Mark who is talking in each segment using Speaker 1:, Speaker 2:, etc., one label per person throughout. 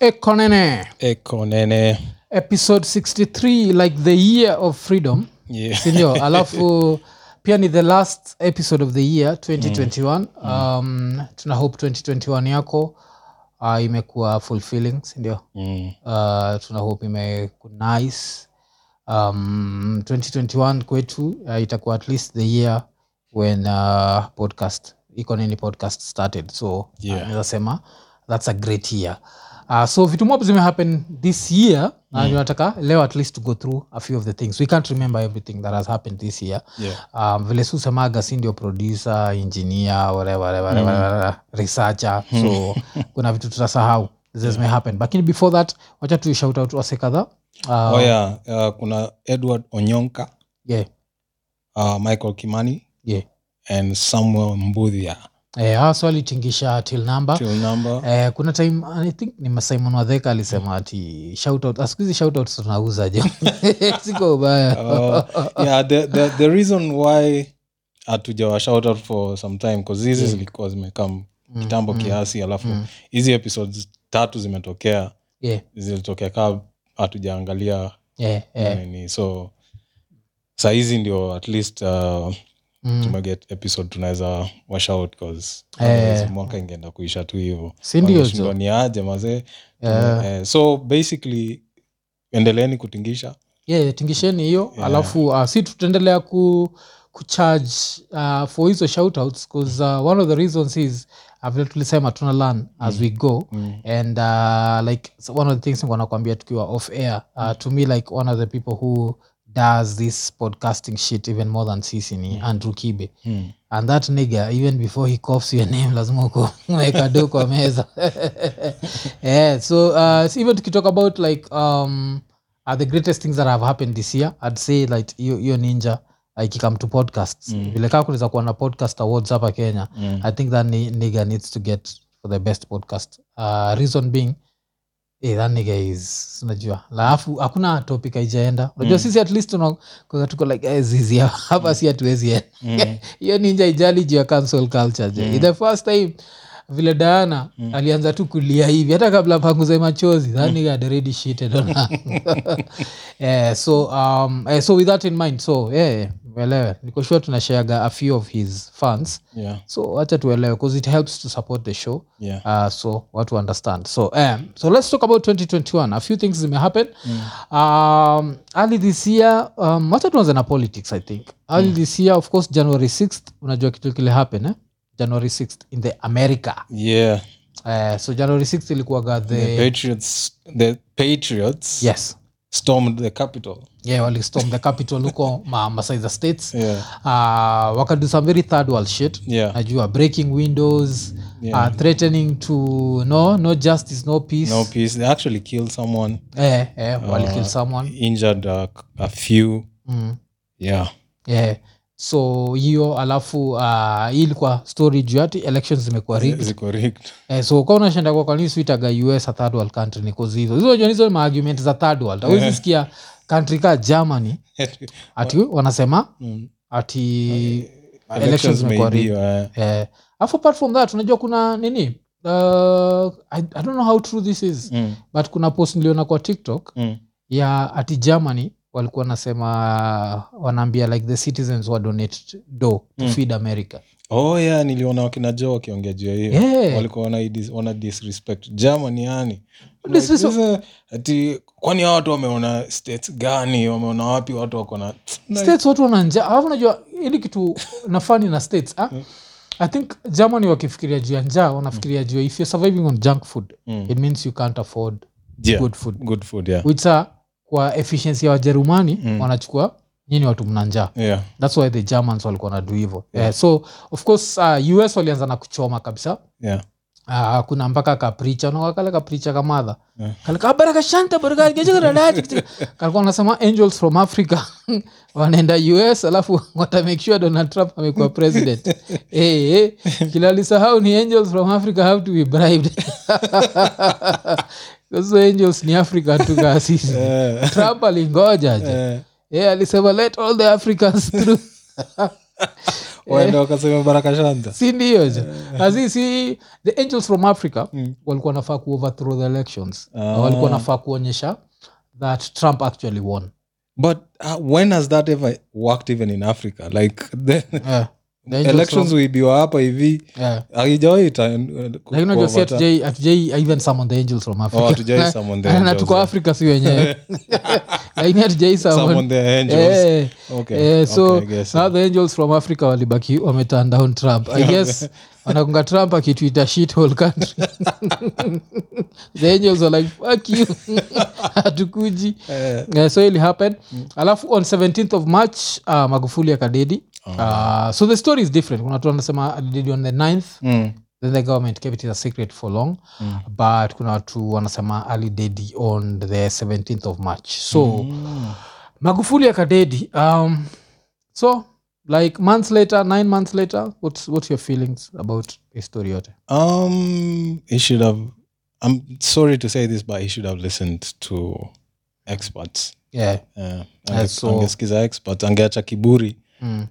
Speaker 1: Ekonene,
Speaker 2: ekonene
Speaker 1: episode 63 like the year of freedom
Speaker 2: yeah.
Speaker 1: sindio alafu pia ni the last episode of the year 2021 um, tuna hope 2021 yako uh, imekuwa fulfilling sindio
Speaker 2: mm.
Speaker 1: uh, tuna hope imekuwa nice um, 2021 kwetu uh, itakuwa at least the year when uh, podcast iko nini podcast started so
Speaker 2: Yeah.
Speaker 1: uh, naweza sema that's a great year uh, so vitu mob zimehappen this year na tunataka leo at least to go through a few of the things we can't remember everything that has happened this year
Speaker 2: yeah.
Speaker 1: um, vile susemaga si ndio producer engineer whatever, whatever,
Speaker 2: Mm.
Speaker 1: whatever, researcher
Speaker 2: Hmm.
Speaker 1: so kuna vitu tutasahau this may happen lakini before that wacha tu shout out wase kadhaa uh,
Speaker 2: oh yeah. uh, kuna edward onyonka
Speaker 1: yeah,
Speaker 2: uh, michael kimani
Speaker 1: yeah.
Speaker 2: and samuel mbudhia
Speaker 1: Eh, hawa swali tingisha till number
Speaker 2: till number
Speaker 1: Eh, kuna time i think ni simon wadheka alisema ati Ah, shoutout asikuhizi shoutouts tunauza jo siko ubaya
Speaker 2: uh, yeah the, the, the reason why hatujawa shout out for some time because hizi zilikuwa zimekam
Speaker 1: Mm,
Speaker 2: kitambo kiasi alafu hizi episodes tatu zimetokea
Speaker 1: yeah,
Speaker 2: zilitokea kaa hatujaangalia
Speaker 1: yeah, yeah.
Speaker 2: nini so sahizi ndio at least uh,
Speaker 1: Mm.
Speaker 2: tumeget episode tunaweza washout cause
Speaker 1: Eh.
Speaker 2: otherwise mwaka ingeenda kuisha tu hivo
Speaker 1: Si ndio jo?
Speaker 2: ni aje mazee
Speaker 1: Yeah.
Speaker 2: Eh, so basically endeleeni kutingisha
Speaker 1: yeah, tingisheni hiyo yeah. alafu uh, si tutaendelea ku kucharge uh, for hizo shoutouts bcause uh, one of the reasons is uh, vile tulisema tuna learn as we go and uh, like so one of the things nakwambia tukiwa off air uh, to me like one of the people who does this podcasting shit even more than sisi ni andrew kibe
Speaker 2: Mm.
Speaker 1: and that nigger even before he coughs your name lazima uko- uweka do kwa meza yeah, so uh, so even to talk about like um, uh, the greatest things that have happened this year i'd say like hiyo hiyo ninja like come to podcasts vile kaa kunaweza kuwa na podcast awards hapa kenya
Speaker 2: Hmm.
Speaker 1: i think that ni- nigger needs to get for the best podcast uh, reason being Eh, that nigga is unajua laafu hakuna topic aijaenda unajua sisi at least tuna- kwa tuko like eh, zizi hapa si hatuwezi enda
Speaker 2: Hmm.
Speaker 1: hiyo ninja ijali juu ya cancel culture je the first time vile daana alianza tu kulia hivi hata kabla panguze machozi yeah, so, um, eh, so with that in mind so yeah, elewe nikoshua tunashaga a few of his fans
Speaker 2: yeah.
Speaker 1: so wacha tuelewe bcause it helps to support the show
Speaker 2: Yeah.
Speaker 1: uh, so watu understand so um, so let's talk about 2021 a few things zime happen
Speaker 2: Mm.
Speaker 1: um, early this year um, wacha tuanze na politics i think early
Speaker 2: Mm.
Speaker 1: this year of course january 6th unajua kitu kile happen eh? january 6th in the america
Speaker 2: yeah.
Speaker 1: uh, so january 6th ilikuwaga the
Speaker 2: The patriots the patriots
Speaker 1: yes
Speaker 2: stormed the capital
Speaker 1: yeah walistorm the capital huko ma, masaiza states
Speaker 2: yeah.
Speaker 1: uh, wakadu some very third world shit
Speaker 2: Yeah.
Speaker 1: najua breaking windows
Speaker 2: Yeah.
Speaker 1: uh, threatening to no no justice no peace
Speaker 2: no peace Uh, they actually killed someone
Speaker 1: eh, eh, walikill someone
Speaker 2: injured a, a few
Speaker 1: mm.
Speaker 2: yeah
Speaker 1: yeah. so hiyo alafu uh, hii ilikuwa story juu ati elections zimekuwa rigged
Speaker 2: ziko rigged
Speaker 1: eh, so ukawa unashenda kwa kwani switaga us a third world country ni kozi hizo hizo hizo maargument za third world awezi sikia country ka germany ati wanasema
Speaker 2: Mm.
Speaker 1: ati elections
Speaker 2: elections may
Speaker 1: zimekuwa
Speaker 2: be
Speaker 1: rigged
Speaker 2: uh,
Speaker 1: eh, alafu apart from that unajua kuna nini uh, I, i don't know how true this is
Speaker 2: mm,
Speaker 1: but kuna post niliona kwa tiktok
Speaker 2: mm,
Speaker 1: ya ati germany walikuwa nasema wanaambia like the citizens wa donate do to
Speaker 2: Mm.
Speaker 1: feed america
Speaker 2: oh yeah niliona wakina jo wakiongea juu ya hiyo
Speaker 1: Yeah.
Speaker 2: walikuwa wana, dis- wana disrespect germany yani
Speaker 1: This
Speaker 2: Like,
Speaker 1: is so-
Speaker 2: sasa, ati kwani hawa watu wameona states gani wameona wapi watu wako na like,
Speaker 1: states watu wananja alafu najua ili kitu nafani na states ah? i think germany wakifikiria juu ya njaa wanafikiria juu ya if you're surviving on junk food
Speaker 2: Mm.
Speaker 1: it means you can't afford
Speaker 2: yeah,
Speaker 1: good food
Speaker 2: good food yeah
Speaker 1: which are kwa efficiency ya wajerumani
Speaker 2: Mm.
Speaker 1: wanachukua nyinyi watu mna njaa
Speaker 2: yeah
Speaker 1: thats why the germans walikuwa nadu hivo Eh, so of course uh, us walianza na kuchoma kabisa
Speaker 2: yeah
Speaker 1: Ah, kuna mpaka kapricha nakakale kapricha kamadha
Speaker 2: Yeah.
Speaker 1: kalikuwa anasema angels from africa wanaenda us alafu watamake sure donald trump amekuwa president hey, hey, kila alisahau ni angels from africa have to be bribed so angels ni africa tukaasisi
Speaker 2: Eh,
Speaker 1: trump alingoja je
Speaker 2: eh,
Speaker 1: yeah, alisema let all the africans through
Speaker 2: waende wakaseme baraka shanza
Speaker 1: si ndio jo Azi, si the angels from africa
Speaker 2: Eh. Mm.
Speaker 1: walikuwa nafaa ku overthrow the elections Na
Speaker 2: Ah.
Speaker 1: walikuwa nafaa kuonyesha that trump actually won
Speaker 2: but uh, when has that ever worked even in africa like the
Speaker 1: Eh, the angels
Speaker 2: elections
Speaker 1: from-
Speaker 2: waibiwa hapa hivi
Speaker 1: eh.
Speaker 2: haijawai
Speaker 1: lakini unajua si hatujai- hatujai even summon the angels from
Speaker 2: Oh,
Speaker 1: africa na tuko afrika si wenyewe lakini hatujai summon Eh, eh, so now the angels from africa walibaki wameturn down trump i guess wanakunga trump akituita shit whole country the angels were like fuck you hatukuji Eh, so ili happen alafu on 17th of march uh, magufuli akadedi uh, so the story is different kuna watu anasema adedi on the 9th then the government kept it a secret for long mm. but kuna watu wanasema alidedi on the 17th of march so mm. magufuli akadedi um, so like months later nine months later what's, what's your feelings about history yote
Speaker 2: Um, he should have. I'm sorry to say this, but he should have listened to experts.
Speaker 1: yeah.
Speaker 2: Uh,
Speaker 1: Yeah,
Speaker 2: ange,
Speaker 1: so-
Speaker 2: angesikiza experts, angeacha kiburi
Speaker 1: mm.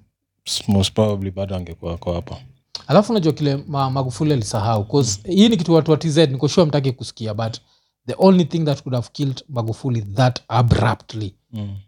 Speaker 2: s- most probably bado angekuwa ako hapa.
Speaker 1: alafu unajua kile ma, magufuli alisahau 'cause hii ni kitu watu wa tz nikoshua mtaki kusikia but the only thing that could have killed magufuli that abruptly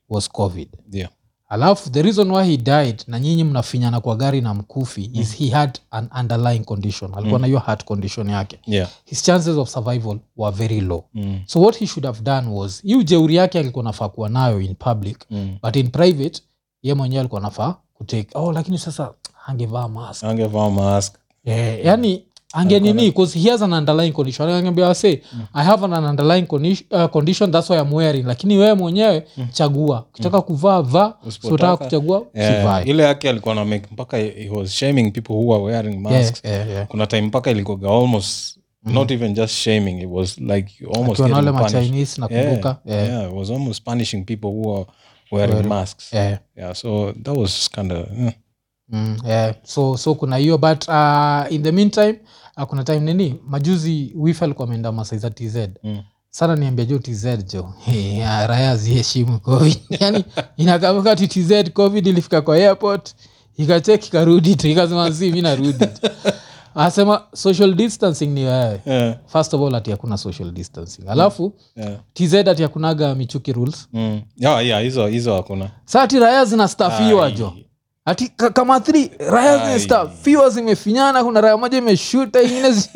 Speaker 1: was covid
Speaker 2: Mm. Yeah.
Speaker 1: alafu the reason why he died na nyinyi mnafinyana kwa gari na mkufi mm. is he had an underlying condition alikuwa mm. na hiyo heart condition yake
Speaker 2: Yeah.
Speaker 1: his chances of survival were very low
Speaker 2: Mm.
Speaker 1: so what he should have done was hii ujeuri yake alikuwa nafaa kuwa nayo in public
Speaker 2: Mm.
Speaker 1: but in private ye mwenyewe alikuwa nafaa kutake oh lakini sasa angevaa mask
Speaker 2: Angevaa mask.
Speaker 1: yeah, yani angenini because he has an underlying condition angeambia wase i have an underlying condi- uh, condition that's why i'm wearing lakini wewe mwenyewe chagua ukitaka kuvaa vaa sotaka
Speaker 2: Mm. Usipotaka,
Speaker 1: kuchagua
Speaker 2: Yeah.
Speaker 1: usivae
Speaker 2: Ile yake alikuwa na make mpaka he was shaming people who were wearing
Speaker 1: Yeah,
Speaker 2: masks.
Speaker 1: yeah, yeah.
Speaker 2: Kuna time mpaka ilikoga almost not even just shaming it was like you almost
Speaker 1: Akiwa na wale
Speaker 2: getting punished.
Speaker 1: machinese
Speaker 2: Yeah,
Speaker 1: nakumbuka yeah,
Speaker 2: yeah, it was almost punishing people who are wearing masks.
Speaker 1: yeah.
Speaker 2: yeah so that was kind of mm,
Speaker 1: Mm, yeah. so so kuna hiyo but uh, in the meantime uh, kuna time nini majuzi wifa alikuwa ameenda masai za tz
Speaker 2: Mm.
Speaker 1: sana niambia jo tz jo Hey, ya, raya ziheshimu covid yani inakaa wakati tz covid ilifika kwa airport ikacheki ikarudi tu ikasema si mi narudi tu." asema social distancing ni wewe
Speaker 2: yeah
Speaker 1: first of all ati hakuna social distancing alafu
Speaker 2: yeah
Speaker 1: tz ati hakunaga michuki rules
Speaker 2: mm. yeah yeah hizo hizo hakuna
Speaker 1: sa ati raya zinastafiwa
Speaker 2: Ai.
Speaker 1: jo ati ka- kama three raya
Speaker 2: Ai.
Speaker 1: zimestafiwa zimefinyana kuna raya moja imeshuta ingine zi-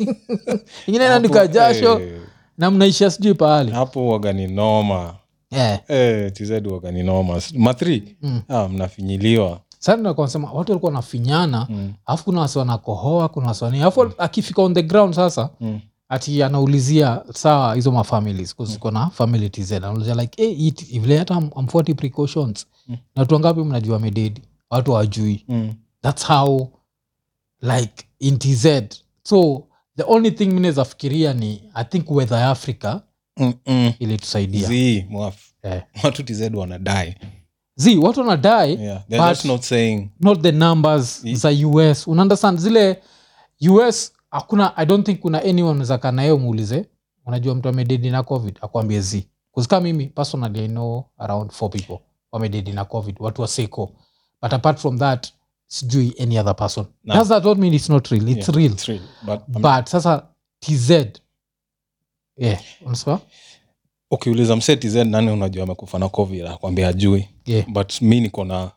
Speaker 1: ingine inaandika
Speaker 2: Hapo,
Speaker 1: jasho
Speaker 2: eh, Ah.
Speaker 1: na mnaishia sijui pahali
Speaker 2: hapo waga ni noma
Speaker 1: yeah.
Speaker 2: eh tz waga ni noma S- mathri
Speaker 1: Mm.
Speaker 2: ah mnafinyiliwa
Speaker 1: sasa ndio kwa nasema watu walikuwa wanafinyana
Speaker 2: mm.
Speaker 1: alafu kuna wasi wanakohoa kuna wasi wanini alafu akifika on the ground sasa
Speaker 2: Mm.
Speaker 1: ati anaulizia sawa hizo mafamilies kuziko na family tz anaulizia like hey, it, vile hata am- amfuati precautions
Speaker 2: Mm.
Speaker 1: na watu wangapi mnajua mededi watu wajui
Speaker 2: Mm.
Speaker 1: that's how like in tz so the only thing mi naweza fikiria ni i think weather ya africa
Speaker 2: Mm -mm.
Speaker 1: ilitusaidia z,
Speaker 2: z mwaf
Speaker 1: Eh.
Speaker 2: watu tz wanadai
Speaker 1: z watu wanadae yeah.
Speaker 2: yeah. they're
Speaker 1: But-
Speaker 2: just not saying
Speaker 1: not the numbers
Speaker 2: Ye-
Speaker 1: za us unaunderstand zile us hakuna i don't think kuna anyone zaka naye muulize unajua mtu amededi na covid akwambie z kuzika mimi personally i know around four people wamededi na covid watu waseko but apart from that sijui any other person
Speaker 2: No.
Speaker 1: does that not mean it's not real it's
Speaker 2: yeah,
Speaker 1: real
Speaker 2: it's real but, um,
Speaker 1: but sasa tz yeah, unasema?
Speaker 2: ukiuliza msee tz nani unajua amekufa na covid akwambia ajui
Speaker 1: Yeah.
Speaker 2: but mi niko na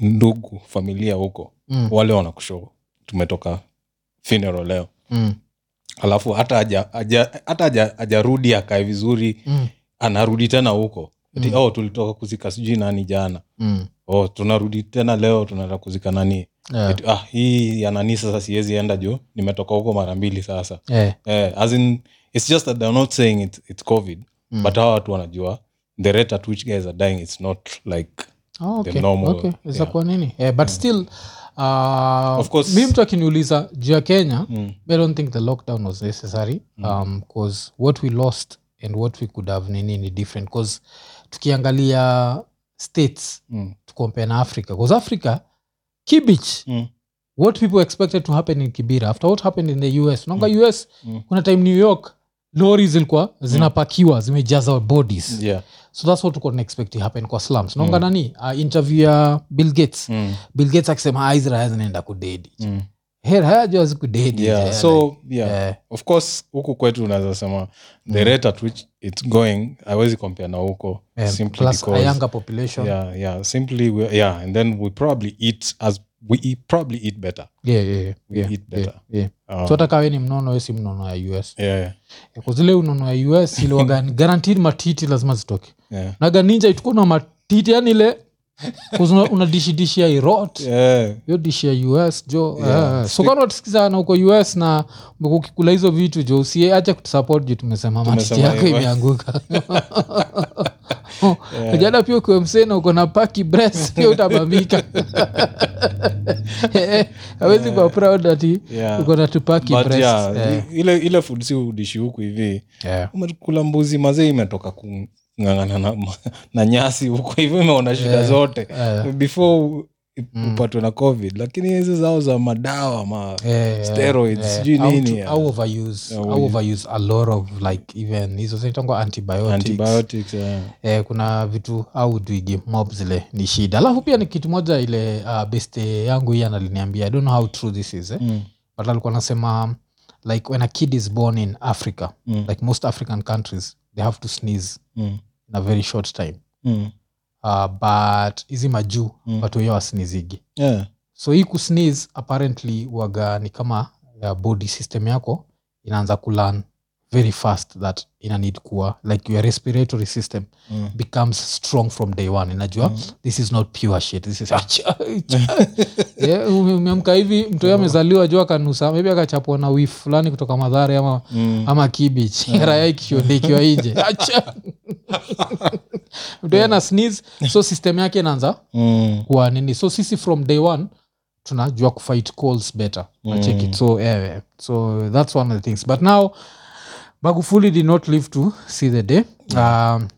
Speaker 2: ndugu familia huko
Speaker 1: Mm,
Speaker 2: wale wanakushow tumetoka funeral leo
Speaker 1: mm,
Speaker 2: alafu hata haja- haja- hata haja- hajarudi akae vizuri
Speaker 1: mm,
Speaker 2: anarudi tena huko Ati,
Speaker 1: Mm.
Speaker 2: oh tulitoka kuzika sijui nani jana
Speaker 1: mm,
Speaker 2: oh tunarudi tena leo tunaenda kuzika nani
Speaker 1: yeah,
Speaker 2: Ati, ah, hii ya nani sasa siwezi enda juu nimetoka huko mara mbili sasa
Speaker 1: yeah,
Speaker 2: eh, as in, it's just that they're not saying it, it's covid
Speaker 1: mm.
Speaker 2: but hawa watu wanajua the rate at which guys are dying it's not like
Speaker 1: Oh,
Speaker 2: the
Speaker 1: okay,
Speaker 2: normal,
Speaker 1: okay, inaweza
Speaker 2: yeah. Mm.
Speaker 1: kuwa nini yeah, but still uh,
Speaker 2: Of course-
Speaker 1: mi mtu akiniuliza juu ya kenya
Speaker 2: mm,
Speaker 1: i don't think the lockdown was necessary because what we lost and what we could have nini ni different because tukiangalia states
Speaker 2: mm,
Speaker 1: tukompare na africa because africa kibich
Speaker 2: mm,
Speaker 1: what people expected to happen in kibira after what happened in the us unanga us
Speaker 2: Mm.
Speaker 1: kuna time new york lori zilikuwa zinapakiwa zimejaza bodies
Speaker 2: yeah.
Speaker 1: so thats what tuko tunaexpect happen kwa slums
Speaker 2: Hmm.
Speaker 1: naonga nani uh, interview ya bill gates
Speaker 2: Mm.
Speaker 1: bill gates akisema "Ah, israel hazinaenda kudedi
Speaker 2: Mm.
Speaker 1: hera hayajo hazikudedi
Speaker 2: yeah.
Speaker 1: Eh,
Speaker 2: so yeah.
Speaker 1: eh,
Speaker 2: of course huku kwetu unaweza sema
Speaker 1: Mm.
Speaker 2: the rate at which it's going haiwezi compare na huko
Speaker 1: eh,
Speaker 2: simply
Speaker 1: plus a
Speaker 2: because-
Speaker 1: younger population yeah.
Speaker 2: yeah yeah simply we, yeah and then we probably eat as we eat, probably eat better
Speaker 1: Yeah, yeah, yeah,
Speaker 2: we
Speaker 1: yeah,
Speaker 2: eat better
Speaker 1: yeah, yeah.
Speaker 2: Um,
Speaker 1: so hata kawe ni mnono we si mnono ya us
Speaker 2: yeah
Speaker 1: Eh, kwa zile unono ya us ile waga ni guaranteed matiti lazima zitoke
Speaker 2: yeah
Speaker 1: naga ninja ituko na matiti yani ile 'cause una- una dishi dishi ya irot
Speaker 2: yeah
Speaker 1: hiyo dishi ya us jo
Speaker 2: Yeah.
Speaker 1: yeah. so kama tusikizana huko us na ukikula hizo vitu jo usiache kutusupport juu tumesema matiti
Speaker 2: Tumesema
Speaker 1: yako
Speaker 2: hivyo.
Speaker 1: imeanguka jada pia ukiwe msee na uko na paki breast pia utabambika awezi kuwa proud ati
Speaker 2: yeah
Speaker 1: uko na tupaki
Speaker 2: but
Speaker 1: breast.
Speaker 2: yeah
Speaker 1: Eh,
Speaker 2: i- ile ile food si udishi huku hivi
Speaker 1: yeah.
Speaker 2: umekula mbuzi mazee imetoka kungangana na, na nyasi huku hivi imeona shida
Speaker 1: Yeah.
Speaker 2: zote
Speaker 1: Eh,
Speaker 2: before u-
Speaker 1: Mm.
Speaker 2: upatwe na covid lakini hizi zao za madawa ma
Speaker 1: eh,
Speaker 2: steroids,
Speaker 1: eh,
Speaker 2: sijui
Speaker 1: au
Speaker 2: nini,
Speaker 1: tu-
Speaker 2: eh.
Speaker 1: au overuse
Speaker 2: Au
Speaker 1: au overuse a lot of like even hizo zinaitangwa antibiotics
Speaker 2: antibiotics yeah.
Speaker 1: eh, kuna vitu au dwigi mob zile ni shida alafu pia ni kitu moja ile uh, beste yangu hii analiniambia i don't know how true this is eh?
Speaker 2: mm.
Speaker 1: but alikuwa anasema like when a kid is born in africa
Speaker 2: Mm.
Speaker 1: like most african countries they have to sneeze
Speaker 2: mm.
Speaker 1: in a very short time
Speaker 2: mm.
Speaker 1: uh, but hizi majuu
Speaker 2: Mm.
Speaker 1: watu wenyewe wasnizigi
Speaker 2: yeah.
Speaker 1: so hii kusneeze apparently waga ni kama uh, body system yako inaanza kulan very fast that ina need kuwa like your respiratory system
Speaker 2: mm.
Speaker 1: becomes strong from day one inajua
Speaker 2: Mm.
Speaker 1: this is not pure shit this is yeah, ume- umeamka hivi mtu huyo amezaliwa jua kanusa maybe akachapwa na wif fulani kutoka madhare ama
Speaker 2: Mm.
Speaker 1: ama kibich raya ikishondekiwa nje Acha. mtu huyo ana sneeze so system yake inaanza
Speaker 2: Mm.
Speaker 1: kuwa nini so sisi from day one tunajua kufight calls better mm. check it so eh, so that's one of the things but now magufuli did not live to see the day um,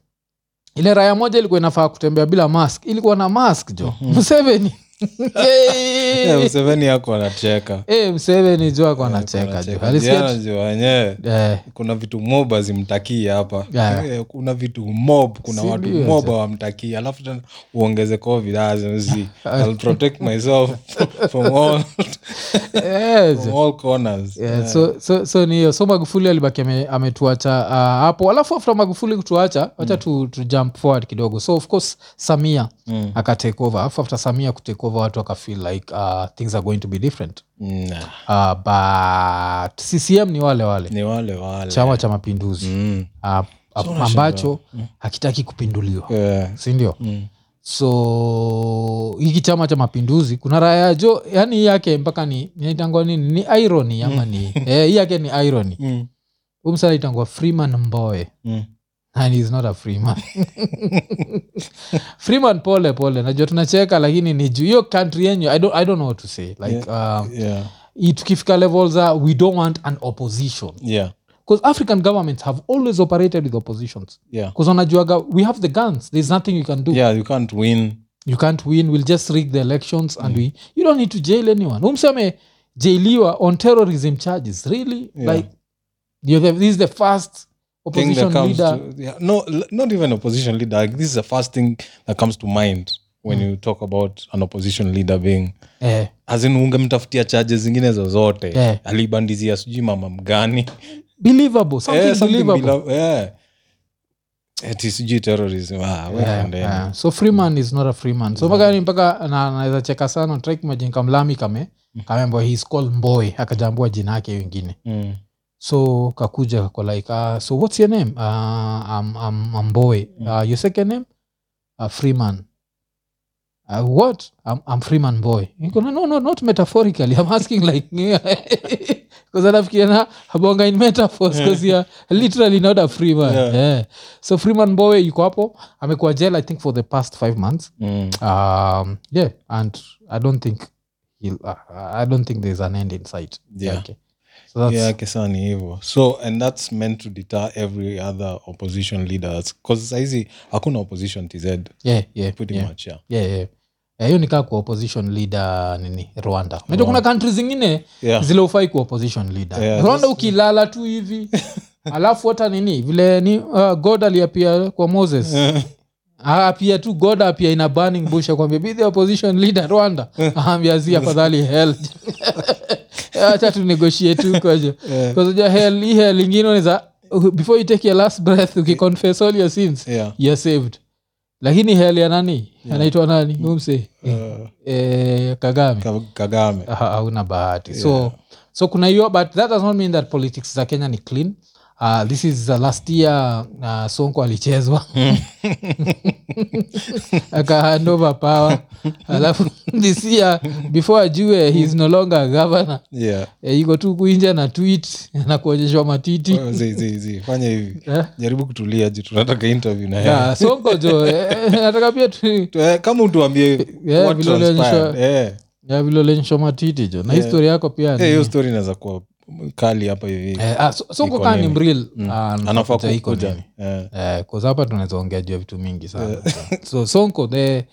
Speaker 1: ile raya moja ilikuwa inafaa kutembea bila mask ilikuwa na mask jo mseveni
Speaker 2: Mm-hmm. Yeah, Museveni yako anacheka
Speaker 1: hey, mseveni jo ako
Speaker 2: Alikuwa
Speaker 1: anacheka jo
Speaker 2: anacheka.
Speaker 1: Alisikia-
Speaker 2: Jana ndio wenyewe
Speaker 1: eh,
Speaker 2: kuna vitu mob azimtakii hapa
Speaker 1: Yeah.
Speaker 2: Eh, kuna vitu mob kuna
Speaker 1: Si
Speaker 2: watu
Speaker 1: ndio,
Speaker 2: mob
Speaker 1: sir.
Speaker 2: wamtakii alafu tena uongeze covid Ah, zi- I'll protect myself from all,
Speaker 1: eh, jo.
Speaker 2: from all corners
Speaker 1: Yeah, so, so, so ni hiyo so magufuli alibaki ame- ametuacha uh, hapo alafu after magufuli kutuacha wacha tu, tu jump forward kidogo so of course samia
Speaker 2: Mm.
Speaker 1: akatake over alafu after samia kutake over watu wakafeel like uh, things are going to be different
Speaker 2: Nah,
Speaker 1: uh, but ccm ni wale wale
Speaker 2: ni wale wale
Speaker 1: chama cha mapinduzi
Speaker 2: Mm.
Speaker 1: uh, uh, ambacho hakitaki kupinduliwa
Speaker 2: Yeah.
Speaker 1: sindio
Speaker 2: Mm.
Speaker 1: so hiki chama cha mapinduzi kuna raya ya jo yani hii yake mpaka ni inaitangwa nini ni irony ama ni eh, hii yake ni irony
Speaker 2: Mm.
Speaker 1: umsa anaitangwa freeman mboe
Speaker 2: Mm.
Speaker 1: and he's not a freeman freeman pole pole najua tunacheka lakini ni juu hiyo country yenyu I don't, i don't know what to say like um,
Speaker 2: Yeah.
Speaker 1: hii tukifika level za we don't want an opposition
Speaker 2: Yeah.
Speaker 1: because african governments have always operated with oppositions
Speaker 2: Yeah.
Speaker 1: because wanajuaga we have the guns there's nothing you can do
Speaker 2: Yeah, you can't win
Speaker 1: you can't win we'll just rig the elections and we
Speaker 2: Mm.
Speaker 1: you don't need to jail anyone umseme jailiwa on terrorism charges really
Speaker 2: Yeah.
Speaker 1: like you're the, this is the first
Speaker 2: thing that
Speaker 1: opposition
Speaker 2: comes
Speaker 1: leader
Speaker 2: to yeah, no l- not even opposition leader like, this is the first thing that comes to mind when
Speaker 1: Hmm.
Speaker 2: you talk about an opposition leader being
Speaker 1: eh,
Speaker 2: azin ungemtafutia chaje zingine zozote
Speaker 1: Eh.
Speaker 2: alibandizia sijui mama mgani
Speaker 1: believable something
Speaker 2: Eh, something
Speaker 1: believable
Speaker 2: bila- eh. eti sijui terrorism ah, we
Speaker 1: Yeah,
Speaker 2: kondeni.
Speaker 1: yeah. so freeman is not a freeman so mpaka ni mpaka na- naweza cheka sana trakimajen kamlami kame kameambwa heis called mboy akajambua jina yake wengine
Speaker 2: Mm.
Speaker 1: so kakuja kwa like uh, so what's your name uh, I'm, I'm, I'm boy
Speaker 2: Mm.
Speaker 1: uh, your second name uh, freeman Uh, what I'm, I'm freeman boy Niko na, no no not metaphorically i'm asking like because anafikiria na abonga in metaphors because you're literally not a freeman
Speaker 2: Yeah.
Speaker 1: yeah. so freeman boy yuko hapo amekuwa jail i think for the past five months
Speaker 2: Mm.
Speaker 1: um, yeah and i don't think he'll, uh, i don't think there's an end in sight
Speaker 2: Yeah.
Speaker 1: yake. so that's,
Speaker 2: Yeah, kesa ni hivyo so and that's meant to deter every other opposition leader bcause saizi hakuna opposition tz
Speaker 1: yeah, yeah,
Speaker 2: pretty
Speaker 1: yeah.
Speaker 2: much yeah.
Speaker 1: Yeah, yeah. Eh, hiyo ni kaa kwa opposition leader nini rwanda najua kuna country zingine
Speaker 2: Yeah.
Speaker 1: zile ufai kuwa opposition leader
Speaker 2: Yeah,
Speaker 1: rwanda
Speaker 2: that's-
Speaker 1: ukilala tu hivi alafu hata nini vile ni uh, god aliapia kwa moses Ah, apia tu god apia ina burning bush akwambia be the opposition leader rwanda aambia zi afadhali hell acha tu negotiate huko aje
Speaker 2: Yeah.
Speaker 1: because unajua hell hii hell ingine unaweza before you take your last breath ukiconfess all your sins
Speaker 2: Yeah.
Speaker 1: you're saved lakini hell ya nani anaitwa nani umse
Speaker 2: Uh,
Speaker 1: eh, kagame
Speaker 2: Ka- kagame
Speaker 1: Ha- hauna bahati so so kuna hiyo but that does not mean that politics za kenya ni clean Uh, this is the last year uh, sonko alichezwa akahandova power alafu this year before ajue heis no longer a governor
Speaker 2: yeah
Speaker 1: Eh, iko tu kuinja na tweet na kuonyeshwa matiti
Speaker 2: Wewe zi- zi- zi, fanya hivi
Speaker 1: Eh?
Speaker 2: jaribu kutulia ju tunataka interview na yeye
Speaker 1: Ah, sonko jo eh, nataka pia tu-
Speaker 2: Tu- eh, kama utuambie
Speaker 1: Yeah,
Speaker 2: what
Speaker 1: vile ulionyeshwa-
Speaker 2: transpired. Eh.
Speaker 1: ya vile ulionyeshwa matiti jo na histori yako pia
Speaker 2: Eh,
Speaker 1: ni-
Speaker 2: hiyo story inaweza kuwa kali hapa hivi
Speaker 1: Eh, ah, so- sonko
Speaker 2: iko
Speaker 1: kaa ni
Speaker 2: nini? Mm.
Speaker 1: mril Ah,
Speaker 2: anafaa kukuja Eh.
Speaker 1: hapa tunaweza ongea juu ya vitu mingi sana so sonko the,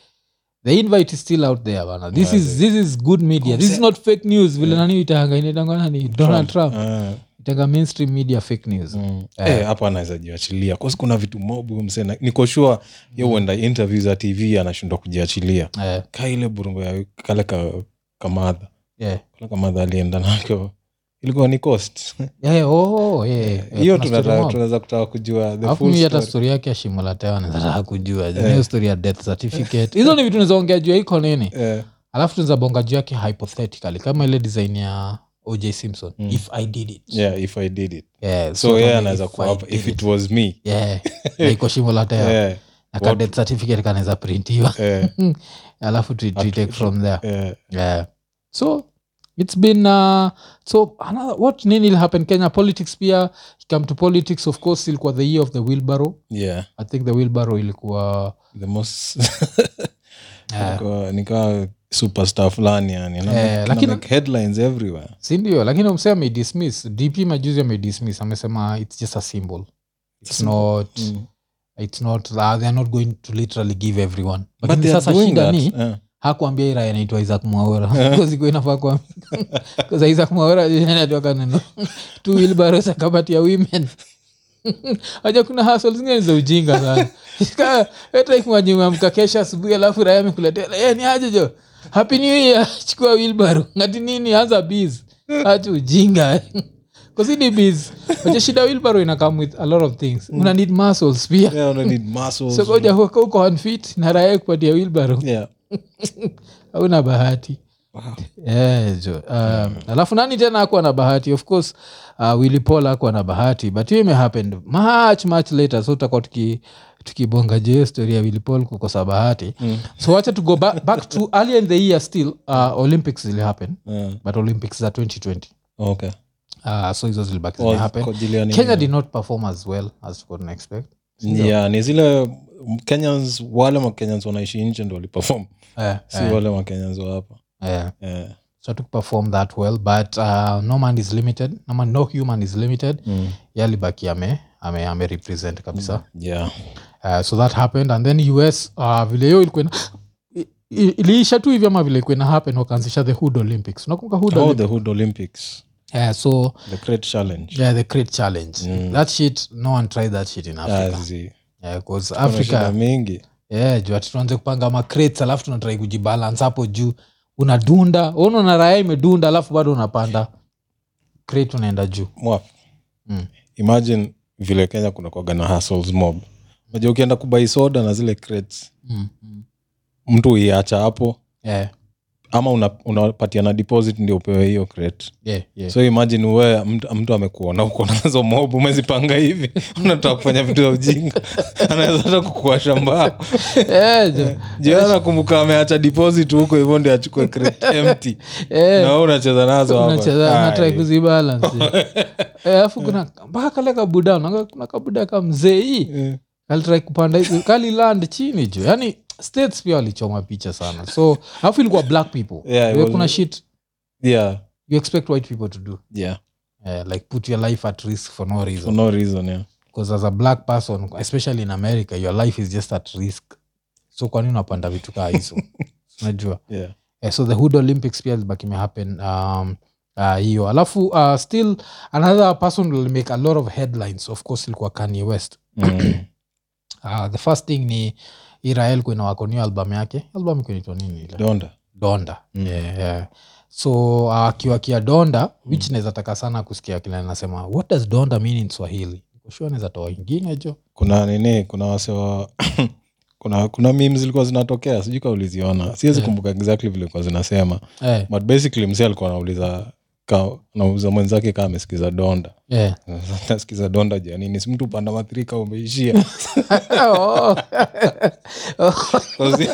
Speaker 1: the invite is still out there bana this, is, this is good media this is not fake news vile nani itanga inaitangwa nani donald trump
Speaker 2: Eh.
Speaker 1: itanga mainstream media fake news
Speaker 2: Mm. Eh, hapa anaweza jiachilia kause kuna vitu mobu msena niko sure ye
Speaker 1: Mm.
Speaker 2: uenda interview za tv anashindwa kujiachilia
Speaker 1: Eh,
Speaker 2: ka ile burungo ya kale ka, kamadha
Speaker 1: yeah.
Speaker 2: kale kamadha alienda nako ilikuwa ni cost
Speaker 1: Eh, oh, eh, eh,
Speaker 2: hiyo
Speaker 1: kuna story mob.
Speaker 2: tunataka- tunaweza kutaka kujua the
Speaker 1: Alafu
Speaker 2: full
Speaker 1: mimi hata
Speaker 2: story.
Speaker 1: stori yake ya shimo la tewa nataka kujua Je, hiyo story ya death certificate hizo ni vitu nizaongea juu ya iko nini
Speaker 2: Eh,
Speaker 1: alafu tunizabonga juu yake hypothetically kama ile design ya oj simpson if i did it
Speaker 2: Mm. yeah, if i did it
Speaker 1: Yeah,
Speaker 2: so
Speaker 1: kama
Speaker 2: yeye
Speaker 1: if
Speaker 2: anaweza
Speaker 1: I
Speaker 2: kuapa
Speaker 1: did
Speaker 2: if
Speaker 1: it.
Speaker 2: it was me
Speaker 1: Yeah, na iko shimo la tewa
Speaker 2: Eh,
Speaker 1: na ka death certificate kanaweza printiwa
Speaker 2: eh,
Speaker 1: alafu tu- tu take from there
Speaker 2: eh,
Speaker 1: yeah. so it's been uh, so another, what nini will happen kenya politics pia come to politics of course ilikuwa the year of the wheelbarrow
Speaker 2: yeah.
Speaker 1: i think the wheelbarrow ilikuwa
Speaker 2: the most
Speaker 1: eh,
Speaker 2: nikawa- nikawa superstar fulani yani Na
Speaker 1: Eh,
Speaker 2: make- na
Speaker 1: lakini-
Speaker 2: make headlines everywhere
Speaker 1: sindio lakini umsee ameidismiss dp majuzi ameidismiss amesema its just a symbol it's not
Speaker 2: Mm.
Speaker 1: it's not uh, they're not going to literally give everyone
Speaker 2: But
Speaker 1: lakini
Speaker 2: they are
Speaker 1: sasa
Speaker 2: doing
Speaker 1: shida
Speaker 2: that.
Speaker 1: ni
Speaker 2: Eh.
Speaker 1: hakuambia ira anaitwa isaac mwaora koziko inafaa kuambia isaac mwaora anatoka neno tu wilbaros akabati ya women aja kuna hasol zingine za ujinga sana hetaikuanyumamka kesha asubuhi alafu raya amekuletea "Eh, ni aje jo happy new year chukua wilbaro ngati nini anza bs hati ujinga kozidi bs aja shida wilbaro inakam with a lot of things una need muscles pia
Speaker 2: Yeah, una need muscles.
Speaker 1: so koja huko uko unfit na raya kupatia wilbaro
Speaker 2: Yeah.
Speaker 1: hauna bahati Yeah, jo.
Speaker 2: Mm.
Speaker 1: Um, alafu nani tena akuwa na bahati of course uh, wilipol akuwa na bahati but hiyo imehappened much much later so tutakuwa tuki tukibonga je story ya wilipol kukosa bahati mm. so wacha to go back, back to earlier in the year still uh, olympics zilihappen
Speaker 2: Eh,
Speaker 1: but olympics za 2020
Speaker 2: okay.
Speaker 1: uh, so hizo zilibaki
Speaker 2: Kwa-
Speaker 1: zimehappen
Speaker 2: Oh, kwa ajili ya nini?
Speaker 1: kenya did not perform as well as couldn't expect
Speaker 2: Yeah, ni zile kenyans wale makenyans wanaishi nje ndo waliperform
Speaker 1: eh,
Speaker 2: si wale makenyans wa hapa
Speaker 1: eh.
Speaker 2: Eh,
Speaker 1: so to perform that well but uh, no man is limited no, man, no human is limited
Speaker 2: mm.
Speaker 1: yalibaki ame ame ame represent kabisa
Speaker 2: yeah.
Speaker 1: uh, so that happened and then us uh, vile hiyo ilikuwa ina- i- i- iliisha tu hivi ama vile ilikuwa ina happen wakaanzisha the hood olympics unakumbuka hood
Speaker 2: Oh,
Speaker 1: Olympics?
Speaker 2: the hood olympics
Speaker 1: Eh, so
Speaker 2: the great challenge
Speaker 1: yeah, the great challenge
Speaker 2: Mm.
Speaker 1: that shit no one tried that shit in africa
Speaker 2: Ah, zi-
Speaker 1: yeah, 'cause
Speaker 2: kuna shida
Speaker 1: africa
Speaker 2: mingi
Speaker 1: yeah, juu ati tuanze kupanga macrates alafu tunatrai kujibalance hapo juu unadunda unaona na raya imedunda alafu bado unapanda crate unaenda juu
Speaker 2: Mwaf.
Speaker 1: Mm.
Speaker 2: imagine vile kenya kuna kwaga na hustles mob Unajua ukienda kubai soda na zile crates
Speaker 1: mm. mm.
Speaker 2: mtu uiacha hapo
Speaker 1: yeah,
Speaker 2: ama una- unapatia na deposit ndio upewe hiyo crate
Speaker 1: yeah, yeah.
Speaker 2: so imagine we mtu, mtu amekuona uko nazo mob umezipanga hivi unataka kufanya vitu ya ujinga anaweza hata kukua shamba
Speaker 1: Eh, jo.
Speaker 2: jiana kumbuka ameacha deposit huko hivyo ndio achukue crate empty
Speaker 1: Eh,
Speaker 2: na we unacheza nazo hapa. Ah,
Speaker 1: unacheza
Speaker 2: Ai.
Speaker 1: natrai kuzibalance Eh, alafu kuna mpaka kale kabuda unaona kuna kabuda ka mzee hii
Speaker 2: Eh,
Speaker 1: kalitrai kupanda hivi, kaliland chini juu yani states pia walichoma picha sana so alafu ilikuwa black people
Speaker 2: Yeah, it
Speaker 1: Wewe
Speaker 2: was-
Speaker 1: kuna shit
Speaker 2: yeah,
Speaker 1: you expect white people to do
Speaker 2: yeah.
Speaker 1: Eh, like put your life at risk for no
Speaker 2: For
Speaker 1: reason
Speaker 2: no reason, yeah.
Speaker 1: because as a black person especially in america your life is just at risk so kwanini unapanda vitu kaa hizo unajua
Speaker 2: Yeah.
Speaker 1: Eh, so the hood olympics pia zibaki imehappen um, Ah, hiyo uh, alafu uh, still another person will make a lot of headlines of course ilikuwa kanye west
Speaker 2: Mm.
Speaker 1: uh, the first thing ni irael kuinawakonio album yake album kunaitwa nini ile
Speaker 2: donda
Speaker 1: donda
Speaker 2: Mm.
Speaker 1: yeah, yeah. so uh, akiwa kia donda
Speaker 2: Mm.
Speaker 1: which naweza taka sana kusikia kile nasema what does donda mean in swahili kushua naweza toa ingine jo
Speaker 2: kuna nini kuna wasewa kuna kuna memes zilikuwa zinatokea sijui ka uliziona siwezi
Speaker 1: Yeah.
Speaker 2: kumbuka exactly vile ilikuwa zinasema
Speaker 1: eh,
Speaker 2: but basically msee alikuwa anauliza ka- anauliza mwenzake kaa amesikiza donda
Speaker 1: eh.
Speaker 2: nasikiza donda janini si mtu upanda mathirika umeishia
Speaker 1: Oh.
Speaker 2: Kwa zi-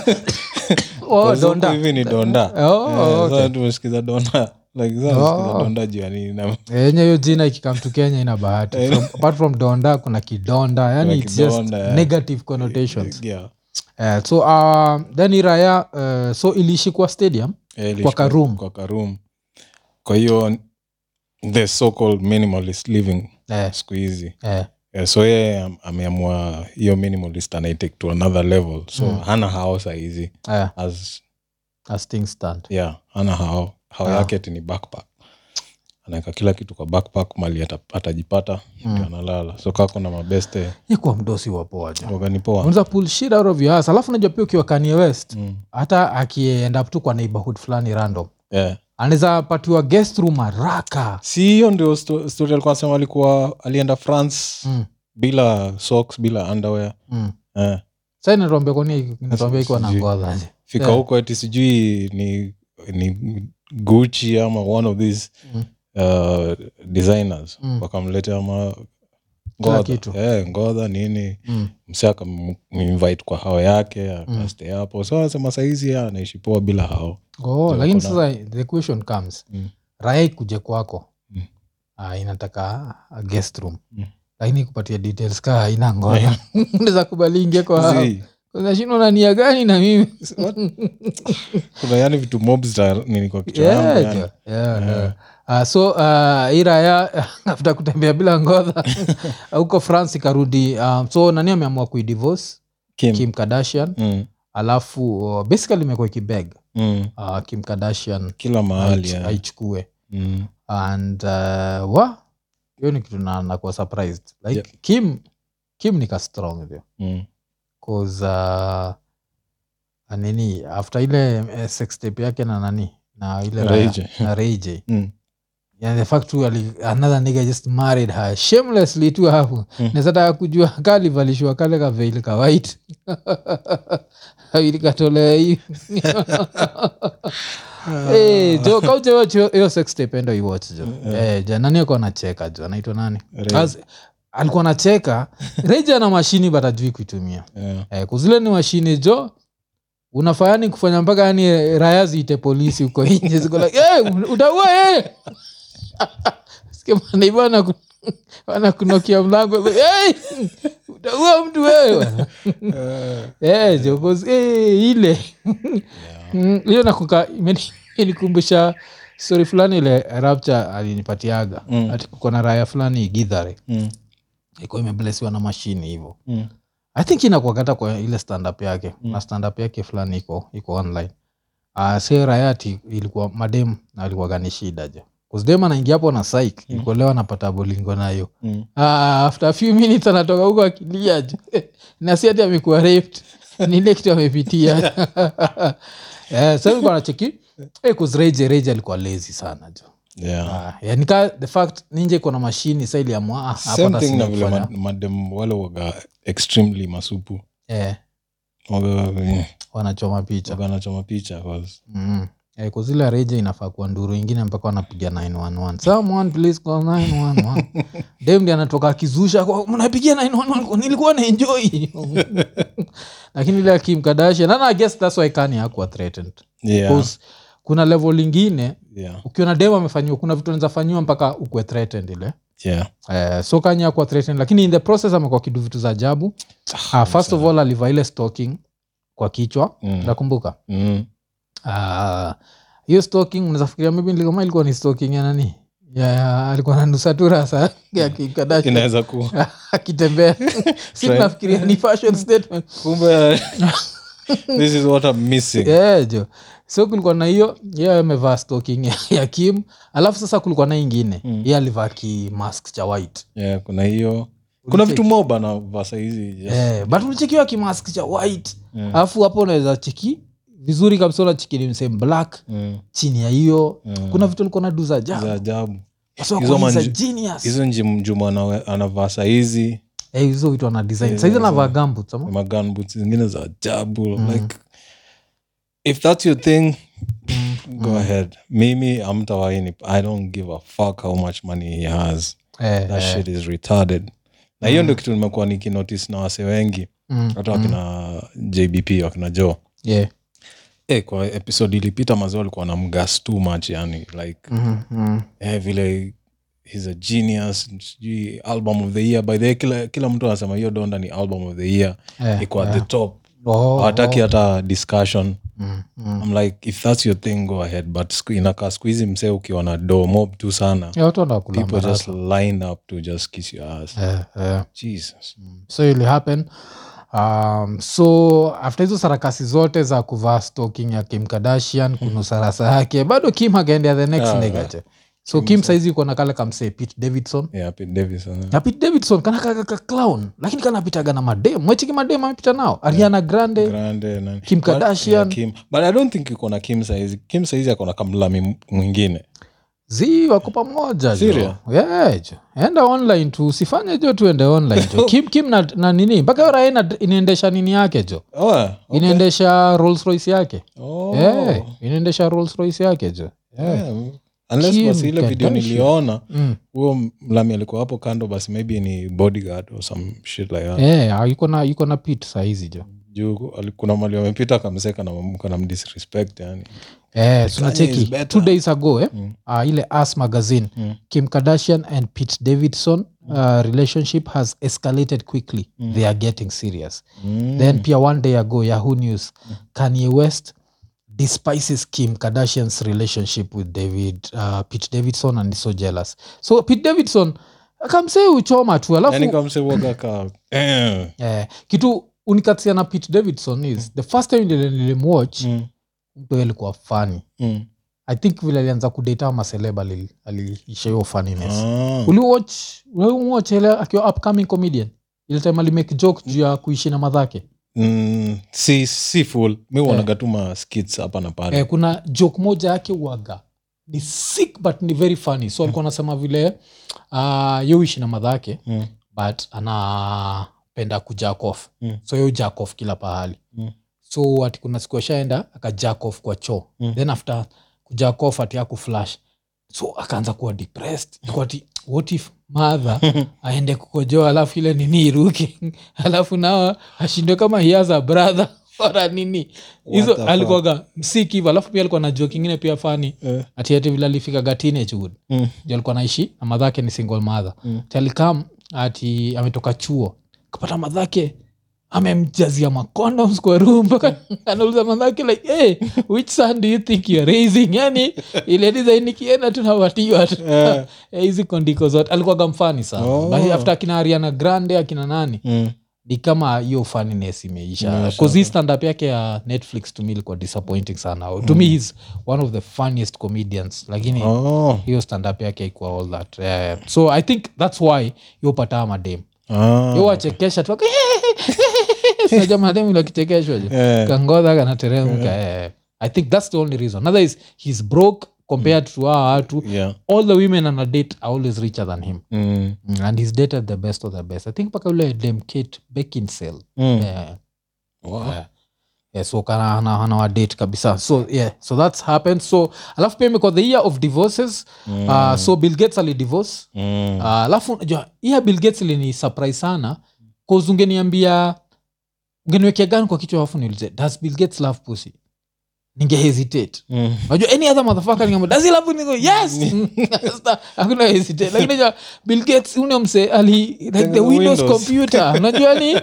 Speaker 1: Oh,
Speaker 2: kwa
Speaker 1: donda.
Speaker 2: zuku hivi ni donda
Speaker 1: Oh,
Speaker 2: Eh,
Speaker 1: okay.
Speaker 2: sasa tumesikiza donda like sasa
Speaker 1: Oh.
Speaker 2: tumesikiza donda janini na
Speaker 1: yenye hiyo jina ikikam to kenya ina bahati from, apart from donda kuna kidonda yani
Speaker 2: Eh. Kuna
Speaker 1: it's just
Speaker 2: kidonda, eh.
Speaker 1: negative connotations
Speaker 2: yeah.
Speaker 1: Eh, so uh, then iraya eh, so iliishi kwa stadium
Speaker 2: Eh,
Speaker 1: Kwa
Speaker 2: ilishikwa
Speaker 1: Karum.
Speaker 2: kwa karum kwa hiyo the so called minimalist living
Speaker 1: eh,
Speaker 2: siku hizi
Speaker 1: eh,
Speaker 2: Eh, so yeye am- ameamua hiyo minimalist anaitake to another level so
Speaker 1: Mm.
Speaker 2: hana hao sahizi
Speaker 1: eh,
Speaker 2: as
Speaker 1: as things stand
Speaker 2: yeah hana hao hao
Speaker 1: Ah.
Speaker 2: yake ti ni backpack anaweka kila kitu kwa backpack mali ata- atajipata
Speaker 1: Mm.
Speaker 2: ndio analala so kako na mabeste
Speaker 1: ni kwa mdosi wapoa jo
Speaker 2: waganipoa
Speaker 1: unza pull shit out of your ass alafu najua pia ukiwa kanye west
Speaker 2: mm.
Speaker 1: hata akiend up tu kwa neighborhood fulani random
Speaker 2: yeah.
Speaker 1: anaweza patiwa guest room haraka
Speaker 2: si hiyo ndio sto- story alikuwa anasema alikuwa alienda france
Speaker 1: mm,
Speaker 2: bila socks bila underwear
Speaker 1: mm.
Speaker 2: eh.
Speaker 1: sa inatuambia ikiwa na
Speaker 2: Sijui.
Speaker 1: ngoza aje.
Speaker 2: fika
Speaker 1: Yeah.
Speaker 2: huko ati sijui ni ni gucci ama one of these
Speaker 1: Mm.
Speaker 2: uh, designers
Speaker 1: Mm.
Speaker 2: wakamletea ma
Speaker 1: Kila
Speaker 2: ngodha.
Speaker 1: kitu.
Speaker 2: Eh, ngodha nini
Speaker 1: Mm,
Speaker 2: msi akaminvite kwa hao yake
Speaker 1: Mm.
Speaker 2: akastay hapo so anasema saizi ya anaishi poa bila hao
Speaker 1: oh,
Speaker 2: Ndio,
Speaker 1: lakini
Speaker 2: kuna-
Speaker 1: sasa the question comes
Speaker 2: Mm.
Speaker 1: raia ikuje kwako
Speaker 2: Mm.
Speaker 1: ah, inataka a guest room
Speaker 2: Mm.
Speaker 1: lakini kupatia details kaa haina ngoza unaweza kubali ingie kwa
Speaker 2: Zii,
Speaker 1: nashinda unania gani na mimi
Speaker 2: kuna yani vitu mobster nini kwa kichwa yangu yaani
Speaker 1: Yeah,
Speaker 2: yani.
Speaker 1: jo. Yeah, yeah. Ah, so uh, iraya afta kutembea bila ngodha huko france ikarudi um, so nani ameamua kuidivose
Speaker 2: Kim.
Speaker 1: kim kardashian
Speaker 2: Mm,
Speaker 1: alafu uh, basically imekuwa ikibeg
Speaker 2: mm.
Speaker 1: uh, kim kardashian
Speaker 2: kila mahali
Speaker 1: aich-
Speaker 2: yeah.
Speaker 1: aichukue
Speaker 2: Mm.
Speaker 1: and uh, wa hiyo ni kitu na- nakuwa surprised like kim kim nika strong hivyo
Speaker 2: Mm.
Speaker 1: cause uh, nini after ile eh, sex tape yake na nani na ile
Speaker 2: Ray
Speaker 1: Raya-
Speaker 2: J.
Speaker 1: na Ray J.
Speaker 2: Mm.
Speaker 1: Yeah, the fact tu ali- another nigga just married her shamelessly tu hapo
Speaker 2: Mm.
Speaker 1: nazataka kujua kalivalishwa kale kaveili ka white ili katolea hii Eh, jo kauchewach hiyo sextependo iwatch jo Eh, ja nani akuwa anacheka jo anaitwa nani
Speaker 2: Ray.
Speaker 1: As- alikuwa anacheka reja na mashini but ajui kuitumia
Speaker 2: Yeah.
Speaker 1: eh, kuzile ni mashini jo unafayani kufanya mpaka yani eh, raya ziite polisi huko nje ziko like, hey, utaua yeye Sikia maneiba wanaku- wanakunokia mlango hey, utaua mtu wewe Eh, jo, 'cause, eh, ile Mm, hiyo nakuka imeni- ilikumbusha stori fulani ile rapture alinipatiaga
Speaker 2: Mm.
Speaker 1: ati kuko na raya fulani gidhare
Speaker 2: Mm.
Speaker 1: ikuwa imeblesiwa na mashini hivo
Speaker 2: Mm.
Speaker 1: i think inakuagata kwa ile standup yake mm. na standup yake fulani iko iko online uh, se rayati ilikuwa madem alikuwaga ni shida je kusdem anaingia hapo na sik mm. ikuelewa anapata bolingo nayo
Speaker 2: Mm.
Speaker 1: Ah, after a few minutes anatoka huko akilia jo. na si ati amekuwa raped ni ile kitu amepitia eh, so alikuwa anacheki eh, 'cause Reje- Reje alikuwa lazy sana jo
Speaker 2: Yeah.
Speaker 1: Ah, yani ka the fact ninje kuna mashini sa iliamua ah, hapa
Speaker 2: same
Speaker 1: hata
Speaker 2: thing
Speaker 1: sina
Speaker 2: na vile
Speaker 1: kufanya.
Speaker 2: ma- madem wale waga extremely masupu
Speaker 1: eh,
Speaker 2: waga eh,
Speaker 1: wanachoma picha
Speaker 2: waga anachoma picha 'cause-
Speaker 1: mm. eh, kuzile reja inafaa kuwa nduru ingine mpaka wanapiga 911 someone please call 911 demdi anatoka akizusha kwa, mnapigia 911 kwa nilikuwa na enjoy lakini ile kim kardashian and i guess that's why kanye hakuwa threatened
Speaker 2: yeah,
Speaker 1: 'Cause kuna level ingine
Speaker 2: yeah,
Speaker 1: ukiona dem amefanyiwa kuna vitu anaweza fanyiwa mpaka ukwe threatened ile
Speaker 2: yeah.
Speaker 1: Eh, so kanye hakuwa threatened lakini in the process amekuwa kidu vitu za ajabu ah, first of all alivaa ile stalking kwa kichwa
Speaker 2: Mm.
Speaker 1: nakumbuka
Speaker 2: Mm.
Speaker 1: Ah, hiyo stalking unaweza fikiria maybe ni kama ilikuwa ni stalking ya nani ya, ya alikuwa nanusa tu rasa ya Kim Kardashian
Speaker 2: Hmm. inaweza kuwa
Speaker 1: akitembea si
Speaker 2: Try-
Speaker 1: tunafikiria ni fashion statement
Speaker 2: kumbe this is what i'm missing
Speaker 1: yeah, jo so kulikuwa na hiyo yeye amevaa stocking ya- ya kim alafu sasa kulikuwa na ingine mm.
Speaker 2: Hmm.
Speaker 1: ye alivaa kimask cha white
Speaker 2: yeah, kuna hiyo kuna vitu moba na vasa hizi yeah. Mm,
Speaker 1: yeah. Eh, but ulichekiwa kimask cha white
Speaker 2: Yeah.
Speaker 1: alafu hapo unaweza cheki vizuri kabisa unacheki ni msem black
Speaker 2: Mm,
Speaker 1: chini ya hiyo
Speaker 2: mm.
Speaker 1: kuna vitu alikuwa na du za
Speaker 2: za
Speaker 1: jabu
Speaker 2: ajabu
Speaker 1: Kwa sababu
Speaker 2: hizo
Speaker 1: huyu is a
Speaker 2: manju-
Speaker 1: genius.
Speaker 2: hizo njimjuma anavaa sahizi
Speaker 1: Eh, hizo vitu ana design
Speaker 2: Yeah,
Speaker 1: saizi anavaa
Speaker 2: hizo-
Speaker 1: gambut ama
Speaker 2: maganboots zingine za ajabu
Speaker 1: Mm.
Speaker 2: like if that's your thing go ahead mimi amtawaini i don't give a fuck how much money he has
Speaker 1: Eh,
Speaker 2: that
Speaker 1: eh,
Speaker 2: shit is retarded na hiyo ndio kitu nimekuwa nikinotice na wase wengi
Speaker 1: mm,
Speaker 2: hata
Speaker 1: mm,
Speaker 2: wakina jbp wakina joe
Speaker 1: yeah.
Speaker 2: Eh, kwa episode ilipita mazee alikuwa na mgas too much yani like
Speaker 1: Mhm, mm.
Speaker 2: eh, vile he's a genius sijui album of the year by the way, kila, kila mtu anasema hiyo donda ni album of the year
Speaker 1: Eh,
Speaker 2: iko at
Speaker 1: eh.
Speaker 2: the top
Speaker 1: Oh,
Speaker 2: hawataki
Speaker 1: oh.
Speaker 2: hata discussion
Speaker 1: Mm, mm.
Speaker 2: I'm like if that's your thing go ahead but siku- inakaa siku hizi msee ukiwa na do mob tu sana
Speaker 1: Yeah, watu wana
Speaker 2: people
Speaker 1: kulamba
Speaker 2: just lined up to just kiss your ass
Speaker 1: Eh, eh.
Speaker 2: jesus
Speaker 1: so ili happen um, so after hizo sarakasi zote za kuvaa stocking ya kim kardashian kunusa rasa yake bado kim akaendea the next
Speaker 2: Ah,
Speaker 1: nigga
Speaker 2: ah.
Speaker 1: che so kim saizi iko na kale kamsee pete davidson
Speaker 2: yeah Pete Davidson eh.
Speaker 1: na pete davidson kanakaka clown lakini kanapitaga na madem mwechiki madem amepita nao ariana grande
Speaker 2: Grande, nani.
Speaker 1: Kim
Speaker 2: But- yeah,
Speaker 1: Kardashian.
Speaker 2: Kim. but i don't think iko na kim saizi kim saizi akona kamlami mwingine
Speaker 1: zi wako pamoja jo.
Speaker 2: Syria?
Speaker 1: Yeah, jo. enda online tu usifanye jo tuende online jo kim, kim na, na nini mpaka rae inaendesha nini yake jo
Speaker 2: oh, eh, okay.
Speaker 1: inaendesha rolls royce yake
Speaker 2: oh.
Speaker 1: Eh, inaendesha rolls royce yake jo Eh.
Speaker 2: Yeah. Unless
Speaker 1: Kim
Speaker 2: basi ile video
Speaker 1: Kardashian.
Speaker 2: niliona
Speaker 1: Mm.
Speaker 2: huo mlami alikuwa hapo kando basi maybe ni bodyguard or some shit like that.
Speaker 1: Eh, ah, yuko na yuko na pit sahizi jo
Speaker 2: juu ali- kuna mali wamepita kamseka na mdisrespect yani
Speaker 1: Eh, so
Speaker 2: Kanye is
Speaker 1: unacheki
Speaker 2: better.
Speaker 1: two days ago eh?
Speaker 2: Mm.
Speaker 1: ah, ile as magazine
Speaker 2: Mm.
Speaker 1: kim kardashian and pete davidson uh, relationship has escalated quickly they are getting serious
Speaker 2: Mm.
Speaker 1: then pia one day ago yahoo news kanye west despises kim kardashian's relationship with david uh, pete davidson and is so jealous so pete davidson kamsee uchoma tu alafu
Speaker 2: yani kamsewaga ka Eh.
Speaker 1: eh, kitu unikatia na pete davidson is the first time nili- nilimwatch
Speaker 2: Mm.
Speaker 1: mtu alikuwa fani
Speaker 2: Mm.
Speaker 1: i think vile alianza kudata maseleb aliisha hiyo faniness
Speaker 2: Ah.
Speaker 1: uliwatch uliwatch ile akiwa upcoming comedian ile time alimake joke juu ya kuishi na madhake
Speaker 2: Mm. si si full mi uonaga tu ma skits hapa na pale
Speaker 1: eh, kuna joke moja yake waga ni sick but ni very funny so alikuwa anasema vile uh, yoishi na madhake
Speaker 2: Mm.
Speaker 1: but anapenda kujakof
Speaker 2: Mm.
Speaker 1: so yo jakof kila pahali
Speaker 2: Mm.
Speaker 1: so ati kuna siku ashaenda akajakof kwa choo
Speaker 2: Mm.
Speaker 1: then after kujakof ati akuflash so akaanza kuwa depressed Ilikuwa ati what if mother aende kukojoa alafu ile nini iruke alafu nao ashindwe kama he has a brother ora nini
Speaker 2: What the
Speaker 1: hizo
Speaker 2: fuck?
Speaker 1: alikuwaga msiki hivo alafu pia alikuwa na joke ingine pia fani
Speaker 2: Eh.
Speaker 1: ati ati vile alifikaga teenage wood
Speaker 2: Mm.
Speaker 1: ju alikuwa naishi na madhake ni single mother
Speaker 2: Mm.
Speaker 1: Ati alikam ati ametoka chuo kapata madhake amemjazia macondoms kwa room mpaka anauliza madhake like hey, which son do you think you're raising yani ile design ikienda tunawatiwa tu
Speaker 2: Eh.
Speaker 1: Eh, hizi kondiko zote alikuwaga mfani sana
Speaker 2: Oh.
Speaker 1: But after akina ariana grande akina nani
Speaker 2: Mm.
Speaker 1: ni kama hiyo faniness imeisha
Speaker 2: Imeisha,
Speaker 1: kuzii standup yake ya netflix to me ilikuwa disappointing sana to me he's one of the funniest comedians lakini
Speaker 2: Mm. Oh.
Speaker 1: hiyo standup yake ikuwa all that Eh, so i think thats why yopataa madem
Speaker 2: Ah.
Speaker 1: yo wachekesha tu sinaja madem ilo akichekeshwa je
Speaker 2: Eh.
Speaker 1: kangodha kanateremka eh. i think thats the only reason other is he's broke compared to hawa watu
Speaker 2: Yeah.
Speaker 1: all the women ana date are always richer than him
Speaker 2: Mm.
Speaker 1: Mm, and he's dated the best of the best i think mpaka ule dem kate beckinsale
Speaker 2: Mm.
Speaker 1: yeah.
Speaker 2: Wow.
Speaker 1: yeah. yeah, so kana ana- ana wa date kabisa so yeah so that's happened so alafu pia imekuwa the year of divorces
Speaker 2: Mm.
Speaker 1: uh, so bill gates alidivorce
Speaker 2: Mm.
Speaker 1: uh, alafu unajua, hiya bill gates ilini surprise sana cause ungeniambia ungeniwekea gani kwa kichwa alafu niulize does bill gates love pussy ninge hesitate
Speaker 2: Mm.
Speaker 1: Unajua, any other motherfucker ningemwambia, "Does he love you?" Ningo, yes Sasa, hakuna hesitate lakini unajua, bill gates huyo mse ali like the
Speaker 2: Tengeneza
Speaker 1: windows
Speaker 2: Windows.
Speaker 1: computer unajua ni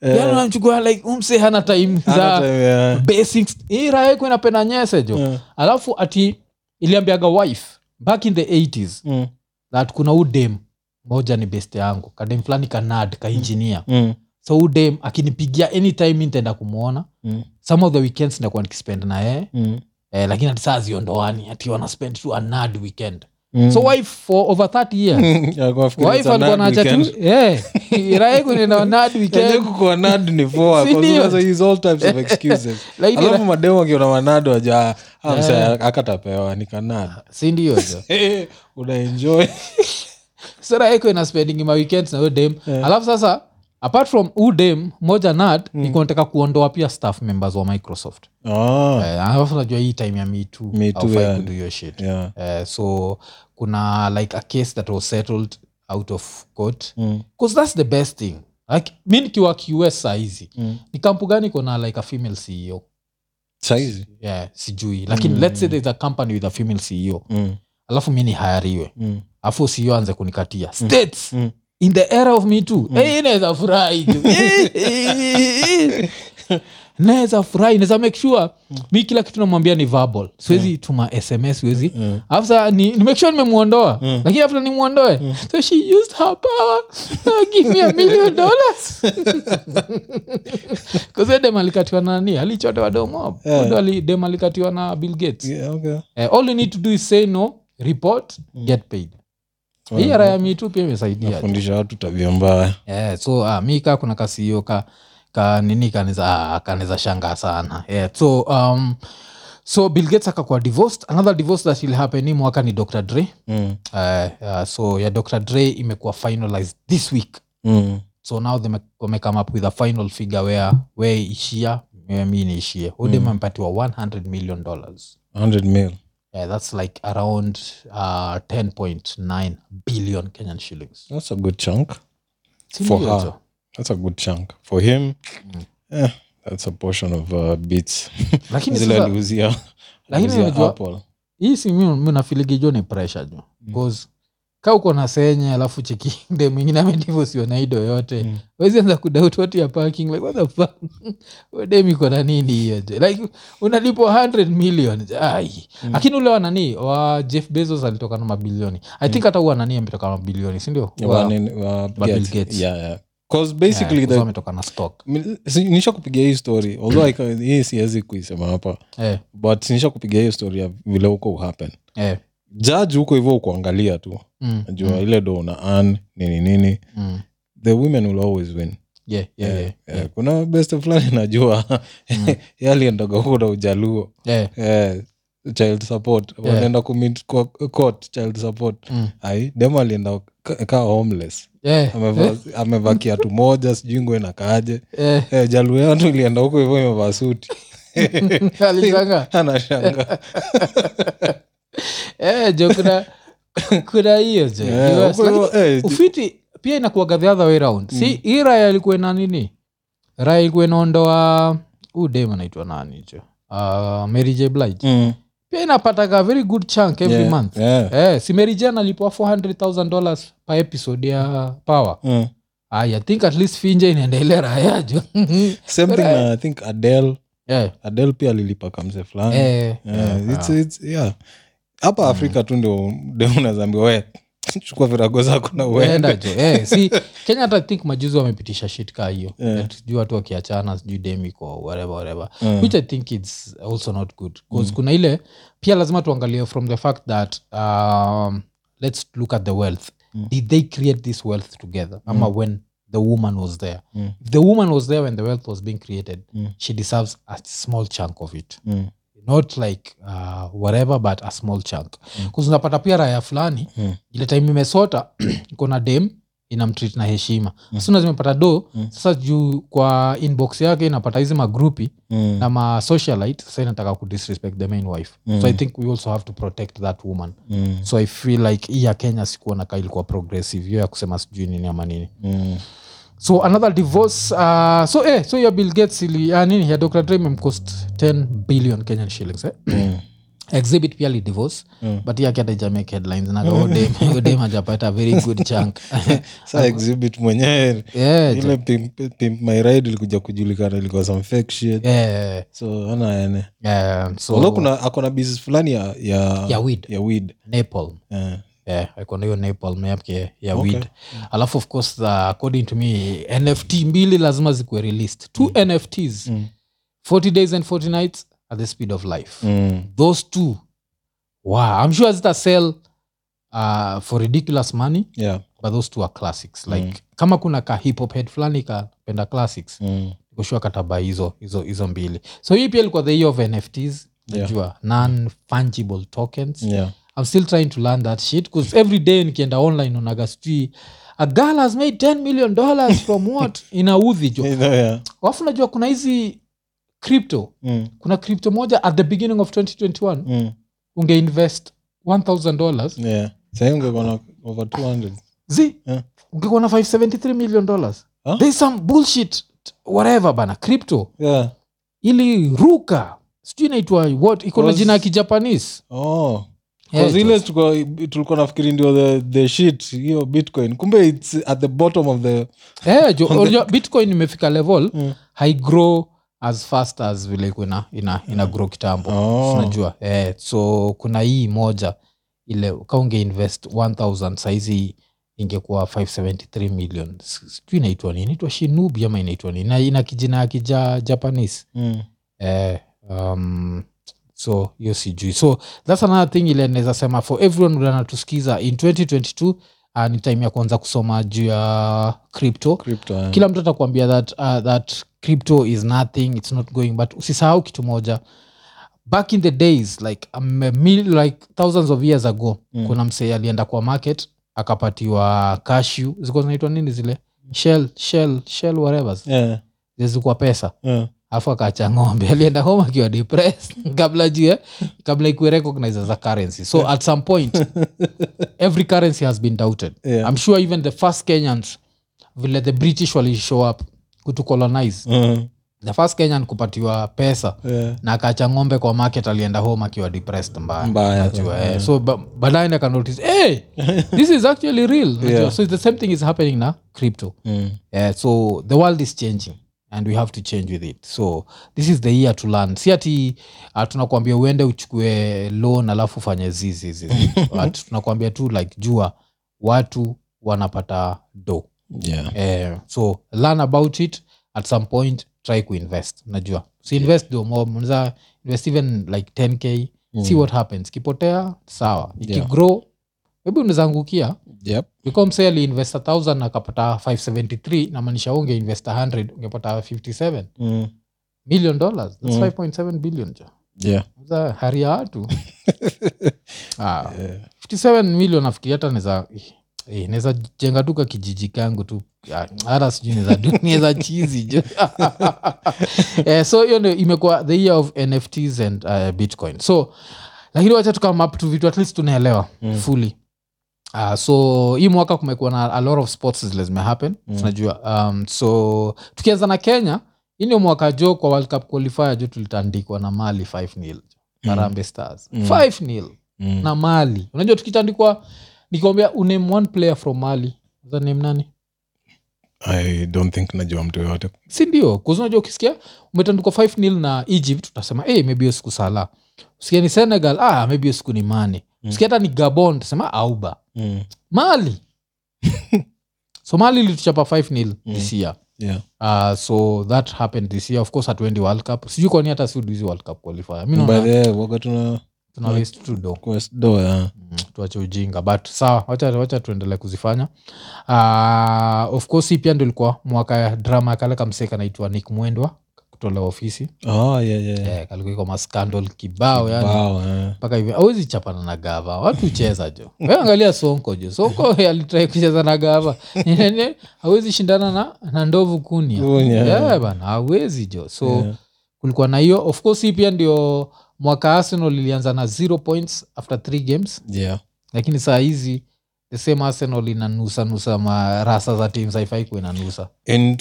Speaker 1: yani unamchukua like huyu mse hana time
Speaker 2: Hata-
Speaker 1: za
Speaker 2: Eh. yeah.
Speaker 1: basics hii raha yako inapenda nyese jo
Speaker 2: Yeah.
Speaker 1: alafu ati iliambiaga wife back in the 80s
Speaker 2: Mm.
Speaker 1: that kuna udem moja ni best yangu kadem fulani kanad kainjinia
Speaker 2: Mm.
Speaker 1: so udem akinipigia anytime mi nitaenda kumwona
Speaker 2: Mm.
Speaker 1: some of the weekends ndakuwa nikispend na yeye
Speaker 2: Mm.
Speaker 1: eh, lakini hati saa ziondoani ati wanaspend tu anad weekend
Speaker 2: Mm.
Speaker 1: so wife for over 30 years
Speaker 2: Alikuwa afikiria
Speaker 1: wife
Speaker 2: it's a
Speaker 1: alikuwa
Speaker 2: nerd
Speaker 1: naacha
Speaker 2: weekend. Yaani-
Speaker 1: tu eh, irae kunenda nad
Speaker 2: Kenye
Speaker 1: weekend
Speaker 2: kukuwa nerd ni poa,
Speaker 1: Si
Speaker 2: kwa
Speaker 1: ndio?
Speaker 2: sababu there's all types of excuses.
Speaker 1: Lakini-
Speaker 2: alafu mademu wakiona manado waja "Ah, msee, akatapewa nikanad
Speaker 1: sindio hizo
Speaker 2: Eh, unaenjoy
Speaker 1: sera eko ina spending ma weekends na huyo dem
Speaker 2: Eh.
Speaker 1: yeah. alafu sasa apart from u dem moja nad mm. nikonataka kuondoa pia staff members wa microsoft
Speaker 2: Ah,
Speaker 1: Eh, alafu najua hii time ya me too
Speaker 2: Me Too,
Speaker 1: haufai
Speaker 2: yeah.
Speaker 1: kudo hiyo shit
Speaker 2: yeah.
Speaker 1: Eh, so kuna like a case that was settled out of court
Speaker 2: Mm,
Speaker 1: bcause that's the best thing like mi nikiwa qs sahizi
Speaker 2: mm.
Speaker 1: ni kampu gani kona like a female ceo
Speaker 2: Saizi?
Speaker 1: yeah, sijui lakini let's say there's a company with a female ceo
Speaker 2: Mm,
Speaker 1: alafu mi nihayariwe
Speaker 2: mm,
Speaker 1: afu ceo anze kunikatia states
Speaker 2: mm.
Speaker 1: in the era of me too Eh, inaweza furahi tu naweza furahi naweza make sure
Speaker 2: Mm.
Speaker 1: mi kila kitu namwambia ni verbal siwezi tuma sms siwezi
Speaker 2: Mm.
Speaker 1: afsa ni, ni make sure nimemwondoa lakini after nimwondoe
Speaker 2: Mm.
Speaker 1: so she used her power uh, give me a million dollars kuzedem alikatiwa na nani alichotewa domo
Speaker 2: Yeah.
Speaker 1: yeah. alidem alikatiwa na bill gates
Speaker 2: Yeah, okay.
Speaker 1: Eh, all you need to do is say no report
Speaker 2: Mm.
Speaker 1: get paid hii era ya me too pia imesaidia
Speaker 2: fundisha watu tabia mbaya
Speaker 1: yeah, so ah, mi kaa kuna kasio ka, ka nini kaneza ah, kaneza shangaa sana yeah, so um, so bill gates akakuwa divorced another divorce that will happen hii mwaka ni dr dre
Speaker 2: Mm,
Speaker 1: uh, uh, so ya dr dre imekuwa finalized this week
Speaker 2: mm,
Speaker 1: so now they make- wame come up with a final figure where where ishia eh, mi niishie hudem
Speaker 2: Mm.
Speaker 1: amepatiwa 100 million dollars
Speaker 2: 100 mil
Speaker 1: yeah, that's like around uh, 10.9 billion kenyan shillings
Speaker 2: that's a good chunk
Speaker 1: Si
Speaker 2: For
Speaker 1: ndio
Speaker 2: her.
Speaker 1: hizo?
Speaker 2: that's a good chunk for him eh, that's a portion of uh, beats
Speaker 1: Lakini
Speaker 2: zile
Speaker 1: sasa-
Speaker 2: aliuzia
Speaker 1: Lakini
Speaker 2: aliuzia
Speaker 1: unajua-
Speaker 2: Apple.
Speaker 1: hii si mi minafiligi jo ni pressure
Speaker 2: Mm.
Speaker 1: jo bcause ka uko na senye alafu chikinde mwingine amedivosio na ido yote mm. wezianza kudaut what ya parking like what the fuck wedemiko na nini hiyo je like unalipwa 100 million je, ai
Speaker 2: Mm.
Speaker 1: lakini ule wanani wa jeff bezos alitoka na mabilioni i
Speaker 2: Mm.
Speaker 1: think hata huwa nani ametoka na mabilioni sindio
Speaker 2: Wa nini- wa
Speaker 1: Bill
Speaker 2: Gates.
Speaker 1: Gates.
Speaker 2: Yeah, yeah. 'Cause basically the-
Speaker 1: Eh, ametoka na stock
Speaker 2: Si- nisha kupigia hii story although I can- hii siwezi kuisema hapa
Speaker 1: eh,
Speaker 2: but nisha kupigia hiyo story ya vile huko happen
Speaker 1: eh,
Speaker 2: jaji huko hivyo ukuangalia tu
Speaker 1: mm,
Speaker 2: najua ile do una an nini nini
Speaker 1: mm,
Speaker 2: the women will always win
Speaker 1: yeah, yeah, yeah, Mm.
Speaker 2: Eh, kuna best fulani najua ye aliendaga huko na ujaluo
Speaker 1: eh,
Speaker 2: Eh, child support walienda kumit kwa- court child support
Speaker 1: Mm.
Speaker 2: ai demo alienda ka- kaa homeless
Speaker 1: eh,
Speaker 2: Amevaa- amevaa kiatu moja sijui nguo inakaaje
Speaker 1: eh,
Speaker 2: Eh, jaluo yantu ilienda huko hivyo imevaa suti
Speaker 1: eh. alishangaa.
Speaker 2: anashanga
Speaker 1: Eh, jo kuna kuna hiyo jo
Speaker 2: Eh,
Speaker 1: US,
Speaker 2: huko hivyo,
Speaker 1: lakini
Speaker 2: eh,
Speaker 1: ufiti pia inakuaga the other way round si
Speaker 2: Mm.
Speaker 1: hii raya ilikuwa na nini raya ilikuwa inaondoa huu dem anaitwa nani jo uh, mary j blige
Speaker 2: mm.
Speaker 1: pia inapataga a very good chunk every
Speaker 2: Yeah,
Speaker 1: month
Speaker 2: yeah.
Speaker 1: Eh, si mary j analipwa 400000 dollars per episode ya power
Speaker 2: Mm.
Speaker 1: i think at least finje inaenda ile raya jo
Speaker 2: same thing na i think adel
Speaker 1: Eh,
Speaker 2: adel pia alilipa kamse fulani
Speaker 1: eh, Mm.
Speaker 2: Yeah, it's- it's- yeah. hapa afrika tu ndio ndio unazambiwa we chukua virago zako na
Speaker 1: Uenda
Speaker 2: uende
Speaker 1: jo eh, si kenya hata think majuzi wamepitisha shit kaa hiyo
Speaker 2: Yeah.
Speaker 1: That sijui watu wakiachana sijui demiko whatever whatever
Speaker 2: Mm.
Speaker 1: which i think its also not good bcause kuna ile pia lazima tuangalie from the fact that um, let's look at the wealth did they create this wealth together ama when the woman was there
Speaker 2: Mm.
Speaker 1: if the woman was there when the wealth was being created she deserves a small chunk of it
Speaker 2: Mm.
Speaker 1: not like uh, whatever but a small chunk mm. unapata pia raya fulani
Speaker 2: Mm.
Speaker 1: ile time imesota kuna dem inamtreat na heshima mm. suna zimepata do mm. sasa juu kwa inbox yake inapata hizi magrupi
Speaker 2: Mm.
Speaker 1: na masocialite sasa inataka kudisrespect the main wife mm. so i think we also have to protect that woman
Speaker 2: Mm.
Speaker 1: so i feel like hii ya kenya sikuona ka ilikuwa progressive hiyo ya kusema sijui nini ama nini
Speaker 2: Mm.
Speaker 1: so another divorce uh, so eh, so ya bill gates ili ya nini ya dr dre imemcost 10 billion kenyan shillings eh? exhibit pia li divorce but yake hata ijamake headlines oh, nagaodem ajapata very good chunk
Speaker 2: Sa exhibit mwenyewe
Speaker 1: yeah,
Speaker 2: ile pimp, pimp my ride ilikuja kujulikana ilikuwa some fake shit
Speaker 1: yeah,
Speaker 2: so ana ene
Speaker 1: yeah, so
Speaker 2: although kuna akona business fulani ya ya,
Speaker 1: ya weed
Speaker 2: ya weed
Speaker 1: napalm
Speaker 2: Eh,
Speaker 1: yeah, akona hiyo napalm yake ya
Speaker 2: Okay. Mm.
Speaker 1: okay. weed alafu of course uh, according to me nft mbili lazima zikuwe released two nfts
Speaker 2: Mm.
Speaker 1: 40 days and 40 nights at the speed of life
Speaker 2: Mm.
Speaker 1: those two wow i'm sure zita sell uh, for ridiculous money
Speaker 2: Yeah.
Speaker 1: but those two are classics
Speaker 2: Mm.
Speaker 1: like kama kuna ka hip hop head fulani kapenda classics
Speaker 2: Mm.
Speaker 1: kushua kataba hizo hizo hizo mbili so hii pia ilikuwa the year of nfts
Speaker 2: Yeah. Mm.
Speaker 1: najua non fungible tokens
Speaker 2: Yeah.
Speaker 1: i'm still trying to learn that shit because every day nikienda online on agastui a girl has made 10 million dollars from what inaudhi jo
Speaker 2: Either, yeah.
Speaker 1: alafu najua kuna hizi crypto
Speaker 2: Mm.
Speaker 1: kuna crypto moja at the beginning of 2021
Speaker 2: Mm.
Speaker 1: ungeinvest 1000 dollars
Speaker 2: Yeah. Sahii ungekuwa na over 200.
Speaker 1: z
Speaker 2: Yeah.
Speaker 1: ungekuwa na 573 million dollars
Speaker 2: Huh?
Speaker 1: there's some bullshit whatever bana crypto
Speaker 2: Yeah.
Speaker 1: ili ruka sijui inaitwa what iko na
Speaker 2: Cause-
Speaker 1: jina ya kijapanese
Speaker 2: Oh.
Speaker 1: Yeah,
Speaker 2: 'Cause ile tulikuwa tulikuwa nafikiri ndio the, the shit hiyo bitcoin kumbe its at the bottom of the
Speaker 1: Eh, jo, unajua bitcoin imefika level
Speaker 2: Mm.
Speaker 1: haigrow as fast as vile iko ina, ina, ina grow kitambo
Speaker 2: Oh.
Speaker 1: unajua eh, so kuna hii moja ile kaunge invest 1000 saizi ingekuwa 573 million S- sijui inaitwa nini inaitwa shinubi ama inaitwa nini Na ina kijina ya kija japanese
Speaker 2: mm.
Speaker 1: eh, um, so hiyo sijui so thats another thing ile naweza sema for everyone ule anatusikiza in 2022 uh, ni time ya kuanza kusoma juu ya crypto
Speaker 2: crypto yeah.
Speaker 1: kila mtu atakuambia that, uh, that crypto is nothing its not going but usisahau kitu moja back in the days like, um, mil, like thousands of years ago
Speaker 2: Mm.
Speaker 1: mm. kuna msee alienda kwa market akapatiwa kashu zilikuwa zinaitwa nini zile shell shell shell whatever
Speaker 2: yeah.
Speaker 1: zilikuwa pesa
Speaker 2: yeah.
Speaker 1: alafu akaacha ng'ombe alienda home akiwa depressed kabla jue kabla ikuwe recognized as a currency so at some point every currency has been doubted
Speaker 2: Yeah.
Speaker 1: i'm sure even the first kenyans vile the british walishow up kutucolonize
Speaker 2: Mm.
Speaker 1: the first kenyan kupatiwa pesa
Speaker 2: yeah.
Speaker 1: na akaacha ng'ombe kwa market alienda home akiwa depressed mbaya
Speaker 2: Mbaya,
Speaker 1: Unajua, eh. so ba- baadaye ndio akanotice hey, this is actually real Unajua,
Speaker 2: Yeah.
Speaker 1: so the same thing is happening na crypto
Speaker 2: Mm.
Speaker 1: Eh, so the world is changing and we have to change with it so this is the year to learn si ati uh, tunakwambia uende uchukue loan alafu ufanye zizi hizi But tunakwambia tu like jua watu wanapata do
Speaker 2: yeah.
Speaker 1: eh, so learn about it at some point try kuinvest najua usiinvest do more mnaweza invest even like 10k see what happens kipotea sawa
Speaker 2: Mm. Yeah.
Speaker 1: ikigrow hebu unaweza angukia
Speaker 2: Mm. Yep.
Speaker 1: biko msee aliinvesta 1000 akapata 573 namaanisha ungeinvesta 100 ungepata 57
Speaker 2: Mm.
Speaker 1: million dollars That's
Speaker 2: Mm.
Speaker 1: 5.7 billion jo
Speaker 2: Yeah.
Speaker 1: za haria watu ah, 57 million nafikiri hata neza eh, naweza jenga duka kijiji kangu tu Ah, hata sijui naweza du- naweza chizi jo eh, so hiyo ndio imekuwa the year of nfts and uh, bitcoin so lakini wacha tukama up to vitu at least tunaelewa
Speaker 2: Mm.
Speaker 1: mm. fully Uh, so hii mwaka kumekuwa na a lot of sports zile zimehappen
Speaker 2: Mm.
Speaker 1: mm. tunajua um, so tukianza na kenya hii ndio mwaka jo kwa world cup qualifier jo tulitandikwa na mali 5 nil harambe stars
Speaker 2: Mm.
Speaker 1: 5 nil
Speaker 2: Mm.
Speaker 1: na mali unajua tukitandikwa nikiambia uname one player from mali Unaweza name nani
Speaker 2: i don't think najua mtu yoyote
Speaker 1: si ndio kuzunajua ukisikia umetandikwa 5 nil na egypt utasema hey, maybe hiyo siku sala usikia ni senegal ah, maybe hiyo siku ni mane
Speaker 2: Mm.
Speaker 1: usikia hata ni gabon utasema "Ah, auba
Speaker 2: mm.
Speaker 1: mali so mali ilituchapa 5 nil
Speaker 2: Mm.
Speaker 1: this year
Speaker 2: yeah.
Speaker 1: Uh, so that happened this year of course hatuendi world cup sijui kwani hata siudizi world cup qualifier mi
Speaker 2: by
Speaker 1: naona
Speaker 2: the way waga tuna
Speaker 1: tuna waste to do
Speaker 2: quest door eh? yeah.
Speaker 1: Mm, tuache ujinga but sawa wacha, wacha tuendelee kuzifanya uh, of course hii pia ndo ilikuwa mwaka ya drama kale kamseka naitwa nick mwendwa kutolewa ofisi
Speaker 2: oh yeah yeah, yeah.
Speaker 1: eh, kalikuwa iko mascandal kibao yani
Speaker 2: Wow, eh. yeah.
Speaker 1: mpaka hivi awezi chapana na gava watu ucheza jo we angalia sonko jo sonko alitrai kucheza na gava awezi shindana na, na ndovu kunia
Speaker 2: Kunia,
Speaker 1: yeah,
Speaker 2: yeah.
Speaker 1: bana awezi jo so
Speaker 2: Yeah.
Speaker 1: kulikuwa na hiyo of course hii pia ndio mwaka arsenal ilianza na zero points after three games
Speaker 2: yeah.
Speaker 1: lakini saa hizi the same arsenal inanusa nusa marasa za timu saifai kuwa inanusa
Speaker 2: in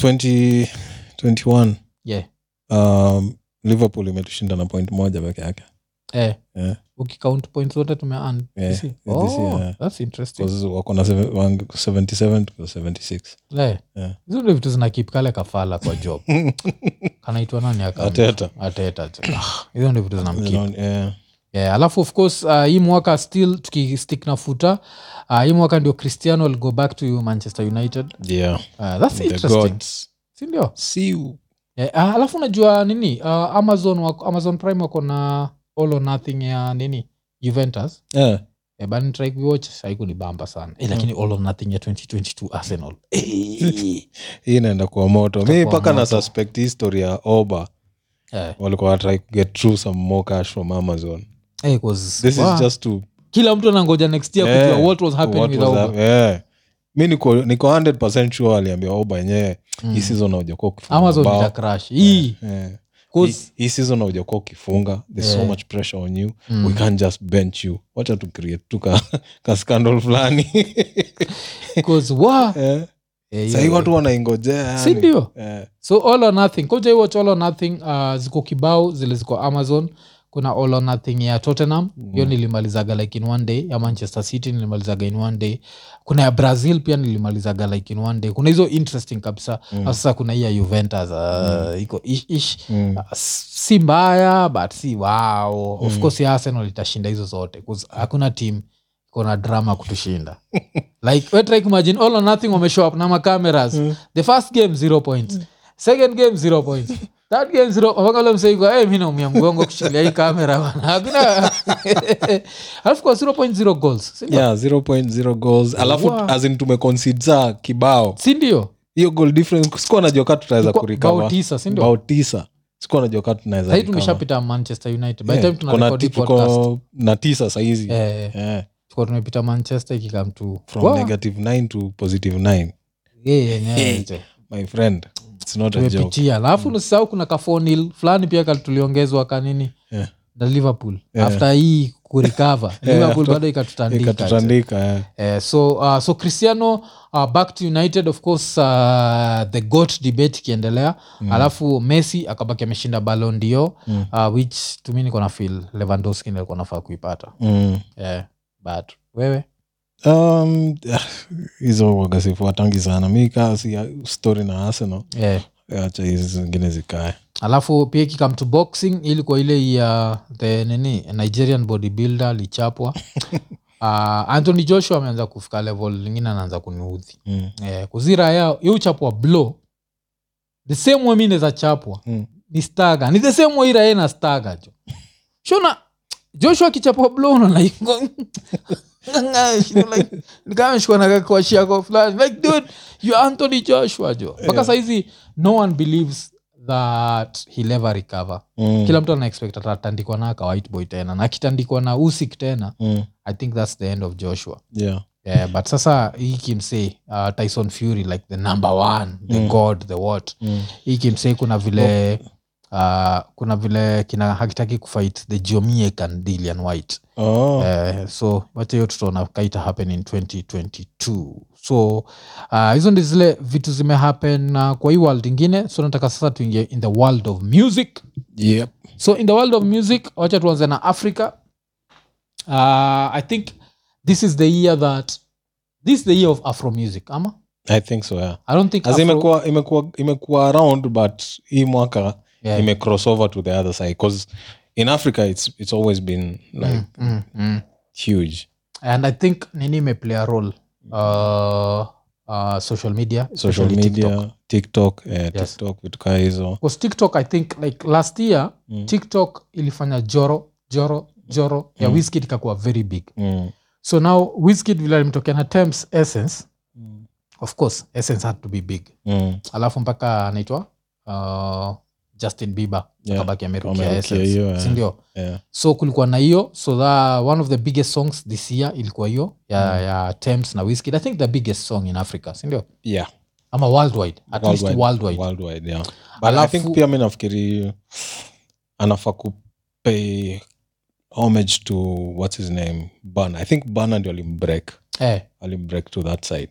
Speaker 2: 2021
Speaker 1: yeah.
Speaker 2: um, liverpool imetushinda na point moja peke yake
Speaker 1: eh.
Speaker 2: Yeah.
Speaker 1: ukikaunt points zote tumean
Speaker 2: Yeah,
Speaker 1: This is-
Speaker 2: yeah, this is,
Speaker 1: Oh,
Speaker 2: yeah.
Speaker 1: that's interesting.
Speaker 2: 'Cause wako na seven- wangu- 77 tuko 76
Speaker 1: Eh.
Speaker 2: Yeah.
Speaker 1: hizo ndio vitu zina keep kale kafala kwa job kanaitwa nani aka-
Speaker 2: Arteta.
Speaker 1: Arteta. Ah, hizo ndio vitu zina mkeep.
Speaker 2: Yeah.
Speaker 1: yeah, alafu of course uh, hii mwaka still tukistick na futa uh, hii mwaka ndio cristiano will go back to manchester united
Speaker 2: yeah.
Speaker 1: uh, that's
Speaker 2: the
Speaker 1: interesting
Speaker 2: gods
Speaker 1: sindio
Speaker 2: see you
Speaker 1: yeah, uh, alafu unajua nini uh, amazon wako, amazon prime wako na all or nothing ya nini juventus
Speaker 2: yeah.
Speaker 1: Eh, but nitry kuiwatch saikunibamba sana Eh, lakini
Speaker 2: Mm.
Speaker 1: all or nothing ya 2022 arsenal Eh.
Speaker 2: hii inaenda kuwa moto mi
Speaker 1: Itakuwa
Speaker 2: mpaka na
Speaker 1: moto.
Speaker 2: suspect history ya oba
Speaker 1: Eh,
Speaker 2: walikuwa watry kuget through some more cash from amazon
Speaker 1: eh, it was-
Speaker 2: this
Speaker 1: wow.
Speaker 2: is just to
Speaker 1: kila mtu anangoja next year
Speaker 2: Yeah.
Speaker 1: kujua what was happening
Speaker 2: what
Speaker 1: with
Speaker 2: was
Speaker 1: Auba.
Speaker 2: hap- yeah. mi niko niko 100 sure aliambia oba yenyewe hii season haujakuwa ukifunga
Speaker 1: Hmm. amazon
Speaker 2: bao.
Speaker 1: ita crash hii
Speaker 2: Yeah.
Speaker 1: 'cause-
Speaker 2: Hii- hii season haujakuwa ukifunga there's so
Speaker 1: Yeah.
Speaker 2: much pressure on you
Speaker 1: Mm.
Speaker 2: we can't just bench you wacha tu create tu ka, ka scandal fulani
Speaker 1: because wa
Speaker 2: yeah.
Speaker 1: Eh,
Speaker 2: sahii
Speaker 1: hiyo-
Speaker 2: watu wanaingojea yani.
Speaker 1: Si ndio?
Speaker 2: yeah.
Speaker 1: so all or nothing koja watch all or nothing uh, ziko kibao zile ziko amazon kuna all or nothing ya tottenham hiyo
Speaker 2: Mm.
Speaker 1: nilimalizaga like in one day ya manchester city nilimalizaga in one day kuna ya brazil pia nilimalizaga like in one day kuna hizo interesting kabisa
Speaker 2: Mm.
Speaker 1: mm. sasa kuna hii ya juventus uh, iko ish, ish
Speaker 2: Mm.
Speaker 1: Uh, si mbaya but si wao of
Speaker 2: Mm.
Speaker 1: course arsenal itashinda hizo zote 'cause hakuna team kona drama kutushinda like we try to imagine all or nothing wameshow up na macameras
Speaker 2: Mm.
Speaker 1: the first game zero points second game zero points third game zero mpaka ule msee yuko, "Eh, mi naumia mgongo kushikilia hii kamera bana." Hakuna- alafu kwa zero point zero goals sindio
Speaker 2: yeah, 0.0 goals alafu
Speaker 1: Wow.
Speaker 2: as in tumeconsider saa kibao
Speaker 1: sindio
Speaker 2: hiyo goal difference sikuwa najua kaa tunaweza
Speaker 1: Ilikuwa bao
Speaker 2: kurikava
Speaker 1: tisa sindio
Speaker 2: bao tisa sikuwa najua kaa tunaweza
Speaker 1: sahii
Speaker 2: recover.
Speaker 1: tumeshapita manchester united by the
Speaker 2: Yeah,
Speaker 1: time
Speaker 2: tuko na
Speaker 1: tunarekodi
Speaker 2: ti-
Speaker 1: podcast
Speaker 2: tuko na tisa sahizi
Speaker 1: eh,
Speaker 2: Yeah,
Speaker 1: tuko tumepita manchester ikikam tu
Speaker 2: from negative 9 to positive 9 Hey.
Speaker 1: tumepitia
Speaker 2: my friend it's not a joke Mm.
Speaker 1: alafu nasisahau kuna kafonil fulani pia kal- tuliongezwa kanini
Speaker 2: Yeah.
Speaker 1: na liverpool
Speaker 2: Yeah.
Speaker 1: after hii kurikava liverpool bado ikatutandika
Speaker 2: ikatutandika yeah.
Speaker 1: Eh, so uh, so cristiano uh, back to united of course uh, the got debate ikiendelea mm. alafu messi akabaki ameshinda ballon d'or
Speaker 2: Mm.
Speaker 1: uh, which to me niko na feel lewandowski ndio alikuwa nafaa kuipata
Speaker 2: Mm.
Speaker 1: yeah. but wewe
Speaker 2: Um, hizo wagasifuatangi sana mi kaa si story na arsenal
Speaker 1: yeah.
Speaker 2: acha hizi zingine zikae
Speaker 1: alafu pia ikikam to boxing ilikuwa ile ya the nini nigerian bodybuilder lichapwa uh, anthony joshua ameanza kufika level lingine anaanza kuniudhi
Speaker 2: mm.
Speaker 1: eh, kuzira yao yeuchapwa blow the same way mi neza chapwa
Speaker 2: Mm.
Speaker 1: ni staga ni the same way iraye na staga jo shona joshua akichapwa blow unaona like, like, ni kama ameshikwa na kakwashiako fulani like dude you anthony joshua jo mpaka
Speaker 2: Yeah.
Speaker 1: saizi no one believes that he'll ever recover
Speaker 2: Mm.
Speaker 1: kila mtu anaexpect atatandikwa na aka white boy tena na akitandikwa na usik tena
Speaker 2: mm.
Speaker 1: i think that's the end of joshua
Speaker 2: yeah.
Speaker 1: yeah, but sasa hii kimsee uh, tyson fury like the number one the
Speaker 2: Mm.
Speaker 1: god the what
Speaker 2: mm.
Speaker 1: hii kimsee kuna vile uh, kuna vile kina hakitaki kufight the geomiek and dilian white
Speaker 2: oh.
Speaker 1: uh, so wacha hiyo tutaona kaita happen in 2022 so uh, hizo ndi zile vitu zimehappen uh, kwa hii world ingine so nataka sasa tuingie in the world of music
Speaker 2: yep.
Speaker 1: so in the world of music wacha tuanze na africa uh, i think this is the year that this is the year of afro music ama
Speaker 2: i think so yeah.
Speaker 1: i don't think
Speaker 2: As
Speaker 1: afro-
Speaker 2: imekuwa imekuwa imekuwa around but hii mwaka
Speaker 1: Yeah.
Speaker 2: imecross over to the other side because in africa it's, it's always been like
Speaker 1: Mm, mm, mm.
Speaker 2: huge
Speaker 1: and i think nini imeplay a role uh, uh, social media
Speaker 2: social
Speaker 1: especially
Speaker 2: media
Speaker 1: TikTok.
Speaker 2: tiktok, TikTok, eh,
Speaker 1: Yes.
Speaker 2: TikTok vitu kaa hizo
Speaker 1: 'Cause tiktok i think like last year
Speaker 2: Mm.
Speaker 1: tiktok ilifanya joro joro joro ya
Speaker 2: Mm.
Speaker 1: Wizkid ikakuwa very big
Speaker 2: Mm.
Speaker 1: so now Wizkid vile alimtokea na Tems essence Mm. of course essence had to be big
Speaker 2: Mm.
Speaker 1: alafu mpaka anaitwa uh, justin bieber
Speaker 2: Yeah,
Speaker 1: akabaki amerukia
Speaker 2: amerukia
Speaker 1: Essence,
Speaker 2: hiyo, eh.
Speaker 1: sindio
Speaker 2: Yeah.
Speaker 1: so kulikuwa na hiyo so the one of the biggest songs this year ilikuwa hiyo ya,
Speaker 2: Mm.
Speaker 1: ya Tems na Wizkid i think the biggest song in africa sindio
Speaker 2: Yeah.
Speaker 1: ama worldwide at least
Speaker 2: Worldwide.
Speaker 1: worldwide
Speaker 2: Worldwide, yeah. But I
Speaker 1: Alafu-
Speaker 2: think pia mi nafikiri anafaa kupay homage to what's his name bana i think bana ndio alimbreak
Speaker 1: eh,
Speaker 2: alimbreak to that side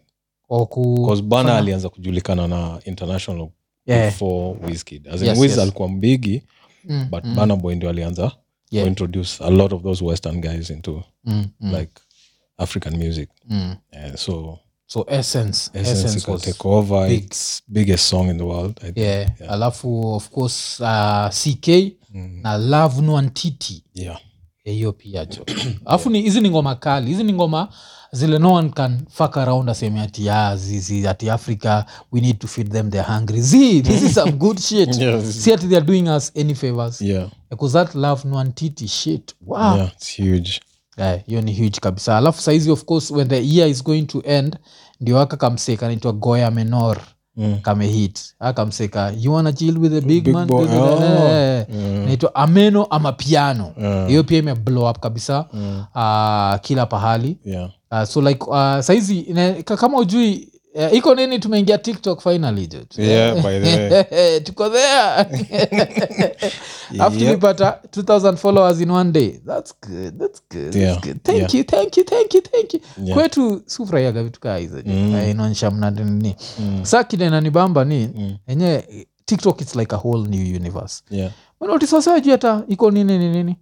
Speaker 1: or ku,
Speaker 2: bcause bana
Speaker 1: Bana.
Speaker 2: alianza kujulikana na international
Speaker 1: eh,
Speaker 2: before wizkid as
Speaker 1: Yes,
Speaker 2: in wiz
Speaker 1: yes.
Speaker 2: alikuwa mbigi
Speaker 1: mm,
Speaker 2: but
Speaker 1: mm,
Speaker 2: bana boy ndio alianza
Speaker 1: Yeah.
Speaker 2: kuintroduce a lot of those western guys into
Speaker 1: mm, mm,
Speaker 2: like african music
Speaker 1: mm.
Speaker 2: Eh, so
Speaker 1: so essence
Speaker 2: Essence
Speaker 1: essence
Speaker 2: can
Speaker 1: was
Speaker 2: take over.
Speaker 1: big.
Speaker 2: It's biggest song in the world. I think.
Speaker 1: yeah,
Speaker 2: Yeah.
Speaker 1: alafu of course uh, ck
Speaker 2: Mm.
Speaker 1: na love nuantiti
Speaker 2: Yeah.
Speaker 1: Eh, ya hiyo pia jo alafu ni hizi ni ngoma kali hizi ni ngoma zile no one can fuck around aseme ati ya zizi ati africa we need to feed them they're hungry zi this is some good shit
Speaker 2: Yeah, this is-
Speaker 1: see ati they're doing us any favors
Speaker 2: yeah,
Speaker 1: because that love no antiti shit wow
Speaker 2: yeah, it's huge
Speaker 1: Eh, hiyo ni huge kabisa alafu saizi of course when the year is going to end ndio aka kamseka anaitwa goya menor
Speaker 2: Mm.
Speaker 1: kamehit akamseka you wanna chill with a big,
Speaker 2: Big
Speaker 1: man
Speaker 2: boy,
Speaker 1: Eh,
Speaker 2: oh, Mm.
Speaker 1: eh,
Speaker 2: yeah.
Speaker 1: naitwa ameno ama piano
Speaker 2: Yeah.
Speaker 1: hiyo pia ime blow up kabisa
Speaker 2: Mm.
Speaker 1: ah, kila pahali
Speaker 2: yeah
Speaker 1: Ah, so like ah, saizi ina- ka- kama ujui eh, iko nini tumeingia tiktok finally George. Eh,
Speaker 2: Yeah, by the way.
Speaker 1: tuko there after
Speaker 2: Yep.
Speaker 1: tulipata 2000 followers in one day thats good thats good,
Speaker 2: Yeah,
Speaker 1: that's good. thank
Speaker 2: yeah.
Speaker 1: you thank you thank you thank you
Speaker 2: Yeah.
Speaker 1: kwetu sufurahiaga vitu kaa hizo
Speaker 2: Mm.
Speaker 1: mm. inaonyesha mnanini
Speaker 2: Mm.
Speaker 1: sa kidenanibamba ni
Speaker 2: Mm.
Speaker 1: enye tiktok its like a whole new universe
Speaker 2: yeah
Speaker 1: mnaotiswasiwajui hata iko nini ni nini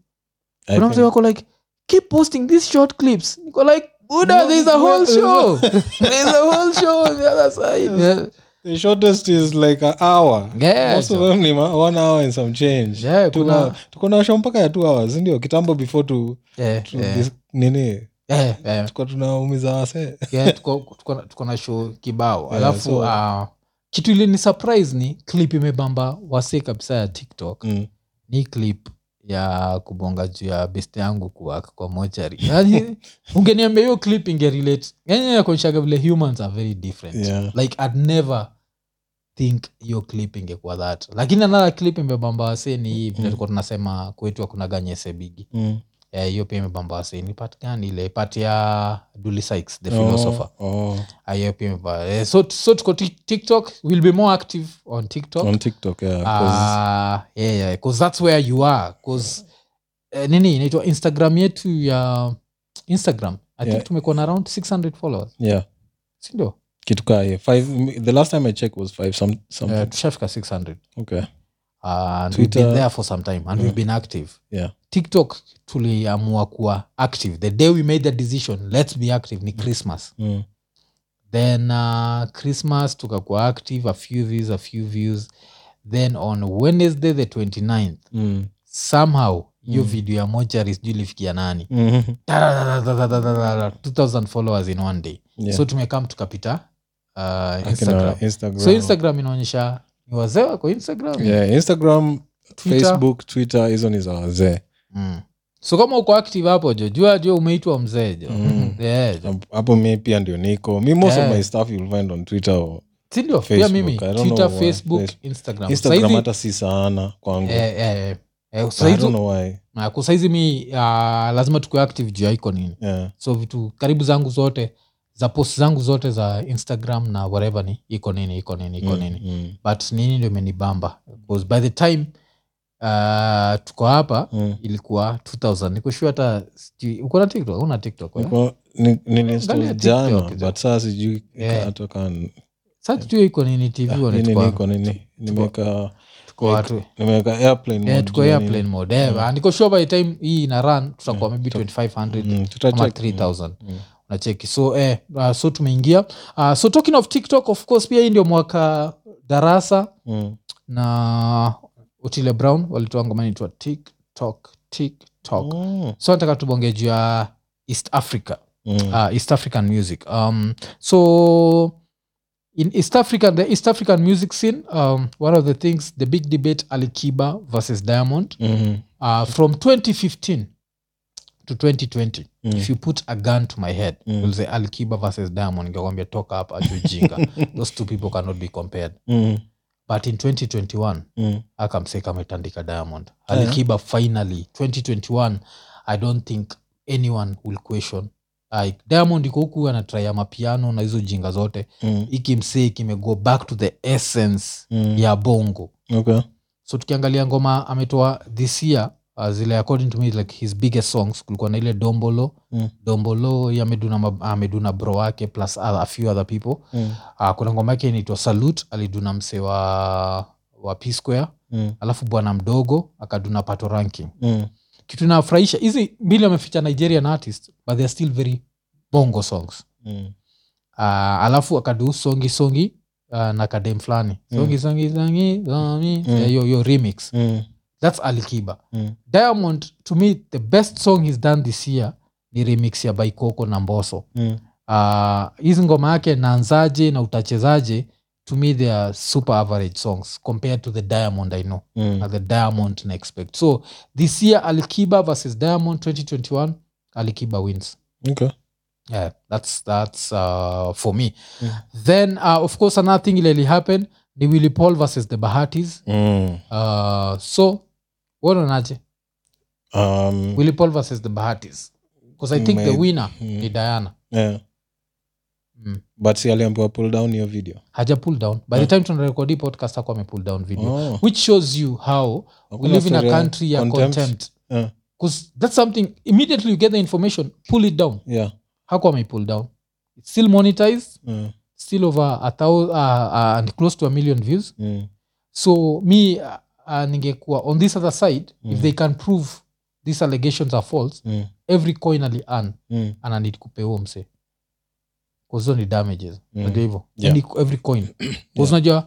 Speaker 2: I
Speaker 1: kuna
Speaker 2: think-
Speaker 1: mtu wako like keep posting these short clips niko like buda
Speaker 2: No,
Speaker 1: there's a
Speaker 2: no,
Speaker 1: whole
Speaker 2: no."
Speaker 1: show there's a whole show on the other side yeah.
Speaker 2: the shortest is like an hour
Speaker 1: Yeah,
Speaker 2: most of
Speaker 1: so-
Speaker 2: them ni ma- one hour and some change
Speaker 1: Yeah,
Speaker 2: Two
Speaker 1: kuna-
Speaker 2: hour- tuko na show mpaka ya two hours ndio kitambo before tu,
Speaker 1: Yeah,
Speaker 2: tu
Speaker 1: yeah,
Speaker 2: this- nini
Speaker 1: yeah, yeah.
Speaker 2: tuka tunaumiza wase
Speaker 1: Yeah, tuko- tuko na- tuko na show kibao
Speaker 2: Yeah,
Speaker 1: alafu
Speaker 2: so-
Speaker 1: ah, kitu ile ni surprise ni clip imebamba wase kabisa ya tiktok
Speaker 2: mm.
Speaker 1: ni clip ya kubonga juu ya best yangu kwa, kwa mochari yani ungeniambia hiyo clip ingerelate yani inakuonyeshaga vile humans are very different
Speaker 2: yeah.
Speaker 1: like i'd never think hiyo clip ingekuwa that lakini another clip imebamba waseni hii vile
Speaker 2: Mm.
Speaker 1: tulikuwa tunasema kwetu hakuna ganyese bigi
Speaker 2: Mm.
Speaker 1: Eh, hiyo pia imebamba waseni part gani ile part ya Dully Sykes, the
Speaker 2: Oh,
Speaker 1: philosopher
Speaker 2: oh.
Speaker 1: Ah, hiyo pia imebamba eh, so, so tuko tik- tiktok will be more active on tiktok
Speaker 2: on tiktok yeah, 'cause-
Speaker 1: Ah, yeah, yeah, 'cause that's where you are 'Cause, eh, nini inaitwa instagram yetu ya instagram i
Speaker 2: Yeah.
Speaker 1: think tumekuwa na around 600 followers
Speaker 2: yeah
Speaker 1: sindio
Speaker 2: kitu kaa hiyo five the last time i checked was five some, something
Speaker 1: Eh, tushafika 600
Speaker 2: okay
Speaker 1: Ah, and
Speaker 2: Twitter.
Speaker 1: we've been there for some time and we've been active
Speaker 2: yeah
Speaker 1: tiktok tuliamua kuwa active the day we made the decision let's be active ni christmas
Speaker 2: mm.
Speaker 1: then uh, christmas tukakuwa active a few views a few views then on wednesday the 29th
Speaker 2: Mm.
Speaker 1: somehow hiyo
Speaker 2: Mm.
Speaker 1: video ya mochari sijui ilifikia nani
Speaker 2: Mm.
Speaker 1: Tararararararara, 2000 followers in one day
Speaker 2: Yeah.
Speaker 1: so tumekam tukapita uh,
Speaker 2: Akina
Speaker 1: instagram
Speaker 2: Instagram.
Speaker 1: so instagram inaonyesha ni wazee wako instagram
Speaker 2: Yeah, instagram
Speaker 1: Twitter.
Speaker 2: facebook twitter hizo ni za wazee
Speaker 1: mm. so kama uko active hapo jo jua jua umeitwa mzee jo
Speaker 2: Mm.
Speaker 1: Yeah, jo.
Speaker 2: hapo mi pia ndio niko mi most
Speaker 1: Yeah.
Speaker 2: of my stuff you'll find on twitter or
Speaker 1: Si ndio? pia
Speaker 2: Facebook,
Speaker 1: mimi
Speaker 2: I don't
Speaker 1: twitter
Speaker 2: know why.
Speaker 1: facebook
Speaker 2: Face-
Speaker 1: instagram
Speaker 2: instagram
Speaker 1: Saizi-
Speaker 2: hata si sana kwangu
Speaker 1: eh, eh, eh. Eh,
Speaker 2: But I don't
Speaker 1: saizi-
Speaker 2: know why
Speaker 1: na, kwa saizi mi uh, lazima tukue active juu ya iko nini
Speaker 2: yeah.
Speaker 1: so vitu karibu zangu zote za post zangu zote za instagram na whatever ni iko nini iko nini iko
Speaker 2: Mm,
Speaker 1: nini
Speaker 2: mm,
Speaker 1: but nini ndio imenibamba Because by the time uh, tuko hapa
Speaker 2: mm.
Speaker 1: ilikuwa 2000 nikushua hata sijui- uko na tiktok una tiktok eh?
Speaker 2: Niko- ni- nilinstall
Speaker 1: Angalia
Speaker 2: jana
Speaker 1: TikTok,
Speaker 2: but saa sijui
Speaker 1: Yeah.
Speaker 2: hata kaa-
Speaker 1: sa tujue iko nini tv
Speaker 2: Eh. Ah,
Speaker 1: wana
Speaker 2: nini
Speaker 1: tuko-
Speaker 2: niko eh, nini nimeka
Speaker 1: tuko watu
Speaker 2: nimeka airplane
Speaker 1: Eh,
Speaker 2: mode
Speaker 1: tuko
Speaker 2: juu ya
Speaker 1: airplane
Speaker 2: nini.
Speaker 1: mode eh, and iko sure by the time hii ina run tutakuwa maybe 2500
Speaker 2: Eh, Mm, tuta
Speaker 1: ama
Speaker 2: check.
Speaker 1: 3000
Speaker 2: Mm.
Speaker 1: unacheki so eh, uh, so tumeingia uh, so talking of tiktok of course pia hii ndio mwaka darasa
Speaker 2: Mm,
Speaker 1: na otile brown walitoa ngoma inaitwa tiktok tiktok
Speaker 2: mm,
Speaker 1: so nataka tubonge juu ya east africa
Speaker 2: mm,
Speaker 1: uh, east african music um, so in east african the east african music scene um, one of the things the big debate alikiba versus diamond
Speaker 2: mm,
Speaker 1: uh, from 2015 to 2020
Speaker 2: mm.
Speaker 1: if you put a gun to my head
Speaker 2: Mm.
Speaker 1: you'll say alikiba versus diamond nikakwambia toka hapa ajujinga those two people cannot be compared
Speaker 2: Mm,
Speaker 1: but in 2021
Speaker 2: mm,
Speaker 1: akamseka ametandika diamond
Speaker 2: Yeah.
Speaker 1: alikiba finally 2021 i don't think anyone will question like diamond iko huku anatraya mapiano na hizo jinga zote
Speaker 2: mm,
Speaker 1: ikimsee kimego back to the essence
Speaker 2: mm.
Speaker 1: ya bongo
Speaker 2: Okay.
Speaker 1: so tukiangalia ngoma ametoa this year uh, zile according to me like his biggest songs kulikuwa na ile dombolo
Speaker 2: Mm.
Speaker 1: dombolo hii ameduna, mab- ameduna bro wake plus other, a few other people
Speaker 2: Mm,
Speaker 1: uh, kuna ngoma yake inaitwa salute aliduna msee wa, wa p square
Speaker 2: mm,
Speaker 1: alafu bwana mdogo akaduna pato ranking
Speaker 2: mm,
Speaker 1: kitu inafurahisha hizi mbili wameficha nigerian artist but they're still very bongo songs
Speaker 2: mm.
Speaker 1: uh, alafu akadu songi songi uh, na kadem fulani
Speaker 2: Mm.
Speaker 1: songi songi songi songi
Speaker 2: Mm.
Speaker 1: hiyo mm. remix
Speaker 2: Mm,
Speaker 1: that's alikiba
Speaker 2: Mm.
Speaker 1: diamond to me the best song he's done this year ni remix ya baikoko na mboso
Speaker 2: Mm.
Speaker 1: Ah, hizi ngoma yake nanzaje na utachezaje to me they are super average songs compared to the diamond i know
Speaker 2: Mm.
Speaker 1: na the diamond na expect so this year alikiba versus diamond 2021 alikiba wins
Speaker 2: Okay.
Speaker 1: yeah that's that's uh, for me
Speaker 2: Yeah.
Speaker 1: then uh, of course another thing ileli happen ni willy paul versus the bahatis
Speaker 2: Mm.
Speaker 1: uh, so wonaonaje
Speaker 2: Um,
Speaker 1: willy paul versus the bahatis because i think the
Speaker 2: Maybe.
Speaker 1: winner
Speaker 2: mm.
Speaker 1: ni diana
Speaker 2: Yeah.
Speaker 1: mm.
Speaker 2: but si aliambiwa pull down hiyo ya, video
Speaker 1: haja pull down by the
Speaker 2: Yeah.
Speaker 1: time tunarekodi hii podcast ako ame pull down video
Speaker 2: Oh.
Speaker 1: which shows you how we
Speaker 2: Hakuna
Speaker 1: live in
Speaker 2: story
Speaker 1: a
Speaker 2: ya
Speaker 1: country ya
Speaker 2: contempt.
Speaker 1: contempt
Speaker 2: Yeah.
Speaker 1: because that's something immediately you get the information pull it down
Speaker 2: Yeah.
Speaker 1: hako ame pull down it's still monetized
Speaker 2: Mm.
Speaker 1: still over a thousand, uh, uh, and close to a million views
Speaker 2: Mm.
Speaker 1: so mi uh, uh, ningekuwa on this other side mm. if
Speaker 2: Mhm.
Speaker 1: they can prove these allegations are false
Speaker 2: Mm.
Speaker 1: every coin ali earn
Speaker 2: Mm.
Speaker 1: ananid kupeuo mse kazo ni damages
Speaker 2: Mm.
Speaker 1: najua hivyo
Speaker 2: Yeah.
Speaker 1: Any- every coin
Speaker 2: Yeah.
Speaker 1: yeah. unajua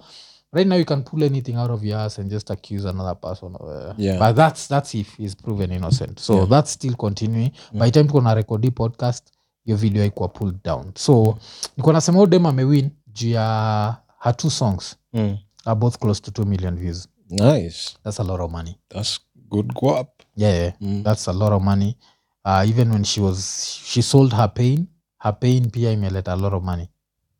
Speaker 1: right now you can pull anything out of your ass and just accuse another person of, uh,
Speaker 2: Yeah.
Speaker 1: but that's, that's if he's proven innocent so
Speaker 2: Yeah.
Speaker 1: yeah. that's still continuing mm. by the time tuko na rekodi podcast hiyo video haikuwa pulled down so nikuwa nasema udem amewin juu ya her two songs
Speaker 2: Mm.
Speaker 1: are both close to 2 million views
Speaker 2: Nice.
Speaker 1: that's a lot of money
Speaker 2: That's good guap.
Speaker 1: yeah, yeah.
Speaker 2: Mm.
Speaker 1: that's a lot of money uh, even when she was she sold her pain her pain pia imeleta a lot of money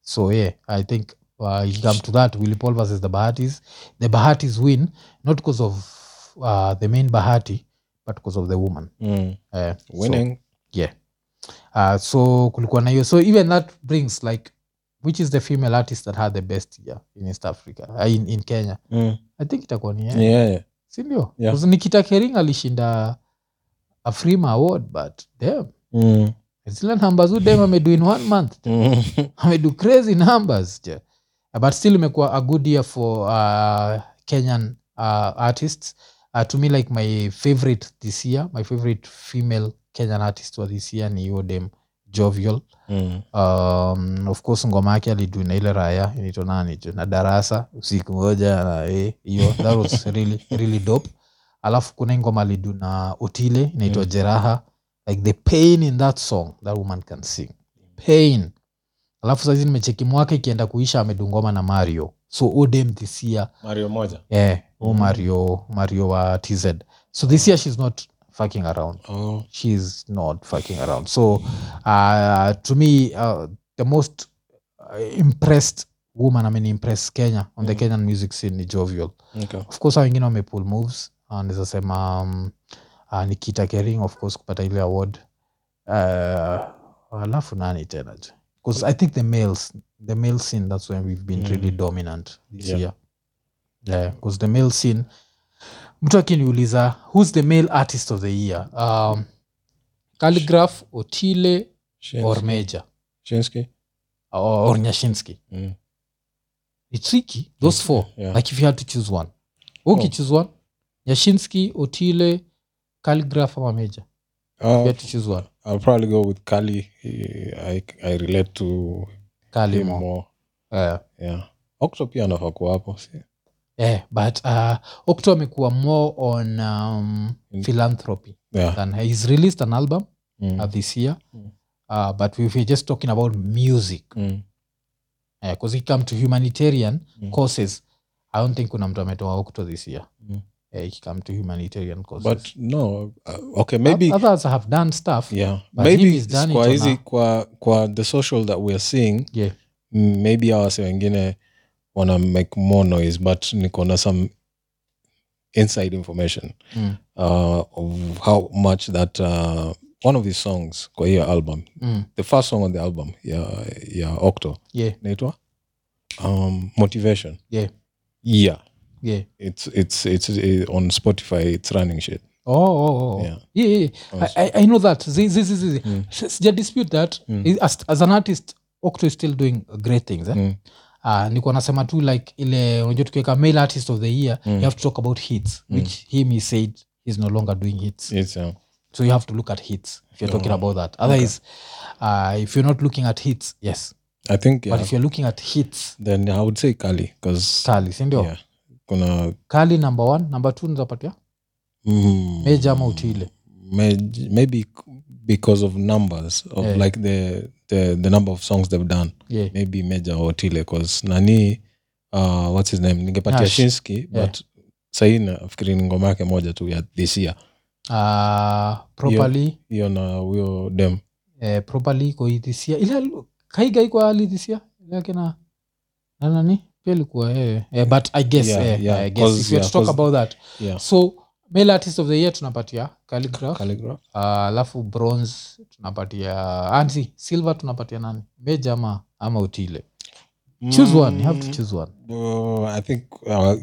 Speaker 1: so yeah i think uh, you come to that willy paul versus the bahatis the bahatis win not because of uh, the main bahati but because of the woman
Speaker 2: Mm.
Speaker 1: uh, so,
Speaker 2: Winning.
Speaker 1: uh, so kulikuwa na hiyo so even that brings like which is the female artist that had the best year in east africa uh, in, in kenya
Speaker 2: Mm.
Speaker 1: i think itakuwa ni yeye.
Speaker 2: Yeah. yeah.
Speaker 1: sindio
Speaker 2: Yeah.
Speaker 1: yeah. nikita kering alishinda a frima award but damn
Speaker 2: Mm.
Speaker 1: zile numbers huyu dem amedo in one month
Speaker 2: Mm.
Speaker 1: amedo crazy numbers je but still imekuwa a good year for uh, kenyan uh, artists uh, to me like my favorite this year my favorite female kenyan artist wa this year ni hiyo dem jovial
Speaker 2: Mm.
Speaker 1: um, of course ngoma yake alidu na ile raya inaitwa nani jo na darasa usiku moja na eh, hiyo that was really, really dope alafu kuna hii ngoma alidu na otile inaitwa
Speaker 2: Mm.
Speaker 1: jeraha like the pain in that song that woman can sing pain alafu saizi nimecheki mwaka ikienda kuisha amedu ngoma na mario so odem this year
Speaker 2: Mario moja.
Speaker 1: eh, oh
Speaker 2: Mm.
Speaker 1: mario mario wa tz so this year she's not fucking around
Speaker 2: Oh.
Speaker 1: she's not fucking around. So, uh, to me, uh, the most uh, impressed woman, I mean, impressed Kenya on the
Speaker 2: Mhm.
Speaker 1: Kenyan music scene ni Jovial.
Speaker 2: Okay.
Speaker 1: Of course, hao wengine wamepull moves. Uh, naweza sema um, uh, Nikita Kering, of course, kupata ile award. Uh, alafu nani tena? Because I think the males, the male scene, that's when we've been
Speaker 2: Mhm.
Speaker 1: really dominant this
Speaker 2: Yeah.
Speaker 1: year. Yeah, because the male scene mtu akiniuliza who's the male artist of the year um, calligraph otile or
Speaker 2: Shinsky.
Speaker 1: meja
Speaker 2: Shinsky.
Speaker 1: or, or nyashinsky
Speaker 2: Mm.
Speaker 1: ni tricky those four
Speaker 2: Yeah. Oh.
Speaker 1: like if you had to choose one ukichoose one nyashinsky otile calligraph ama meja if you
Speaker 2: Uh,
Speaker 1: had to choose one
Speaker 2: I'll probably go with Kali. He- I, I relate to him
Speaker 1: kalimo
Speaker 2: more.
Speaker 1: yeah.
Speaker 2: Yeah. Okto pia anafaa kuwa hapo. si?
Speaker 1: yeah, but uh, okto amekuwa more on um,
Speaker 2: Mm.
Speaker 1: philanthropy
Speaker 2: Yeah.
Speaker 1: than uh, he's released an album uh,
Speaker 2: Mm.
Speaker 1: this year
Speaker 2: Mm.
Speaker 1: uh, but if we're just talking about music
Speaker 2: Mm.
Speaker 1: because it come to humanitarian
Speaker 2: Mm.
Speaker 1: causes i don't think kuna mtu ametoa okto this year
Speaker 2: Mm.
Speaker 1: Eh, it come to humanitarian causes
Speaker 2: But no. Uh, okay, maybe.
Speaker 1: others have done stuff
Speaker 2: yeah
Speaker 1: But him
Speaker 2: maybe
Speaker 1: is done
Speaker 2: kwa
Speaker 1: it on
Speaker 2: hizi
Speaker 1: a-
Speaker 2: kwa kwa the social that weare seeing
Speaker 1: Yeah.
Speaker 2: m- maybe awase wengine wana make more noise but niko na some inside information
Speaker 1: Mm,
Speaker 2: uh, of how much that uh, one of his songs kwa hiyo album
Speaker 1: mm,
Speaker 2: the first song on the album ya, ya octo
Speaker 1: yeah,
Speaker 2: naitwa um, motivation
Speaker 1: Yeah.
Speaker 2: yeah
Speaker 1: yeah.
Speaker 2: it's, it's, it's, eh, on spotify it's running shit
Speaker 1: Oh, oh, oh.
Speaker 2: Yeah.
Speaker 1: Yeah, yeah, yeah. I, I- I know that Zi- zi- zi- zi- zi.
Speaker 2: Mm.
Speaker 1: S- sija dispute that
Speaker 2: Mm.
Speaker 1: I- as, as an artist okto is still doing great things eh?
Speaker 2: Mm.
Speaker 1: uh, nikuwa nasema tu like ile unajua tukiweka male artist of the year
Speaker 2: Mm.
Speaker 1: you have to talk about hits
Speaker 2: Mm.
Speaker 1: which him he said he's no longer doing hits
Speaker 2: it's, uh,
Speaker 1: so you have to look at hits if you're talking
Speaker 2: Oh,
Speaker 1: about that otherwise uh, if you're not looking at hits yes
Speaker 2: i
Speaker 1: yeah.
Speaker 2: think yeah,
Speaker 1: but if you're looking at hits
Speaker 2: then i would say kali because
Speaker 1: kali sindio yeah.
Speaker 2: yeah. kuna
Speaker 1: kali number one number two nzapatia
Speaker 2: mm,
Speaker 1: meja ama utile
Speaker 2: may- maybe because of numbers of
Speaker 1: Yeah.
Speaker 2: like the, the the number of songs they've done
Speaker 1: yeah.
Speaker 2: maybe major otile cause nani uh, what's his name ningepatia
Speaker 1: Nash.
Speaker 2: shinski
Speaker 1: Yeah.
Speaker 2: but sahii nafikiri ni ngoma yake moja tu ya this year
Speaker 1: uh, properly
Speaker 2: hiyo na huyo dem
Speaker 1: eh, properly iko idhisia ile kaiga iko hali idhisia yake na na nani pia ilikuwa eh, eh, but i guess
Speaker 2: Yeah,
Speaker 1: eh,
Speaker 2: yeah,
Speaker 1: I guess
Speaker 2: cause-
Speaker 1: if you
Speaker 2: yeah,
Speaker 1: talk
Speaker 2: cause-
Speaker 1: about that
Speaker 2: yeah.
Speaker 1: so male artist of the year tunapatia calligraph
Speaker 2: Calligraph.
Speaker 1: uh, alafu bronze tunapatia ansi silver tunapatia nani meja ama ama utile choose one you have to
Speaker 2: Mm,
Speaker 1: choose one
Speaker 2: uh, i think uh,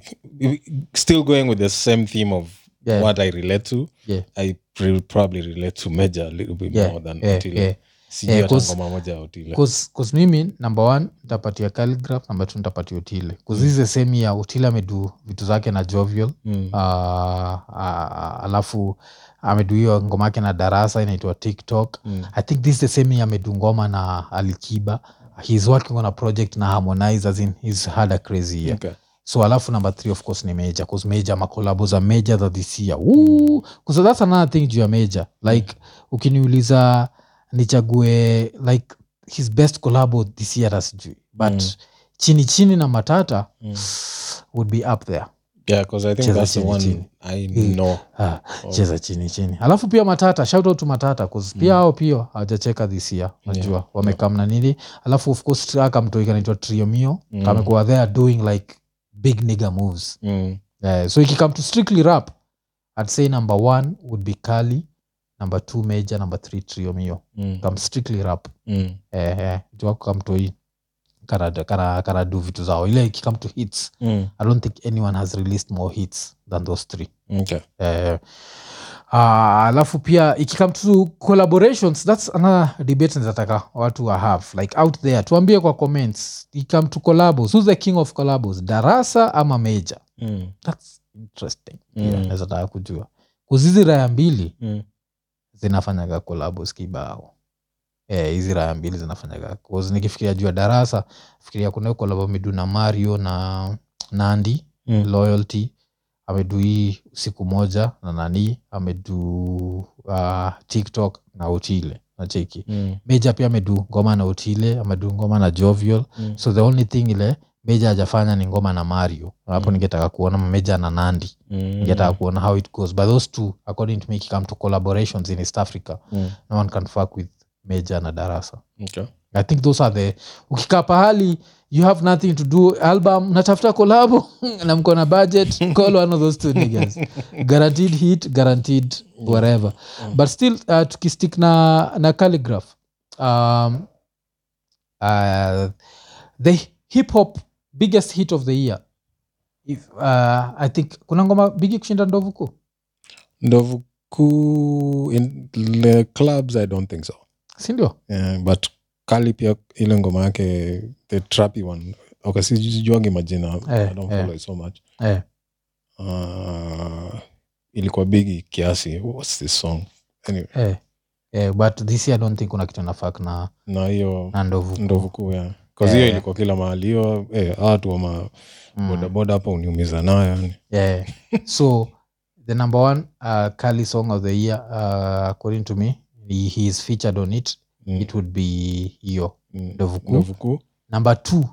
Speaker 2: still going with the same theme of
Speaker 1: Yeah.
Speaker 2: what i relate to
Speaker 1: Yeah.
Speaker 2: i pre- probably relate to major a little bit
Speaker 1: Yeah,
Speaker 2: more than
Speaker 1: yeah,
Speaker 2: otile
Speaker 1: yeah.
Speaker 2: sijui
Speaker 1: Yeah,
Speaker 2: hata
Speaker 1: cause-
Speaker 2: ngoma moja ya otile
Speaker 1: Cause- cause mimi number one nitapatia calligraph number two nitapatia utile kuzise sehemu ya utile amedu vitu zake na jovial
Speaker 2: Mm.
Speaker 1: Ah, ah, alafu amedu hiyo ngoma yake na darasa inaitwa tiktok
Speaker 2: Mm.
Speaker 1: i think this is the same year amedu ngoma na alikiba heis working on a project na harmonize as in he's had a crazy year
Speaker 2: Okay.
Speaker 1: so alafu number three of course ni major cause major makolabo za major za this year Woo!
Speaker 2: Mm.
Speaker 1: cause that's another thing juu ya major like ukiniuliza nichague like his best collabo this year asijui but
Speaker 2: Mm.
Speaker 1: chini chini na matata
Speaker 2: Mm.
Speaker 1: would be up there
Speaker 2: Yeah, 'cause I think
Speaker 1: Cheza
Speaker 2: that's the
Speaker 1: chini,
Speaker 2: one
Speaker 1: chini.
Speaker 2: I
Speaker 1: Mm.
Speaker 2: know.
Speaker 1: ah,
Speaker 2: Oh.
Speaker 1: cheza chini chini alafu pia matata shout out to matata cause pia
Speaker 2: Mm.
Speaker 1: hao pia hawajacheka this year najua
Speaker 2: Yeah.
Speaker 1: wamekam na nini alafu of course track mtoi kanaitwa triomio
Speaker 2: Mm.
Speaker 1: kamekuwa there doing like big nigger moves
Speaker 2: Mm.
Speaker 1: Eh, so ikikam to strictly rap i'd say number one would be kali number two major number three triomio
Speaker 2: Mm.
Speaker 1: kam strictly rap
Speaker 2: Mm.
Speaker 1: eh, eh, juu wako kam to hii kana- kana kana do vitu zao ile ikikam to hits
Speaker 2: Mm.
Speaker 1: i don't think anyone has released more hits than those three
Speaker 2: Okay.
Speaker 1: eh, ah, alafu pia ikikam to collaborations thats another debate nizataka watu wa have like out there tuambie kwa comments ikikam to collabos who's the king of collabos darasa ama major
Speaker 2: Mm.
Speaker 1: thats interesting
Speaker 2: Mm.
Speaker 1: yeah, naweza taka kujua kuzizi raya mbili
Speaker 2: Mm.
Speaker 1: zinafanyaga kolabos kibao Eh, hizi raya mbili zinafanyaga Cause nikifikiria juu ya darasa fikiria kuna hiyo kolabo amedu na mario na nandi
Speaker 2: Mm.
Speaker 1: loyalty amedu hii siku moja na nani amedu uh, tiktok na utile na cheki
Speaker 2: Mm.
Speaker 1: meja pia amedu ngoma na utile amedu ngoma na jovial
Speaker 2: Mm.
Speaker 1: so the only thing ile meja hajafanya ni ngoma na mario hapo
Speaker 2: Mm.
Speaker 1: ningetaka kuona meja na nandi
Speaker 2: Mm.
Speaker 1: ngetaka kuona how it goes but those two according to me ikikam to collaborations in east africa
Speaker 2: Mm.
Speaker 1: no one can fuck with meja na darasa
Speaker 2: Okay.
Speaker 1: i think those are the ukikaa pahali you have nothing to do album natafuta kolabo na mko na budget call one of those two niggas guaranteed hit guaranteed whatever
Speaker 2: Mm.
Speaker 1: but still uh, tukistick na na calligraph um, uh, the hip hop biggest hit of the year If, uh, i think kuna ngoma bigi kushinda ndovu kuu
Speaker 2: Ndovu kuu in the clubs I don't think so.
Speaker 1: sindio
Speaker 2: Yeah, but Kali pia ile ngoma yake the trappy one. Okay, sijuangi majina.
Speaker 1: Eh,
Speaker 2: I don't
Speaker 1: eh.
Speaker 2: follow it so much.
Speaker 1: eh,
Speaker 2: Uh, ilikuwa bigi kiasi. What's this song? Anyway,
Speaker 1: eh, eh, but this year i don't think kuna kitu nafak na,
Speaker 2: na hiyo
Speaker 1: na ndovu kuu.
Speaker 2: ndovu kuu ya kazi hiyo
Speaker 1: Eh.
Speaker 2: ilikuwa kila mahali hiyo eh, hawa watu wa mabodaboda
Speaker 1: Mm.
Speaker 2: hapa uniumiza nayo yani
Speaker 1: yeah. so the number one uh, Kali song of the year uh, according to me he, he is featured on it
Speaker 2: Mm,
Speaker 1: it would be hiyo
Speaker 2: mm.
Speaker 1: Ndovu Kuu.
Speaker 2: Ndovu Kuu.
Speaker 1: number two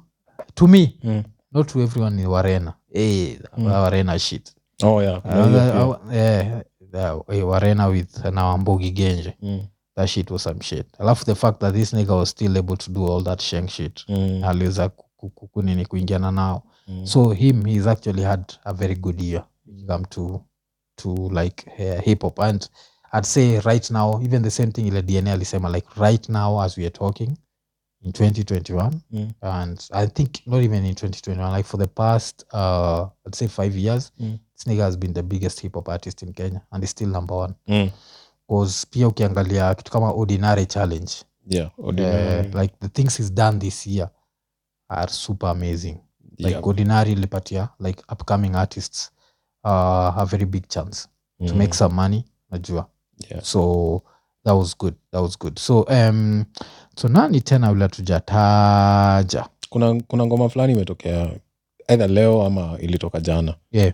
Speaker 1: to me
Speaker 2: Mm.
Speaker 1: not to everyone ni warena hey,
Speaker 2: Mm.
Speaker 1: Eh, warena shit
Speaker 2: Oh, yeah,
Speaker 1: Uh,
Speaker 2: kuna hiyo pia.
Speaker 1: uh, yeah, uh, eh, warena with nawambogi genje
Speaker 2: Mm,
Speaker 1: that shit was some shit alafu the fact that this nigga was still able to do all that shank shit
Speaker 2: mm,
Speaker 1: aliweza ku- ku- ku- kunini kuingiana nao
Speaker 2: mm.
Speaker 1: Ah, so him he's actually had a very good year when it come to to like uh, hip hop and i'd say right now even the same thing ile dna alisema like right now as we are talking in 2021
Speaker 2: Mm.
Speaker 1: and i think not even in 2021 like for the past uh i'd say five years
Speaker 2: Mm.
Speaker 1: this nigga has been the biggest hip hop artist in kenya and is still number one
Speaker 2: Mm.
Speaker 1: cause pia ukiangalia kitu kama ordinary challenge
Speaker 2: Yeah,
Speaker 1: eh,
Speaker 2: ordinary.
Speaker 1: like the things he's done this year are super amazing like
Speaker 2: Yeah.
Speaker 1: ordinary ilipatia like upcoming artists uh, a very big chance to
Speaker 2: Mm.
Speaker 1: make some money najua
Speaker 2: Yeah.
Speaker 1: so that was good that was good so um, so nani tena ule tujataja
Speaker 2: kuna kuna ngoma fulani imetokea either leo ama ilitoka jana
Speaker 1: yeah.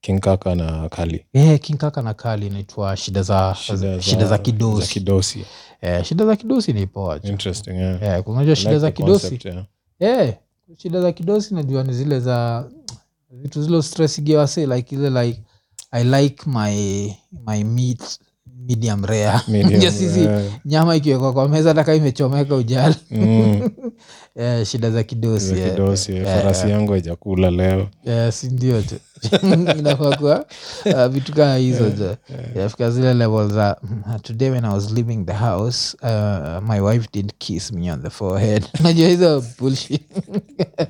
Speaker 2: king kaka na kali
Speaker 1: yeah, king kaka na kali inaitwa shida za shida, za
Speaker 2: za
Speaker 1: kidosi
Speaker 2: kidosi
Speaker 1: eh, shida za kidosi ni poa tu.
Speaker 2: interesting yeah.
Speaker 1: eh, kunajua
Speaker 2: I
Speaker 1: shida
Speaker 2: like
Speaker 1: za
Speaker 2: the
Speaker 1: kidosi
Speaker 2: concept, yeah.
Speaker 1: eh, shida za kidosi najua ni zile za vitu zile stresigiwase like ile like i like my my meat medium rare
Speaker 2: Medium,
Speaker 1: Yes, hizi
Speaker 2: yeah.
Speaker 1: nyama ikiwekwa kwa meza taka imechomeka ujali
Speaker 2: Mm,
Speaker 1: eh, shida za kidosi
Speaker 2: za
Speaker 1: eh.
Speaker 2: kidosi yeah. farasi yangu haijakula leo
Speaker 1: Eh, si ndio tu inafaa kuwa uh, vitu kaa hizo jo afika zile level za "Mm, today when i was leaving the house uh, my wife did kiss me on the forehead najua hizo bullshit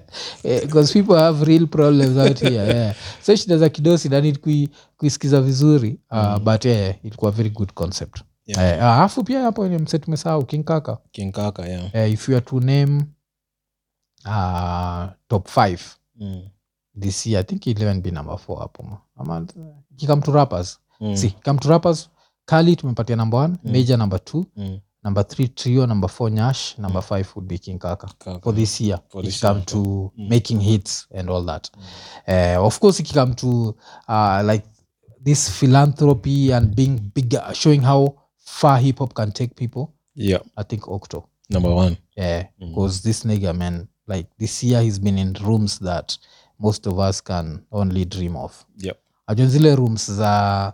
Speaker 1: because people have real problems out here yeah. so shida za kidosi nanid kui, kuisikiza vizuri uh, but yeah, ilikuwa very good concept
Speaker 2: Yeah.
Speaker 1: Eh, alafu pia hapo ni mse tumesahau kinkaka
Speaker 2: king kaka yeah.
Speaker 1: Eh, if you are to name uh, top five
Speaker 2: mm.
Speaker 1: this year i think it'll even be number four hapo ma- ama kikam to rappers
Speaker 2: Mm.
Speaker 1: si kikam to rappers kali tumepatia number one
Speaker 2: Mm.
Speaker 1: major number two
Speaker 2: Mm.
Speaker 1: number three trio number four nyash number five would be king kaka
Speaker 2: Kaka.
Speaker 1: for this year
Speaker 2: Mm. For
Speaker 1: it
Speaker 2: this
Speaker 1: come
Speaker 2: year,
Speaker 1: to
Speaker 2: Mm.
Speaker 1: making hits and all that Eh, of course it come to uh, like this philanthropy and being bigger showing how far hip hop can take people
Speaker 2: yeah
Speaker 1: i think octo Eh,
Speaker 2: number one
Speaker 1: yeah
Speaker 2: Mm.
Speaker 1: because this nigga man like this year he's been in rooms that most of us can only dream of
Speaker 2: yeah
Speaker 1: ajua zile rooms za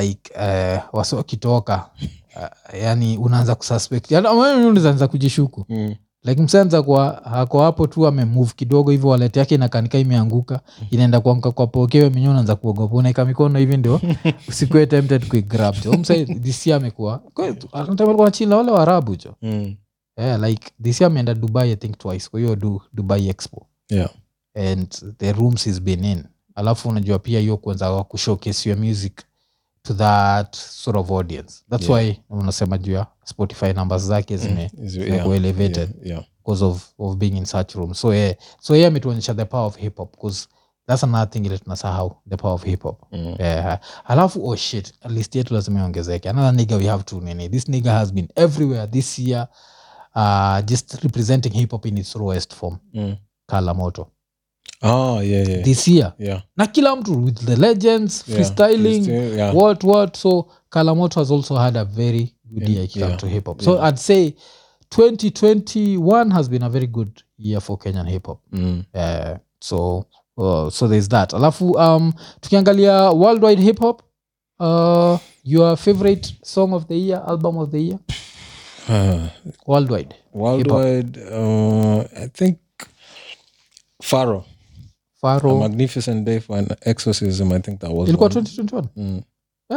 Speaker 1: like uh, wasi wakitoka uh, yani unaanza kususpect yani ama unaanza kujishuku
Speaker 2: mm.
Speaker 1: like msanza kwa ako hapo tu amemove kidogo hivyo walet yake inakanika imeanguka inaenda kuanguka kwa pokewe menye unaanza kuogopa unaeka mikono hivi ndio usikuwe tempted kuigrab jo msa disi amekuwa chila wale warabu jo
Speaker 2: Mm.
Speaker 1: yeah, like disi ameenda dubai i think twice kwa hiyo du, dubai expo
Speaker 2: yeah
Speaker 1: and the rooms he's been in alafu unajua pia hiyo kuanza kushowcase your music to that sort of audience thats
Speaker 2: Yeah.
Speaker 1: yeah. why unasema juu ya spotify numbers zake zime
Speaker 2: Is- yeah.
Speaker 1: zimekuwa elevated
Speaker 2: yeah. yeah.
Speaker 1: because of, of being in such room so yeah, so yeah ametuonyesha the power of hip hop because that's another thing ile tunasahau the power of hip hop
Speaker 2: Mm.
Speaker 1: yeah. alafu oh shit list yetu lazima iongezeke another nigga we have to nini this nigga has been everywhere this year uh, just representing hip hop in its rawest form
Speaker 2: Mm.
Speaker 1: kalamoto
Speaker 2: Ah, yeah, yeah.
Speaker 1: this year
Speaker 2: yeah.
Speaker 1: na kila mtu with the legends
Speaker 2: Yeah.
Speaker 1: freestyling
Speaker 2: Freestyle, yeah.
Speaker 1: what what so kalamoto has also had a very good year ikikam
Speaker 2: yeah,
Speaker 1: to hip hop so
Speaker 2: yeah.
Speaker 1: i'd say 2021 has been a very good year for kenyan hip hop
Speaker 2: Mm.
Speaker 1: uh, so uh, so there's that alafu um, tukiangalia worldwide hip hop uh, your favorite song of the year album of the year
Speaker 2: Ah.
Speaker 1: worldwide
Speaker 2: worldwide uh, i think pharaoh a
Speaker 1: faro
Speaker 2: magnificent day for an exorcism i think that was
Speaker 1: ilikuwa
Speaker 2: one.
Speaker 1: 2021
Speaker 2: Mm,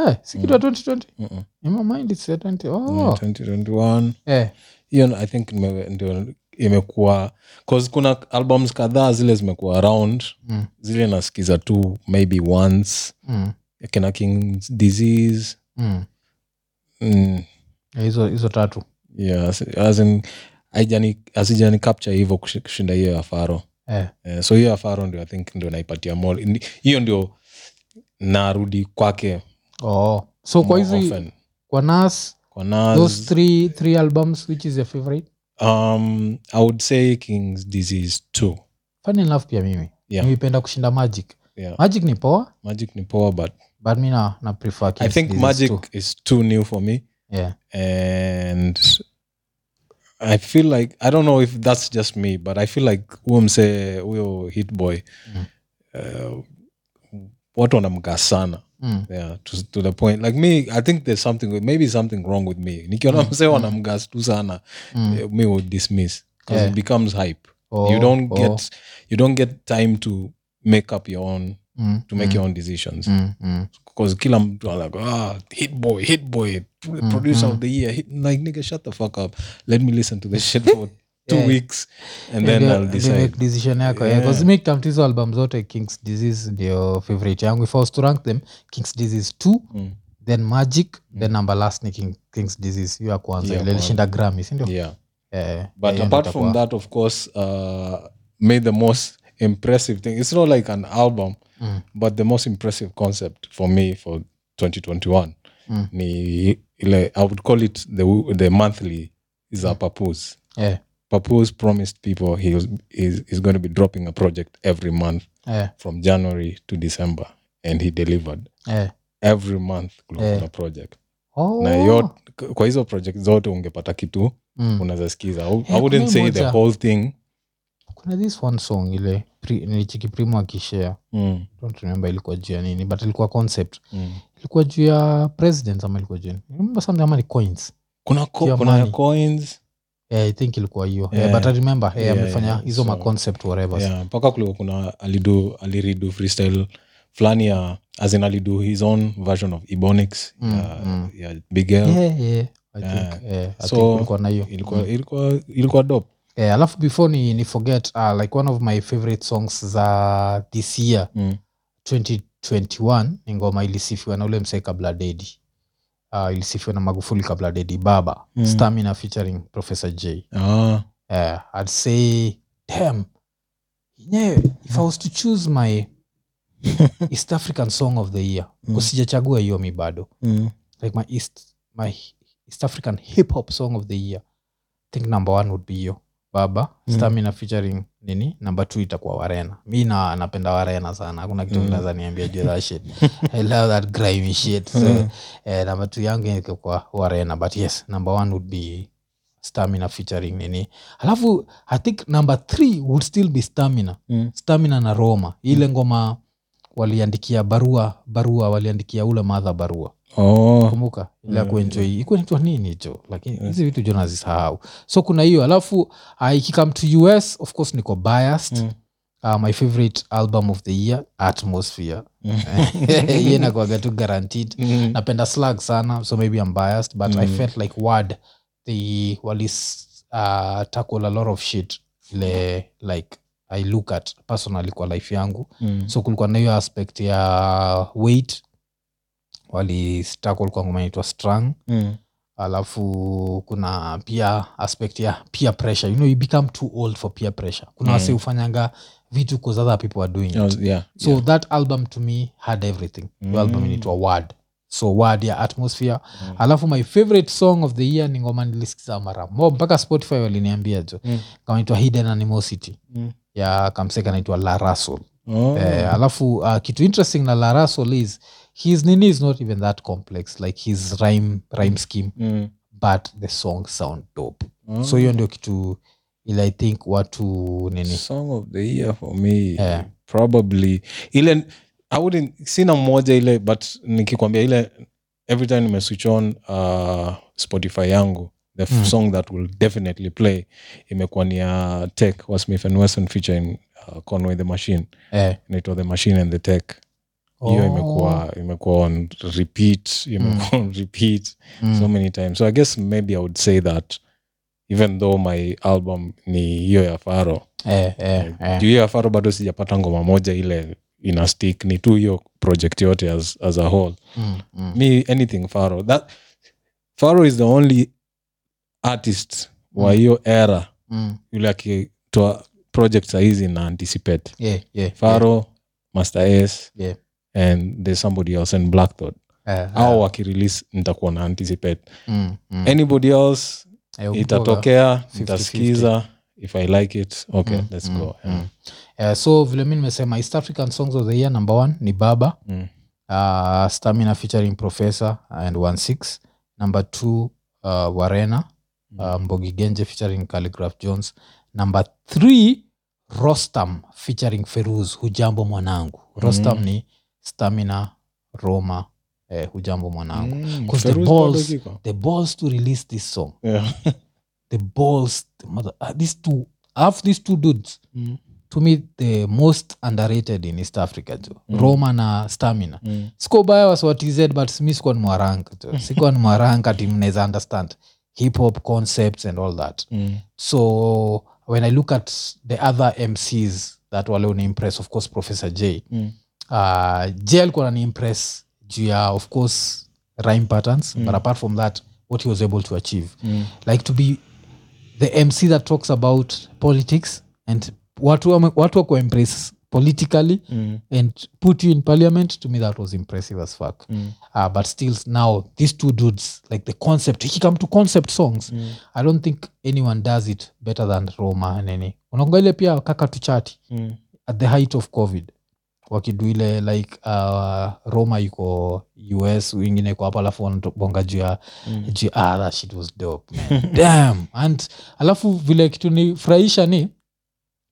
Speaker 1: eh sikitu ya 2020
Speaker 2: mm-mm.
Speaker 1: in my mind it's a 20
Speaker 2: Mm,
Speaker 1: oh
Speaker 2: 2021
Speaker 1: eh
Speaker 2: hiyo i think ime- ndio imekuwa cause kuna albums kadhaa zile zimekuwa around
Speaker 1: mm,
Speaker 2: zile nasikiza tu maybe once
Speaker 1: mm,
Speaker 2: kina kings disease
Speaker 1: mm.
Speaker 2: mm,
Speaker 1: Eh, hizo hizo tatu
Speaker 2: yeah, as- as in, haijani- hazijani capture hivyo kushi- kushinda hiyo ya faro
Speaker 1: eh.
Speaker 2: Eh, so hiyo afaro ndio i think ndio naipatia more Ni- hiyo ndio narudi kwake
Speaker 1: oh. so kwa
Speaker 2: more
Speaker 1: hizi
Speaker 2: often.
Speaker 1: kwa nas
Speaker 2: kwa nas
Speaker 1: those three, three albums which is your favorite
Speaker 2: um, i would say kings disease 2
Speaker 1: funny enough pia mimi
Speaker 2: Yeah.
Speaker 1: nimependa kushinda magic
Speaker 2: yeah.
Speaker 1: magic ni poa
Speaker 2: magic ni poa but
Speaker 1: but mi na, na prefer
Speaker 2: i
Speaker 1: King's
Speaker 2: think
Speaker 1: Disease
Speaker 2: magic
Speaker 1: too.
Speaker 2: is too new for me
Speaker 1: yeah.
Speaker 2: and i feel like i don't know if that's just me but i feel like huyo msee huyo hit boy
Speaker 1: Mm.
Speaker 2: uh, watu wanamgaa sana
Speaker 1: mm.
Speaker 2: yeah to, to the point like me i think there's something with- maybe something wrong with me nikiona
Speaker 1: Mm,
Speaker 2: msee
Speaker 1: mm.
Speaker 2: wanamgas tu sana
Speaker 1: Mm.
Speaker 2: eh, me would dismiss because
Speaker 1: Yeah.
Speaker 2: it becomes hype
Speaker 1: Oh,
Speaker 2: you don't
Speaker 1: oh.
Speaker 2: get you don't get time to make up your own
Speaker 1: mm.
Speaker 2: to make
Speaker 1: mm.
Speaker 2: your own decisions
Speaker 1: mm. mm.
Speaker 2: because kila mtu like ah hit boy hit boy pr-
Speaker 1: Mm,
Speaker 2: producer of the year hit, like nigga shut the fuck up let me listen to this shit for two
Speaker 1: Yeah.
Speaker 2: weeks and then
Speaker 1: Ndio-
Speaker 2: i'll
Speaker 1: ndio
Speaker 2: decide
Speaker 1: make decision yako yeah.
Speaker 2: Yeah.
Speaker 1: yeah. mi kitamtu hizo album zote kings disease ndio favorite yangu if I was to rank them kings disease 2
Speaker 2: Mm.
Speaker 1: then magic then number last ni King, kings disease hiyo ya kwanza
Speaker 2: Yeah,
Speaker 1: ile ilishinda grammy sindio
Speaker 2: yeah
Speaker 1: Eh,
Speaker 2: But
Speaker 1: hiyo ndo
Speaker 2: apart from
Speaker 1: itakuwa.
Speaker 2: that, of course, uh, made the most impressive thing. It's not like an album,
Speaker 1: Mm.
Speaker 2: but the most impressive concept for me for 2021.
Speaker 1: Mm.
Speaker 2: Ni, ile- I would call it the the monthly is
Speaker 1: Mm.
Speaker 2: a Papoose.
Speaker 1: Eh,
Speaker 2: Papoose promised people he was, is, is going to be dropping a project every month
Speaker 1: eh.
Speaker 2: from January to December. and he delivered
Speaker 1: eh.
Speaker 2: every month kulikuwa
Speaker 1: Eh.
Speaker 2: kuna project
Speaker 1: oh.
Speaker 2: na yo kwa hizo project zote ungepata kitu
Speaker 1: mm.
Speaker 2: unaweza sikiza I,
Speaker 1: kuna
Speaker 2: i wouldn't say the
Speaker 1: moja.
Speaker 2: whole thing
Speaker 1: kuna this one song ile pri, nilichiki primo akishare
Speaker 2: mm,
Speaker 1: don't remember ilikuwa juu ya nini but ilikuwa concept
Speaker 2: mm.
Speaker 1: ilikuwa juu ya president ama ilikuwa juu ya nini? remember something ama ni coins
Speaker 2: kuna, ko,
Speaker 1: Your
Speaker 2: kuna ya
Speaker 1: money.
Speaker 2: coins
Speaker 1: yeah, i think ilikuwa hiyo yeah.
Speaker 2: Yeah.
Speaker 1: but i remember yeah,
Speaker 2: Yeah,
Speaker 1: amefanya
Speaker 2: yeah.
Speaker 1: hizo
Speaker 2: So-
Speaker 1: maconcept whatever
Speaker 2: yeah, mpaka kulikuwa kuna alidu aliridu freestyle fulani ya azin alidu his own version of ebonics
Speaker 1: Mm,
Speaker 2: ya,
Speaker 1: mm.
Speaker 2: ya bigel
Speaker 1: Yeah, yeah, I
Speaker 2: Yeah.
Speaker 1: think, yeah, I
Speaker 2: So,
Speaker 1: think kulikuwa na hiyo
Speaker 2: ilikuwa, ilikuwa, ilikuwa dope
Speaker 1: Eh, alafu before ni, ni forget uh, like one of my favorite songs za this year
Speaker 2: mm.
Speaker 1: 2021 ni ngoma ilisifiwa na ule msee kabla dedi uh, ilisifiwa na magufuli kabla dedi baba
Speaker 2: Mm.
Speaker 1: stamina featuring professor j
Speaker 2: ah,
Speaker 1: uh, i'd say damn yenyewe if i was to choose my east african song of the year
Speaker 2: Mm.
Speaker 1: usijachagua hiyo mi bado
Speaker 2: mm.
Speaker 1: like my east my east african hip hop song of the year I think number one would be hiyo baba
Speaker 2: Mm.
Speaker 1: stamina featuring nini number two itakuwa warena mi na napenda warena sana hakuna kitu
Speaker 2: Mm.
Speaker 1: mnaweza niambia juu ya that shit i love that grimy shit so
Speaker 2: Mm.
Speaker 1: eh, number two yangu ingekuwa warena but yes number one would be stamina featuring nini alafu i think number three would still be stamina
Speaker 2: Mm.
Speaker 1: stamina na roma ile ngoma waliandikia barua barua waliandikia ule madha barua
Speaker 2: oh.
Speaker 1: kumbuka ile ya
Speaker 2: Yeah,
Speaker 1: kuenjoi ikuwa inaitwa nini hicho lakini
Speaker 2: Mm.
Speaker 1: hizi vitu jo nazisahau so kuna hiyo alafu ah, ikikam to us of course niko biased
Speaker 2: Mm.
Speaker 1: uh, my favorite album of the year atmosphere
Speaker 2: Mm.
Speaker 1: hiyo inakuaga tu guaranteed
Speaker 2: Mm.
Speaker 1: napenda slag sana so maybe i'm biased but i
Speaker 2: Mm.
Speaker 1: felt like word the walis uh, tackle a lot of shit ile like i look at personally kwa life yangu
Speaker 2: Mm.
Speaker 1: so kulikuwa na hiyo aspect ya weight walistakol kwa ngoma inaitwa strong
Speaker 2: Mm.
Speaker 1: alafu kuna pia aspect ya peer pressure you know you become too old for peer pressure kuna wase
Speaker 2: Mm.
Speaker 1: hufanyanga vitu cause other people are doing it
Speaker 2: Oh, yeah,
Speaker 1: so
Speaker 2: yeah.
Speaker 1: that album to me had everything mm. album
Speaker 2: Mm.
Speaker 1: inaitwa word so word ya atmosphere
Speaker 2: Mm.
Speaker 1: alafu my favorite song of the year ni ngoma nilisikiza mara mo mpaka spotify waliniambia jo
Speaker 2: Mm.
Speaker 1: kama inaitwa hidden animosity
Speaker 2: Mm.
Speaker 1: ya kamseka anaitwa la Russell
Speaker 2: Oh.
Speaker 1: eh, alafu uh, kitu interesting na larasol is his nini is not even that complex like his rhyme, rhyme scheme
Speaker 2: Mm.
Speaker 1: but the song sound dope
Speaker 2: Oh.
Speaker 1: so hiyo ndio kitu ile i think watu nini eh,
Speaker 2: song of the year for me
Speaker 1: Yeah.
Speaker 2: probably ile i wouldn't sina moja ile but nikikwambia ile every time nime switch on uh, spotify yangu the
Speaker 1: Mm.
Speaker 2: mm. song that will definitely play imekuwa ni ya tech wa smith and wesson featuring uh, conway the machine
Speaker 1: eh,
Speaker 2: inaitwa the machine and the tech hiyo
Speaker 1: Oh.
Speaker 2: imekuwa imekuwa on repeat imekuwa on repeat
Speaker 1: mm,
Speaker 2: so many times so i guess maybe i would say that even though my album ni hiyo ya faro
Speaker 1: eh, eh, eh.
Speaker 2: juu hiyo ya faro bado sijapata ngoma moja ile ina stick ni tu hiyo project yote as, as a whole
Speaker 1: Mm, mm,
Speaker 2: me anything faro that faro is the only artist wa
Speaker 1: Mm.
Speaker 2: hiyo era
Speaker 1: mm.
Speaker 2: yule akitoa project sahizi na anticipate
Speaker 1: Yeah, yeah,
Speaker 2: faro master s
Speaker 1: Yeah.
Speaker 2: and there's somebody else and black thought
Speaker 1: yeah. Eh,
Speaker 2: au
Speaker 1: eh,
Speaker 2: wakirelease nitakuwa na anticipate
Speaker 1: mm, mm.
Speaker 2: anybody else
Speaker 1: Eh, ukumbuka-
Speaker 2: itatokea
Speaker 1: 50-50.
Speaker 2: nitasikiza if i like it okay
Speaker 1: Mm,
Speaker 2: let's
Speaker 1: mm,
Speaker 2: go
Speaker 1: mm.
Speaker 2: yeah.
Speaker 1: Eh, so vile mi nimesema east african songs of the year number one ni baba
Speaker 2: Mm.
Speaker 1: uh, stamina featuring professor and 16 number two uh, warena
Speaker 2: Mm.
Speaker 1: uh, mbogi genje featuring calligraph jones number three rostam featuring feruz hujambo mwanangu rostam
Speaker 2: Mm.
Speaker 1: ni stamina roma eh, hujambo mwanangu
Speaker 2: Mm,
Speaker 1: 'Cause the
Speaker 2: Feruzi bado
Speaker 1: balls-
Speaker 2: kiko.
Speaker 1: the balls to release this song
Speaker 2: Yeah.
Speaker 1: the balls the mother, uh, these two have these two dudes
Speaker 2: Mm,
Speaker 1: to me the most underrated in east africa jo
Speaker 2: Mm.
Speaker 1: roma na stamina
Speaker 2: Mm.
Speaker 1: sikobaya waswatz but mi sikuwa ni mwarank sikuwa ni mwarank ati mnaweza understand hip hop concepts and all that
Speaker 2: Mm.
Speaker 1: so when i look at the other mcs that wale uniimpress of course professor j
Speaker 2: Mm.
Speaker 1: uh, j alikuwa naniimpress juu ya of course rhyme patterns mm.
Speaker 2: Mm.
Speaker 1: but apart from that what he was able to achieve
Speaker 2: Mm.
Speaker 1: like to be the mc that talks about politics and watu wame- watu wako embrace politically
Speaker 2: Mm.
Speaker 1: and put you in parliament to me that was impressive as fuck
Speaker 2: Mm.
Speaker 1: uh, but still now these two dudes like the concept he come to concept songs
Speaker 2: Mm.
Speaker 1: i don't think anyone does it better than roma nini unaonga ile pia kaka tuchati
Speaker 2: Mm.
Speaker 1: at the height of covid wakidu ile like uh, roma yuko us wengine iko hapa alafu wanabonga juu ya
Speaker 2: Mm.
Speaker 1: juu ya- ah, that shit was dope man damn and alafu vile kitu nifurahisha ni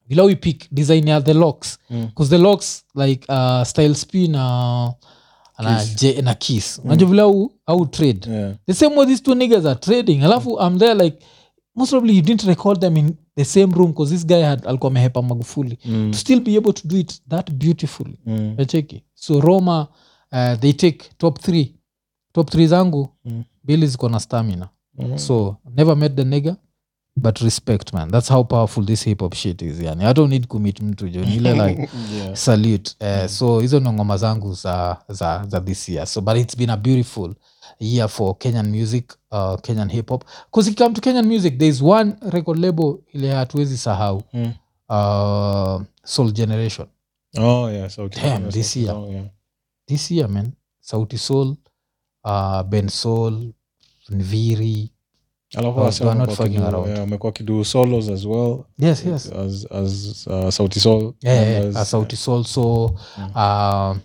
Speaker 1: vile we pick design ya the locks
Speaker 2: Mm.
Speaker 1: because the locks like uh, style sp na na,
Speaker 2: Kiss. Mm.
Speaker 1: J- na kiss unajua vile au, au trade
Speaker 2: Yeah.
Speaker 1: the same way these two niggas are trading alafu i'm there like most probably you didn't record them in the same room because this guy had alikuwa amehepa magufuli to
Speaker 2: Mm.
Speaker 1: still be able to do it that beautifully
Speaker 2: Mm.
Speaker 1: nacheki so roma uh, they take top three top three zangu
Speaker 2: Mm.
Speaker 1: mbili ziko na stamina
Speaker 2: Mm.
Speaker 1: so never met the nigger but respect man that's how powerful this hip hop shit is yani i don't need kumit mtu jo nile like
Speaker 2: Yeah.
Speaker 1: salute uh,
Speaker 2: Mm.
Speaker 1: so hizo ni ngoma zangu za, za, za this year so but it's been a beautiful year for kenyan music uh, kenyan hip hop bcause ikikame to kenyan music thereis one record label ile hatuwezi sahau
Speaker 2: Mm.
Speaker 1: uh, soul generation
Speaker 2: Oh, yeah, sauti
Speaker 1: Damn,
Speaker 2: Sol,
Speaker 1: this
Speaker 2: sauti
Speaker 1: year.
Speaker 2: Sol, yeah.
Speaker 1: this year man sauti soul uh, ben soul nviri
Speaker 2: Alafu
Speaker 1: Oh,
Speaker 2: wasee
Speaker 1: they are not
Speaker 2: wamekuwa
Speaker 1: fucking
Speaker 2: kidu-
Speaker 1: around.
Speaker 2: yeah, wamekuwa kidu solos as well
Speaker 1: yes yes
Speaker 2: as, as uh, sauti sol
Speaker 1: yeah, yeah,
Speaker 2: members.
Speaker 1: uh, sauti sol so
Speaker 2: Mm.
Speaker 1: uh,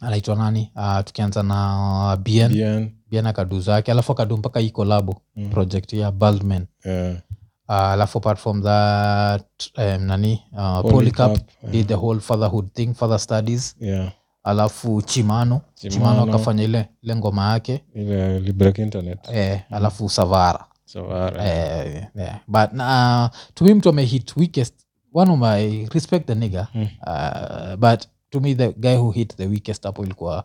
Speaker 1: anaitwa nani uh, tukianza na bn
Speaker 2: Bien.
Speaker 1: bn akadu zake alafu akadu mpaka hii kolabo
Speaker 2: Mm.
Speaker 1: project ya baldman
Speaker 2: Yeah.
Speaker 1: uh, alafu apart from that um, nani uh,
Speaker 2: Polycarp,
Speaker 1: polycap
Speaker 2: yeah.
Speaker 1: did the whole fatherhood thing father studies
Speaker 2: Yeah.
Speaker 1: alafu chimano chimano
Speaker 2: Chimano.
Speaker 1: akafanya ile ile ngoma yake
Speaker 2: ile libreak internet
Speaker 1: eh, alafu savara
Speaker 2: so uh, ara
Speaker 1: eh, yeah. but na to me mtu amehit weakest one of my respect the nigger
Speaker 2: Mm.
Speaker 1: uh, but to me the guy who hit the weakest hapo ilikuwa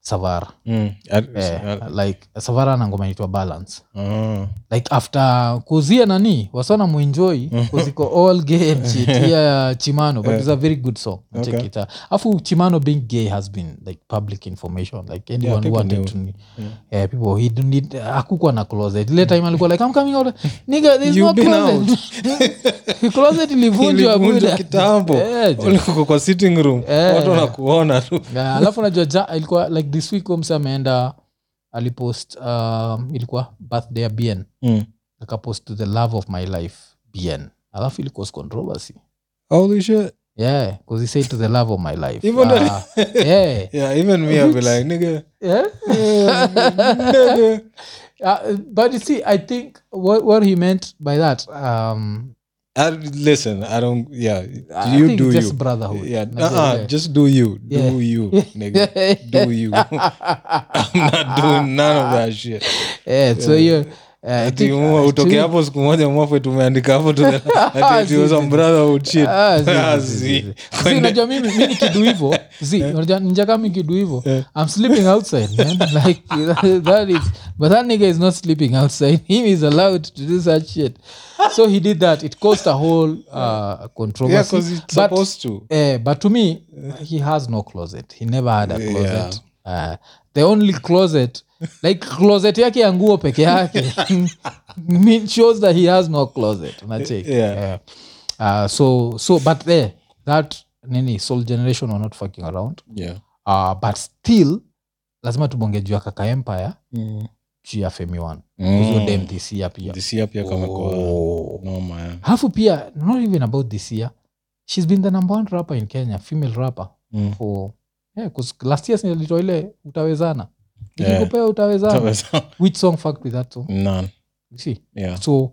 Speaker 1: savara
Speaker 2: Mm. At-
Speaker 1: eh,
Speaker 2: at-
Speaker 1: like savara na ngoma inaitwa balance
Speaker 2: oh.
Speaker 1: like after kuzia nani wasona muenjoy kuziko all gay and shit yeah, chimano but it's a very good song
Speaker 2: Okay.
Speaker 1: check it out afu chimano being gay has been like public information like anyone who
Speaker 2: people
Speaker 1: wanted
Speaker 2: knew.
Speaker 1: to
Speaker 2: Yeah.
Speaker 1: yeah, people he didn't need akukwa na closet ile time alikuwa like i'm coming out nigga there's
Speaker 2: You've
Speaker 1: no
Speaker 2: been
Speaker 1: closet closet ilivunjwa
Speaker 2: Ilivunjwa
Speaker 1: buda
Speaker 2: kitambo
Speaker 1: Eh, jo.
Speaker 2: ulikuwa kwa sitting room
Speaker 1: Eh.
Speaker 2: watu wanakuona tu
Speaker 1: Yeah, alafu najua ja ilikuwa like this week omse ameenda alipost um, ilikuwa birthday ya bn
Speaker 2: mm.
Speaker 1: nikapost to the love of my life bn alafu ili cause controversy
Speaker 2: holy shit
Speaker 1: yeah because he said to the love of my life
Speaker 2: Hivyo ndo-
Speaker 1: Ah, yeah,
Speaker 2: yeah even me I'll be like nigga
Speaker 1: yeah.
Speaker 2: eh, nigga
Speaker 1: Ah, but you see i think what, what he meant by that um,
Speaker 2: I, listen i don't yeah
Speaker 1: I
Speaker 2: you
Speaker 1: think
Speaker 2: do
Speaker 1: it's
Speaker 2: you
Speaker 1: just brotherhood
Speaker 2: yeah
Speaker 1: Najua,
Speaker 2: uh-uh,
Speaker 1: yeah.
Speaker 2: just do you do
Speaker 1: Yeah.
Speaker 2: you nigga do you i'm not doing none of that shit
Speaker 1: Yeah,
Speaker 2: uh,
Speaker 1: so hiyo, eh, I
Speaker 2: ati
Speaker 1: think,
Speaker 2: mu-
Speaker 1: uh,
Speaker 2: utoke
Speaker 1: to-
Speaker 2: hapo siku moja mwafwe tumeandika hapo tu- ati it
Speaker 1: Zi, zi,
Speaker 2: was some
Speaker 1: zi.
Speaker 2: brother who cheat.
Speaker 1: Ah, zi, zi,
Speaker 2: Ah,
Speaker 1: zi,
Speaker 2: zi.
Speaker 1: zi, Eh. zi. Zi, unajua mimi mi nikidu hivo zi unajua njaka mikidu hivo
Speaker 2: Eh.
Speaker 1: i'm sleeping outside man. like that, that is but that nigga is not sleeping outside him is allowed to do such shit so he did that it caused a whole uh,
Speaker 2: Yeah,
Speaker 1: controversy
Speaker 2: 'cause it's
Speaker 1: but,
Speaker 2: supposed to.
Speaker 1: eh, but to me he has no closet he never had a
Speaker 2: Yeah.
Speaker 1: closet uh, the only closet like closet yake ya nguo peke yake mean- shows that he has no closet unacheki
Speaker 2: Yeah.
Speaker 1: Eh, uh, so so but there that nini soul generation were not fucking around
Speaker 2: Yeah.
Speaker 1: uh, but still lazima tubonge juu ya kaka empire Mm. juu ya femi one hizo
Speaker 2: Mm.
Speaker 1: dem this year pia
Speaker 2: This year pia kama kwa-
Speaker 1: Oh.
Speaker 2: noma, yeah.
Speaker 1: Alafu pia not even about this year she's been the number one rapper in kenya female rapper
Speaker 2: Mm.
Speaker 1: for yeah, 'cause last year nilitoa ile utawezana
Speaker 2: Yeah.
Speaker 1: nikikupea utawezana
Speaker 2: Tabasamu.
Speaker 1: which song fucked with that song
Speaker 2: None.
Speaker 1: you see
Speaker 2: Yeah.
Speaker 1: so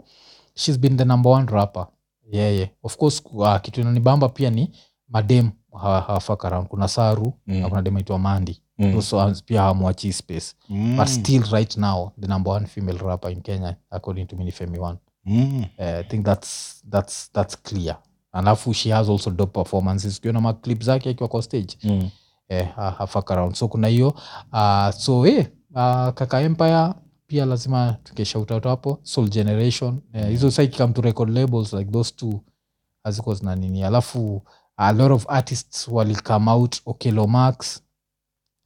Speaker 1: shes been the number one rapper yeah, yeah. of course uh, kitu inanibamba pia ni madem ha- hawafaka around kuna saru
Speaker 2: Mm.
Speaker 1: na kuna dem aitwa mandi
Speaker 2: Mm.
Speaker 1: so um, pia hawamwachi space
Speaker 2: Mm.
Speaker 1: but still right now the number one female rapper in kenya according to minifemi one
Speaker 2: Mm.
Speaker 1: uh, i think that's, that's, that's clear alafu she has also dope performances ukiona maclip zake akiwa kwa stage
Speaker 2: Mm.
Speaker 1: eh, ha- ha- fuck around so kuna hiyo uh, so eh, uh, kaka empire pia lazima tukeshautout hapo soul generation eh, hizo sa ikikam to record labels like those two haziko zina nini alafu a lot of artists walicome out okelo max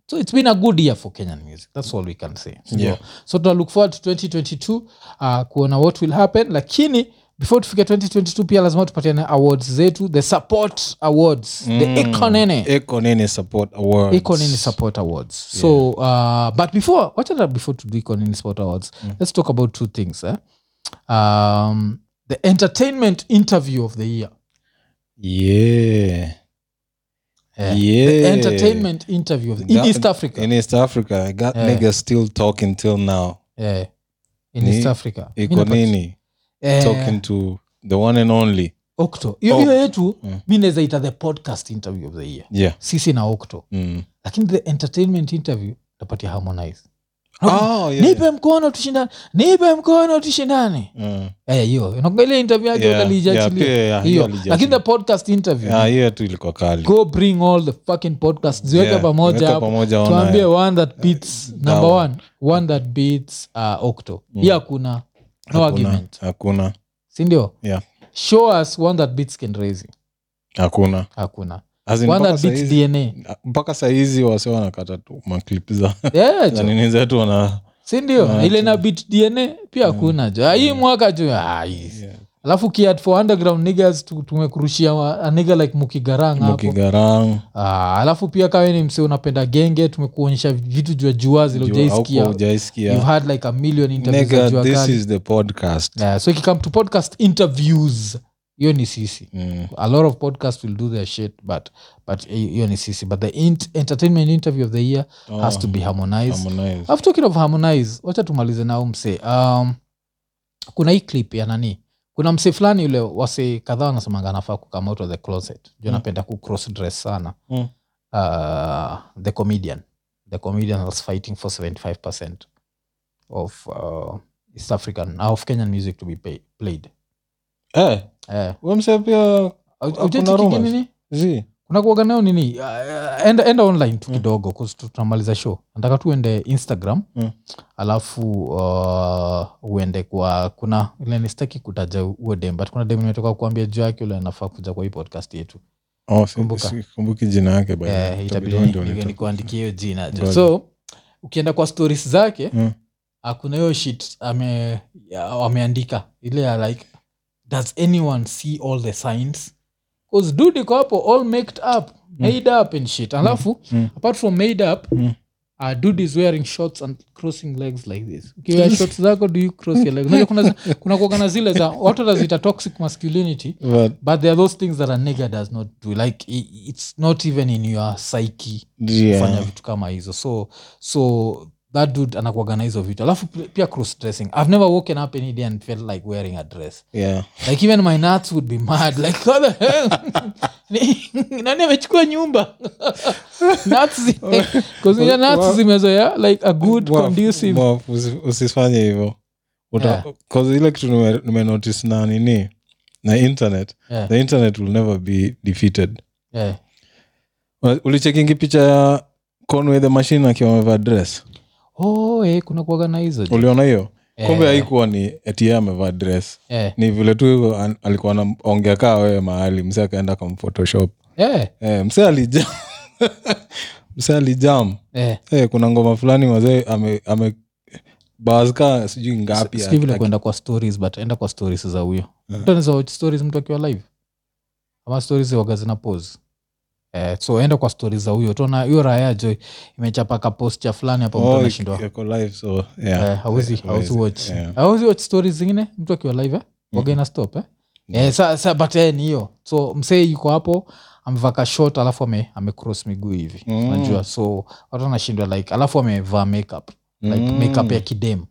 Speaker 1: so it's been a good year for kenyan music that's all we can say
Speaker 2: Yeah.
Speaker 1: so tuna look forward to 2022 uh, kuona what will happen lakini before tufike 2022 pia lazima tupatiane awards zetu the support awards mm. the
Speaker 2: Mm.
Speaker 1: econene
Speaker 2: Eko nene support awards.
Speaker 1: econini support awards so uh, but before wachana before to do econini support awards mm. let's talk about two things eh? um, the entertainment interview of the year
Speaker 2: Yeah.
Speaker 1: eh? the
Speaker 2: Yeah.
Speaker 1: entertainment interview of, in
Speaker 2: That-
Speaker 1: east africa
Speaker 2: in east africa that
Speaker 1: Yeah.
Speaker 2: nigga still talking till now
Speaker 1: yeah. in
Speaker 2: Ni-
Speaker 1: east africa
Speaker 2: iko nini
Speaker 1: Eh,
Speaker 2: talking to the one and only
Speaker 1: Octo. hiyo
Speaker 2: Oh.
Speaker 1: hiyo yetu
Speaker 2: Mm.
Speaker 1: mi naweza ita the podcast interview of the year
Speaker 2: yeah
Speaker 1: sisi na okto
Speaker 2: mm.
Speaker 1: lakini the entertainment interview tapatia harmonize
Speaker 2: oh, yeah,
Speaker 1: nipe mkono tushindane nipe mkono tushindane
Speaker 2: Mm.
Speaker 1: Eh, hiyo Unakumbuka ile interview yake
Speaker 2: Yeah, yeah,
Speaker 1: utaliachilia
Speaker 2: pia, yeah, hiyo
Speaker 1: hiyo
Speaker 2: alijiachilia.
Speaker 1: lakini the podcast interview
Speaker 2: Yeah, hiyo tu ilikuwa kali
Speaker 1: go bring all the fucking podcast ziweke
Speaker 2: Yeah,
Speaker 1: pamoja
Speaker 2: weka
Speaker 1: hapo
Speaker 2: pamoja ona
Speaker 1: tuambie
Speaker 2: ya-
Speaker 1: one that beats number one one that beats uh, octo mm. hiyo hakuna no
Speaker 2: hakuna
Speaker 1: argument
Speaker 2: hakuna
Speaker 1: sindio
Speaker 2: Yeah.
Speaker 1: show us one that beats kendrazi
Speaker 2: hakuna
Speaker 1: hakuna
Speaker 2: As in,
Speaker 1: one
Speaker 2: mpaka
Speaker 1: that
Speaker 2: saa
Speaker 1: beats
Speaker 2: hizi-
Speaker 1: dna
Speaker 2: mpaka sahizi wase wanakata tu maklip za
Speaker 1: yeah,
Speaker 2: za
Speaker 1: jo.
Speaker 2: nini zetu wana
Speaker 1: sindio
Speaker 2: Yeah,
Speaker 1: ile
Speaker 2: true.
Speaker 1: na beat dna pia
Speaker 2: Mm.
Speaker 1: hakuna jo Ah, hii mwaka jo ah, hii. alafu kiat for underground niggas tu- tumekurushia wa- a nigga like mukigarang hapo
Speaker 2: mukigarang
Speaker 1: ah, alafu pia kawe ni msee unapenda genge tumekuonyesha vitu jua jua zile ujaisikia you've
Speaker 2: ujaisikia
Speaker 1: had like a million interviews za
Speaker 2: nega
Speaker 1: jua
Speaker 2: this
Speaker 1: kali
Speaker 2: is the podcast
Speaker 1: yeah, so ikikame to podcast interviews hiyo ni sisi
Speaker 2: Mm.
Speaker 1: a lot of podcast will do their shit but but eh, hiyo ni sisi but the int- entertainment interview of the year
Speaker 2: Oh,
Speaker 1: has to be harmonized
Speaker 2: Harmonize.
Speaker 1: Alafu talking of harmonize wacha tumalize nao msee um, kuna hii clip ya nani kuna msee fulani yule wase kadhaa wanasemanga anafaa kukama out of the closet juu
Speaker 2: Mm.
Speaker 1: anapenda ku cross dress sana
Speaker 2: Mm.
Speaker 1: uh, the comedian the comedian was fighting for 75 of uh, east african uh, of kenyan music to be pay, played
Speaker 2: Eh,
Speaker 1: eh
Speaker 2: we mse pia
Speaker 1: au-
Speaker 2: Ah,
Speaker 1: au
Speaker 2: kuna
Speaker 1: cheki
Speaker 2: rumors?
Speaker 1: nini?
Speaker 2: zi
Speaker 1: kuna kuaga nayo nini Ah, enda, enda online tu
Speaker 2: Mm.
Speaker 1: kidogo 'cause tu- tunamaliza show nataka tuende instagram
Speaker 2: Mm.
Speaker 1: alafu uh, uende kwa kuna ile nistaki kutaja huo dem but kuna dem nimetoka kuambia juu yake ule anafaa kuja kwa hii podcast yetu
Speaker 2: Oh, si-
Speaker 1: Kumbuka.
Speaker 2: si- kumbuki jina yake by the way.
Speaker 1: Eh, itabidi
Speaker 2: Itabidi ndio
Speaker 1: ni- ni-
Speaker 2: nita-
Speaker 1: nikuandikie hiyo jina jo.
Speaker 2: Ngoja.
Speaker 1: so ukienda kwa stories zake
Speaker 2: Mm.
Speaker 1: ah, kuna hiyo shit ame, ya- ameandika ile ya like does anyone see all the signs bcause dude iko hapo all maked up made up and shit alafu
Speaker 2: Mm.
Speaker 1: apart from made up
Speaker 2: Mm.
Speaker 1: uh, dude is wearing shorts and crossing legs like this ukiwea shorts zako do you cross your legs Unajua kuna, zi- kuna kuoga na zile za watu wataziita toxic masculinity
Speaker 2: But
Speaker 1: but there are those things that a nigger does not do like i- it's not even in your psyche
Speaker 2: yeah.
Speaker 1: kufanya vitu kama hizo so so that dude anakuaga na hizo vitu alafu pi- pia cross dressing i've never woken up any day and felt like wearing a dress
Speaker 2: Yeah.
Speaker 1: like even my nuts would be mad like how the hell Ni- nani amechukua nyumba nuts zi- 'cause hizo nuts
Speaker 2: Wa-
Speaker 1: zimezoea like a good
Speaker 2: Mwaf-
Speaker 1: conducive
Speaker 2: mwaf, usi- usifanye hivyo Uta-
Speaker 1: Yeah.
Speaker 2: 'cause ile kitu nime- nimenotice na nini na internet
Speaker 1: Yeah,
Speaker 2: the internet will never be defeated
Speaker 1: yeah.
Speaker 2: Uli- ulichekingi picha ya conway the machine akiwa amevaa dress
Speaker 1: oh eh, kuna kuaga na hizo jo.
Speaker 2: uliona hiyo
Speaker 1: Eh,
Speaker 2: kumbe haikuwa ni eti yeye amevaa dress
Speaker 1: eh,
Speaker 2: ni vile tu hivyo an- alikuwa anaongea kaa wewe mahali msee akaenda kamphotoshop
Speaker 1: eh,
Speaker 2: eh, msee alijam msee alijam
Speaker 1: eh.
Speaker 2: eh, kuna ngoma fulani mazee ame, ame bars kaa Eh. sijui ngapi
Speaker 1: sijui vile
Speaker 2: aki-
Speaker 1: kuenda kwa stories but enda kwa stories za huyo mtu anaweza watch stories mtu akiwa live ama stories waga zina pose eh, so enda kwa stories za huyo tona hiyo raya jo imechapaka posture fulani hapo mtu
Speaker 2: Oh,
Speaker 1: anashindwa
Speaker 2: yako live, so, yeah.
Speaker 1: Eh, hawezi
Speaker 2: Eh,
Speaker 1: hawezi watch
Speaker 2: yeah. Mm-hmm.
Speaker 1: hawezi watch stories zingine mtu akiwa live eh? waga ina stop eh? Eh, sa, sa, but eh, ni hiyo so msee yuko hapo amevaka short alafu ame, ame cross miguu hivi
Speaker 2: Mm.
Speaker 1: unajua so watu anashindwa like alafu amevaa makeup like
Speaker 2: Mm.
Speaker 1: makeup ya kidem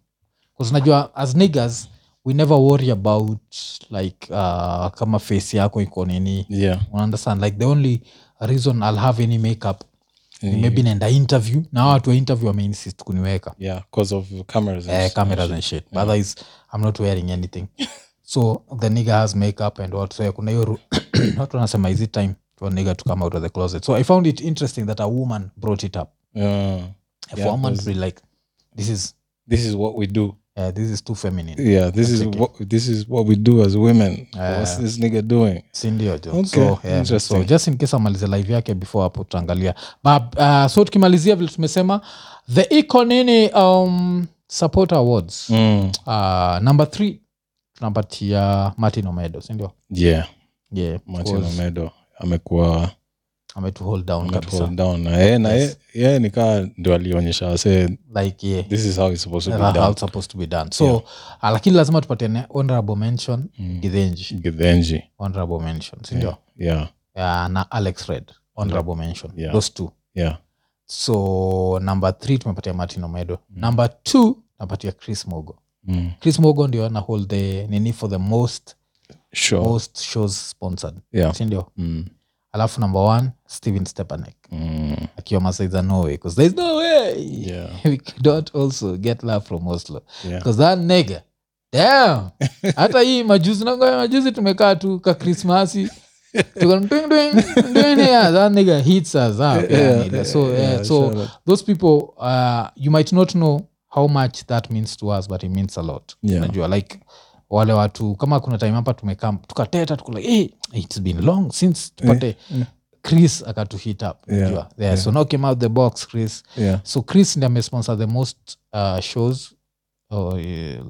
Speaker 1: unajua as niggas we never worry about like uh, kama face yako iko nini
Speaker 2: Yeah.
Speaker 1: You understand like the only reason i'll have any makeup ni
Speaker 2: Ni-
Speaker 1: maybe naenda interview na hawa watu wa interview wameinsist kuniweka
Speaker 2: yeah, 'cause of cameras and
Speaker 1: Eh,
Speaker 2: shit.
Speaker 1: cameras and shit but otherwise i'm not wearing anything so the nigga has makeup and what so yeah, kuna hiyo ru- watu wanasema is it time for a nigga to come out of the closet so i found it interesting that a woman brought it up
Speaker 2: Yeah.
Speaker 1: if
Speaker 2: Yeah,
Speaker 1: a woman to
Speaker 2: because-
Speaker 1: be like this is
Speaker 2: This is what we do.
Speaker 1: uh, this is too feminine
Speaker 2: Yeah, this is
Speaker 1: Tricky.
Speaker 2: what this is what we do as women. What's
Speaker 1: Yeah.
Speaker 2: this nigga doing?
Speaker 1: sindio jo
Speaker 2: Okay,
Speaker 1: so, yeah,
Speaker 2: interesting.
Speaker 1: so just in case amalize live yake before hapo tutaangalia But, uh, so tukimalizia vile tumesema the iko nini um, support awards mm.
Speaker 2: Mm.
Speaker 1: uh, number th tunapatia uh, martin omedo sindio
Speaker 2: Yeah,
Speaker 1: yeah,
Speaker 2: Martin
Speaker 1: because-
Speaker 2: Omedo amekuwa
Speaker 1: ametu hold down kabisa
Speaker 2: ametuhold down na yeye na
Speaker 1: Yes.
Speaker 2: yeye- yeye nikaa ndio alionyesha wasee
Speaker 1: like yeah
Speaker 2: this is how it's supposed to be
Speaker 1: how
Speaker 2: done.
Speaker 1: it's supposed to be done so ah, lakini lazima tupatie ne- honorable mention
Speaker 2: Mm.
Speaker 1: githenji
Speaker 2: Githenji.
Speaker 1: honorable mention sindio
Speaker 2: Yeah.
Speaker 1: yeah, na alex red honorable mention
Speaker 2: Yeah.
Speaker 1: those two
Speaker 2: yeah
Speaker 1: so number three tumepatia martin omedo mm. number two napatia chris mogo
Speaker 2: Mm.
Speaker 1: chris mogo ndio ana hold the nini for the most
Speaker 2: sure
Speaker 1: most shows sponsored
Speaker 2: yeah
Speaker 1: sindio
Speaker 2: mm.
Speaker 1: alafu number one steven stepanek
Speaker 2: Mm.
Speaker 1: akiwa masaiza norway bcause thereis no way
Speaker 2: yeah
Speaker 1: we don't also get love from oslo
Speaker 2: yeah
Speaker 1: because that nega damn hata hii majuzi nangoya majuzi tumekaa tu ka krismasi tukanighthatnigga hits us up yeah, nigga. so, yeah,
Speaker 2: yeah,
Speaker 1: so
Speaker 2: sure.
Speaker 1: those people uh, you might not know how much that means to us but it means a lot
Speaker 2: Yeah.
Speaker 1: unajua like wale watu kama kuna time hapa tumekaa tukateta tukula hey, it's been long since tupate chris akatuhit up
Speaker 2: Eh, Yeah,
Speaker 1: unajua. yeah, so now came out the box chris
Speaker 2: yeah
Speaker 1: so chris ndi amesponsor the most uh, shows or, uh,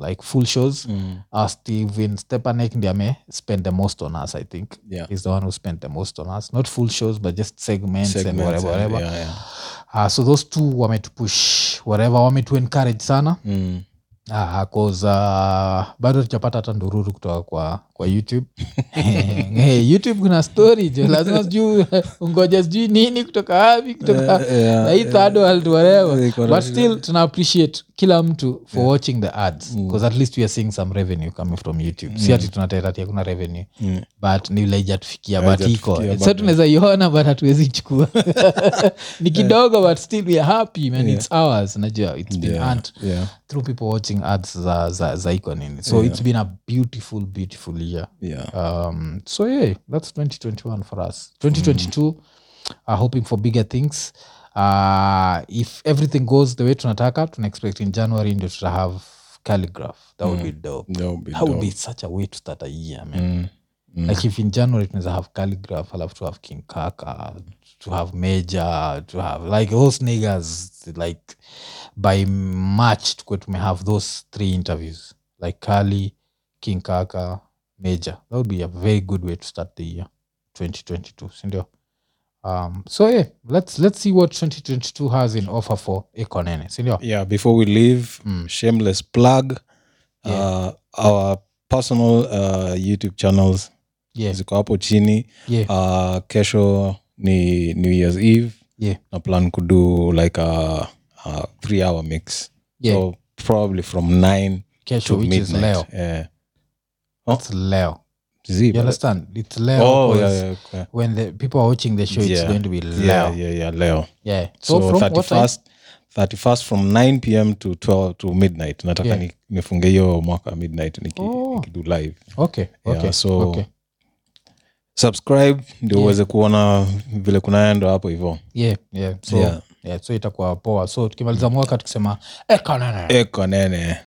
Speaker 1: like full shows
Speaker 2: mm.
Speaker 1: uh, steven stepanek ndi ame spend the most on us i think
Speaker 2: yeah
Speaker 1: is the one who spent the most on us not full shows but just segments, and
Speaker 2: Segments
Speaker 1: whatever,
Speaker 2: and-
Speaker 1: whatever.
Speaker 2: yeah, yeah.
Speaker 1: Uh, so those two wametupush whatever wametuencourage sana
Speaker 2: Mm.
Speaker 1: uh, cause uh, bado tuchapata hata ndururu kutoka kwa kwa youtube hey, youtube kuna story jo lazima sijuu ungoja sijui nini kutoka wapi kutoka
Speaker 2: Eh, yeah,
Speaker 1: na hii
Speaker 2: yeah.
Speaker 1: third world whatever
Speaker 2: Iko
Speaker 1: but
Speaker 2: na-
Speaker 1: still tuna appreciate kila mtu for watching the ads
Speaker 2: Mm.
Speaker 1: because at least we are seeing some revenue coming from youtube si ati tunatetati hakuna revenue
Speaker 2: Mm.
Speaker 1: but ni vile haijatufikia but
Speaker 2: Haijatufikia,
Speaker 1: iko
Speaker 2: but-
Speaker 1: sa tunaweza iona but hatuwezi chukua ni kidogo but still we are happy man
Speaker 2: Yeah.
Speaker 1: it's ours najua it's been
Speaker 2: Yeah,
Speaker 1: earned
Speaker 2: yeah,
Speaker 1: through people watching ads za, za, za iko nini so
Speaker 2: Yeah.
Speaker 1: it's been a beautiful beautiful year
Speaker 2: yeah.
Speaker 1: um, so yeah that's 2021 for us 2022
Speaker 2: Mm.
Speaker 1: are hoping for bigger things uh, if everything goes the way tunataka tuna expect in january ndio tuta have calligraph that would be dope
Speaker 2: That would Mm. be
Speaker 1: that would
Speaker 2: dope.
Speaker 1: be such a way to start a year man
Speaker 2: Mm. Mm.
Speaker 1: like if in january tunaweza have calligraph alafu to have king kaka to have major to have like those niggers like by march tukwe tume have those three interviews like kali king kaka major that would be a very good way to start the year 2022 sindio um, so yeah let's, let's see what 2022 has in offer for econene sindio
Speaker 2: yeah before we leave
Speaker 1: Mm.
Speaker 2: shameless plug uh, our personal uh, youtube channels
Speaker 1: yeah,
Speaker 2: ziko hapo chini
Speaker 1: yeah,
Speaker 2: uh, kesho ni new year's eve
Speaker 1: Yeah.
Speaker 2: na plan kudo like a, a three hour mix
Speaker 1: yeah.
Speaker 2: so probably from 9
Speaker 1: kesho
Speaker 2: to
Speaker 1: which is
Speaker 2: midnight
Speaker 1: leo
Speaker 2: Yeah.
Speaker 1: it's leo
Speaker 2: Zee,
Speaker 1: you
Speaker 2: but-
Speaker 1: understand it's leo
Speaker 2: oh, yeah,
Speaker 1: 'cause-
Speaker 2: yeah, okay.
Speaker 1: when the people are watching the show it's
Speaker 2: Yeah.
Speaker 1: going to be loud
Speaker 2: yeah,
Speaker 1: yeah,
Speaker 2: yeah, yeah, leo
Speaker 1: so,
Speaker 2: so,
Speaker 1: from what time
Speaker 2: 31st 31st from 9 pm to 12 to midnight nataka
Speaker 1: Yeah.
Speaker 2: ni- nifunge hiyo mwaka midnight niki-
Speaker 1: Oh.
Speaker 2: nikidu live
Speaker 1: okay
Speaker 2: Yeah,
Speaker 1: okay
Speaker 2: so
Speaker 1: okay
Speaker 2: subscribe ndio
Speaker 1: Yeah.
Speaker 2: uweze kuona vile kunaenda hapo hivo
Speaker 1: yeah yeah so
Speaker 2: Yeah.
Speaker 1: "Eh, yeah so itakuwa poa so tukimaliza mwaka tukisema ekanene
Speaker 2: ekonene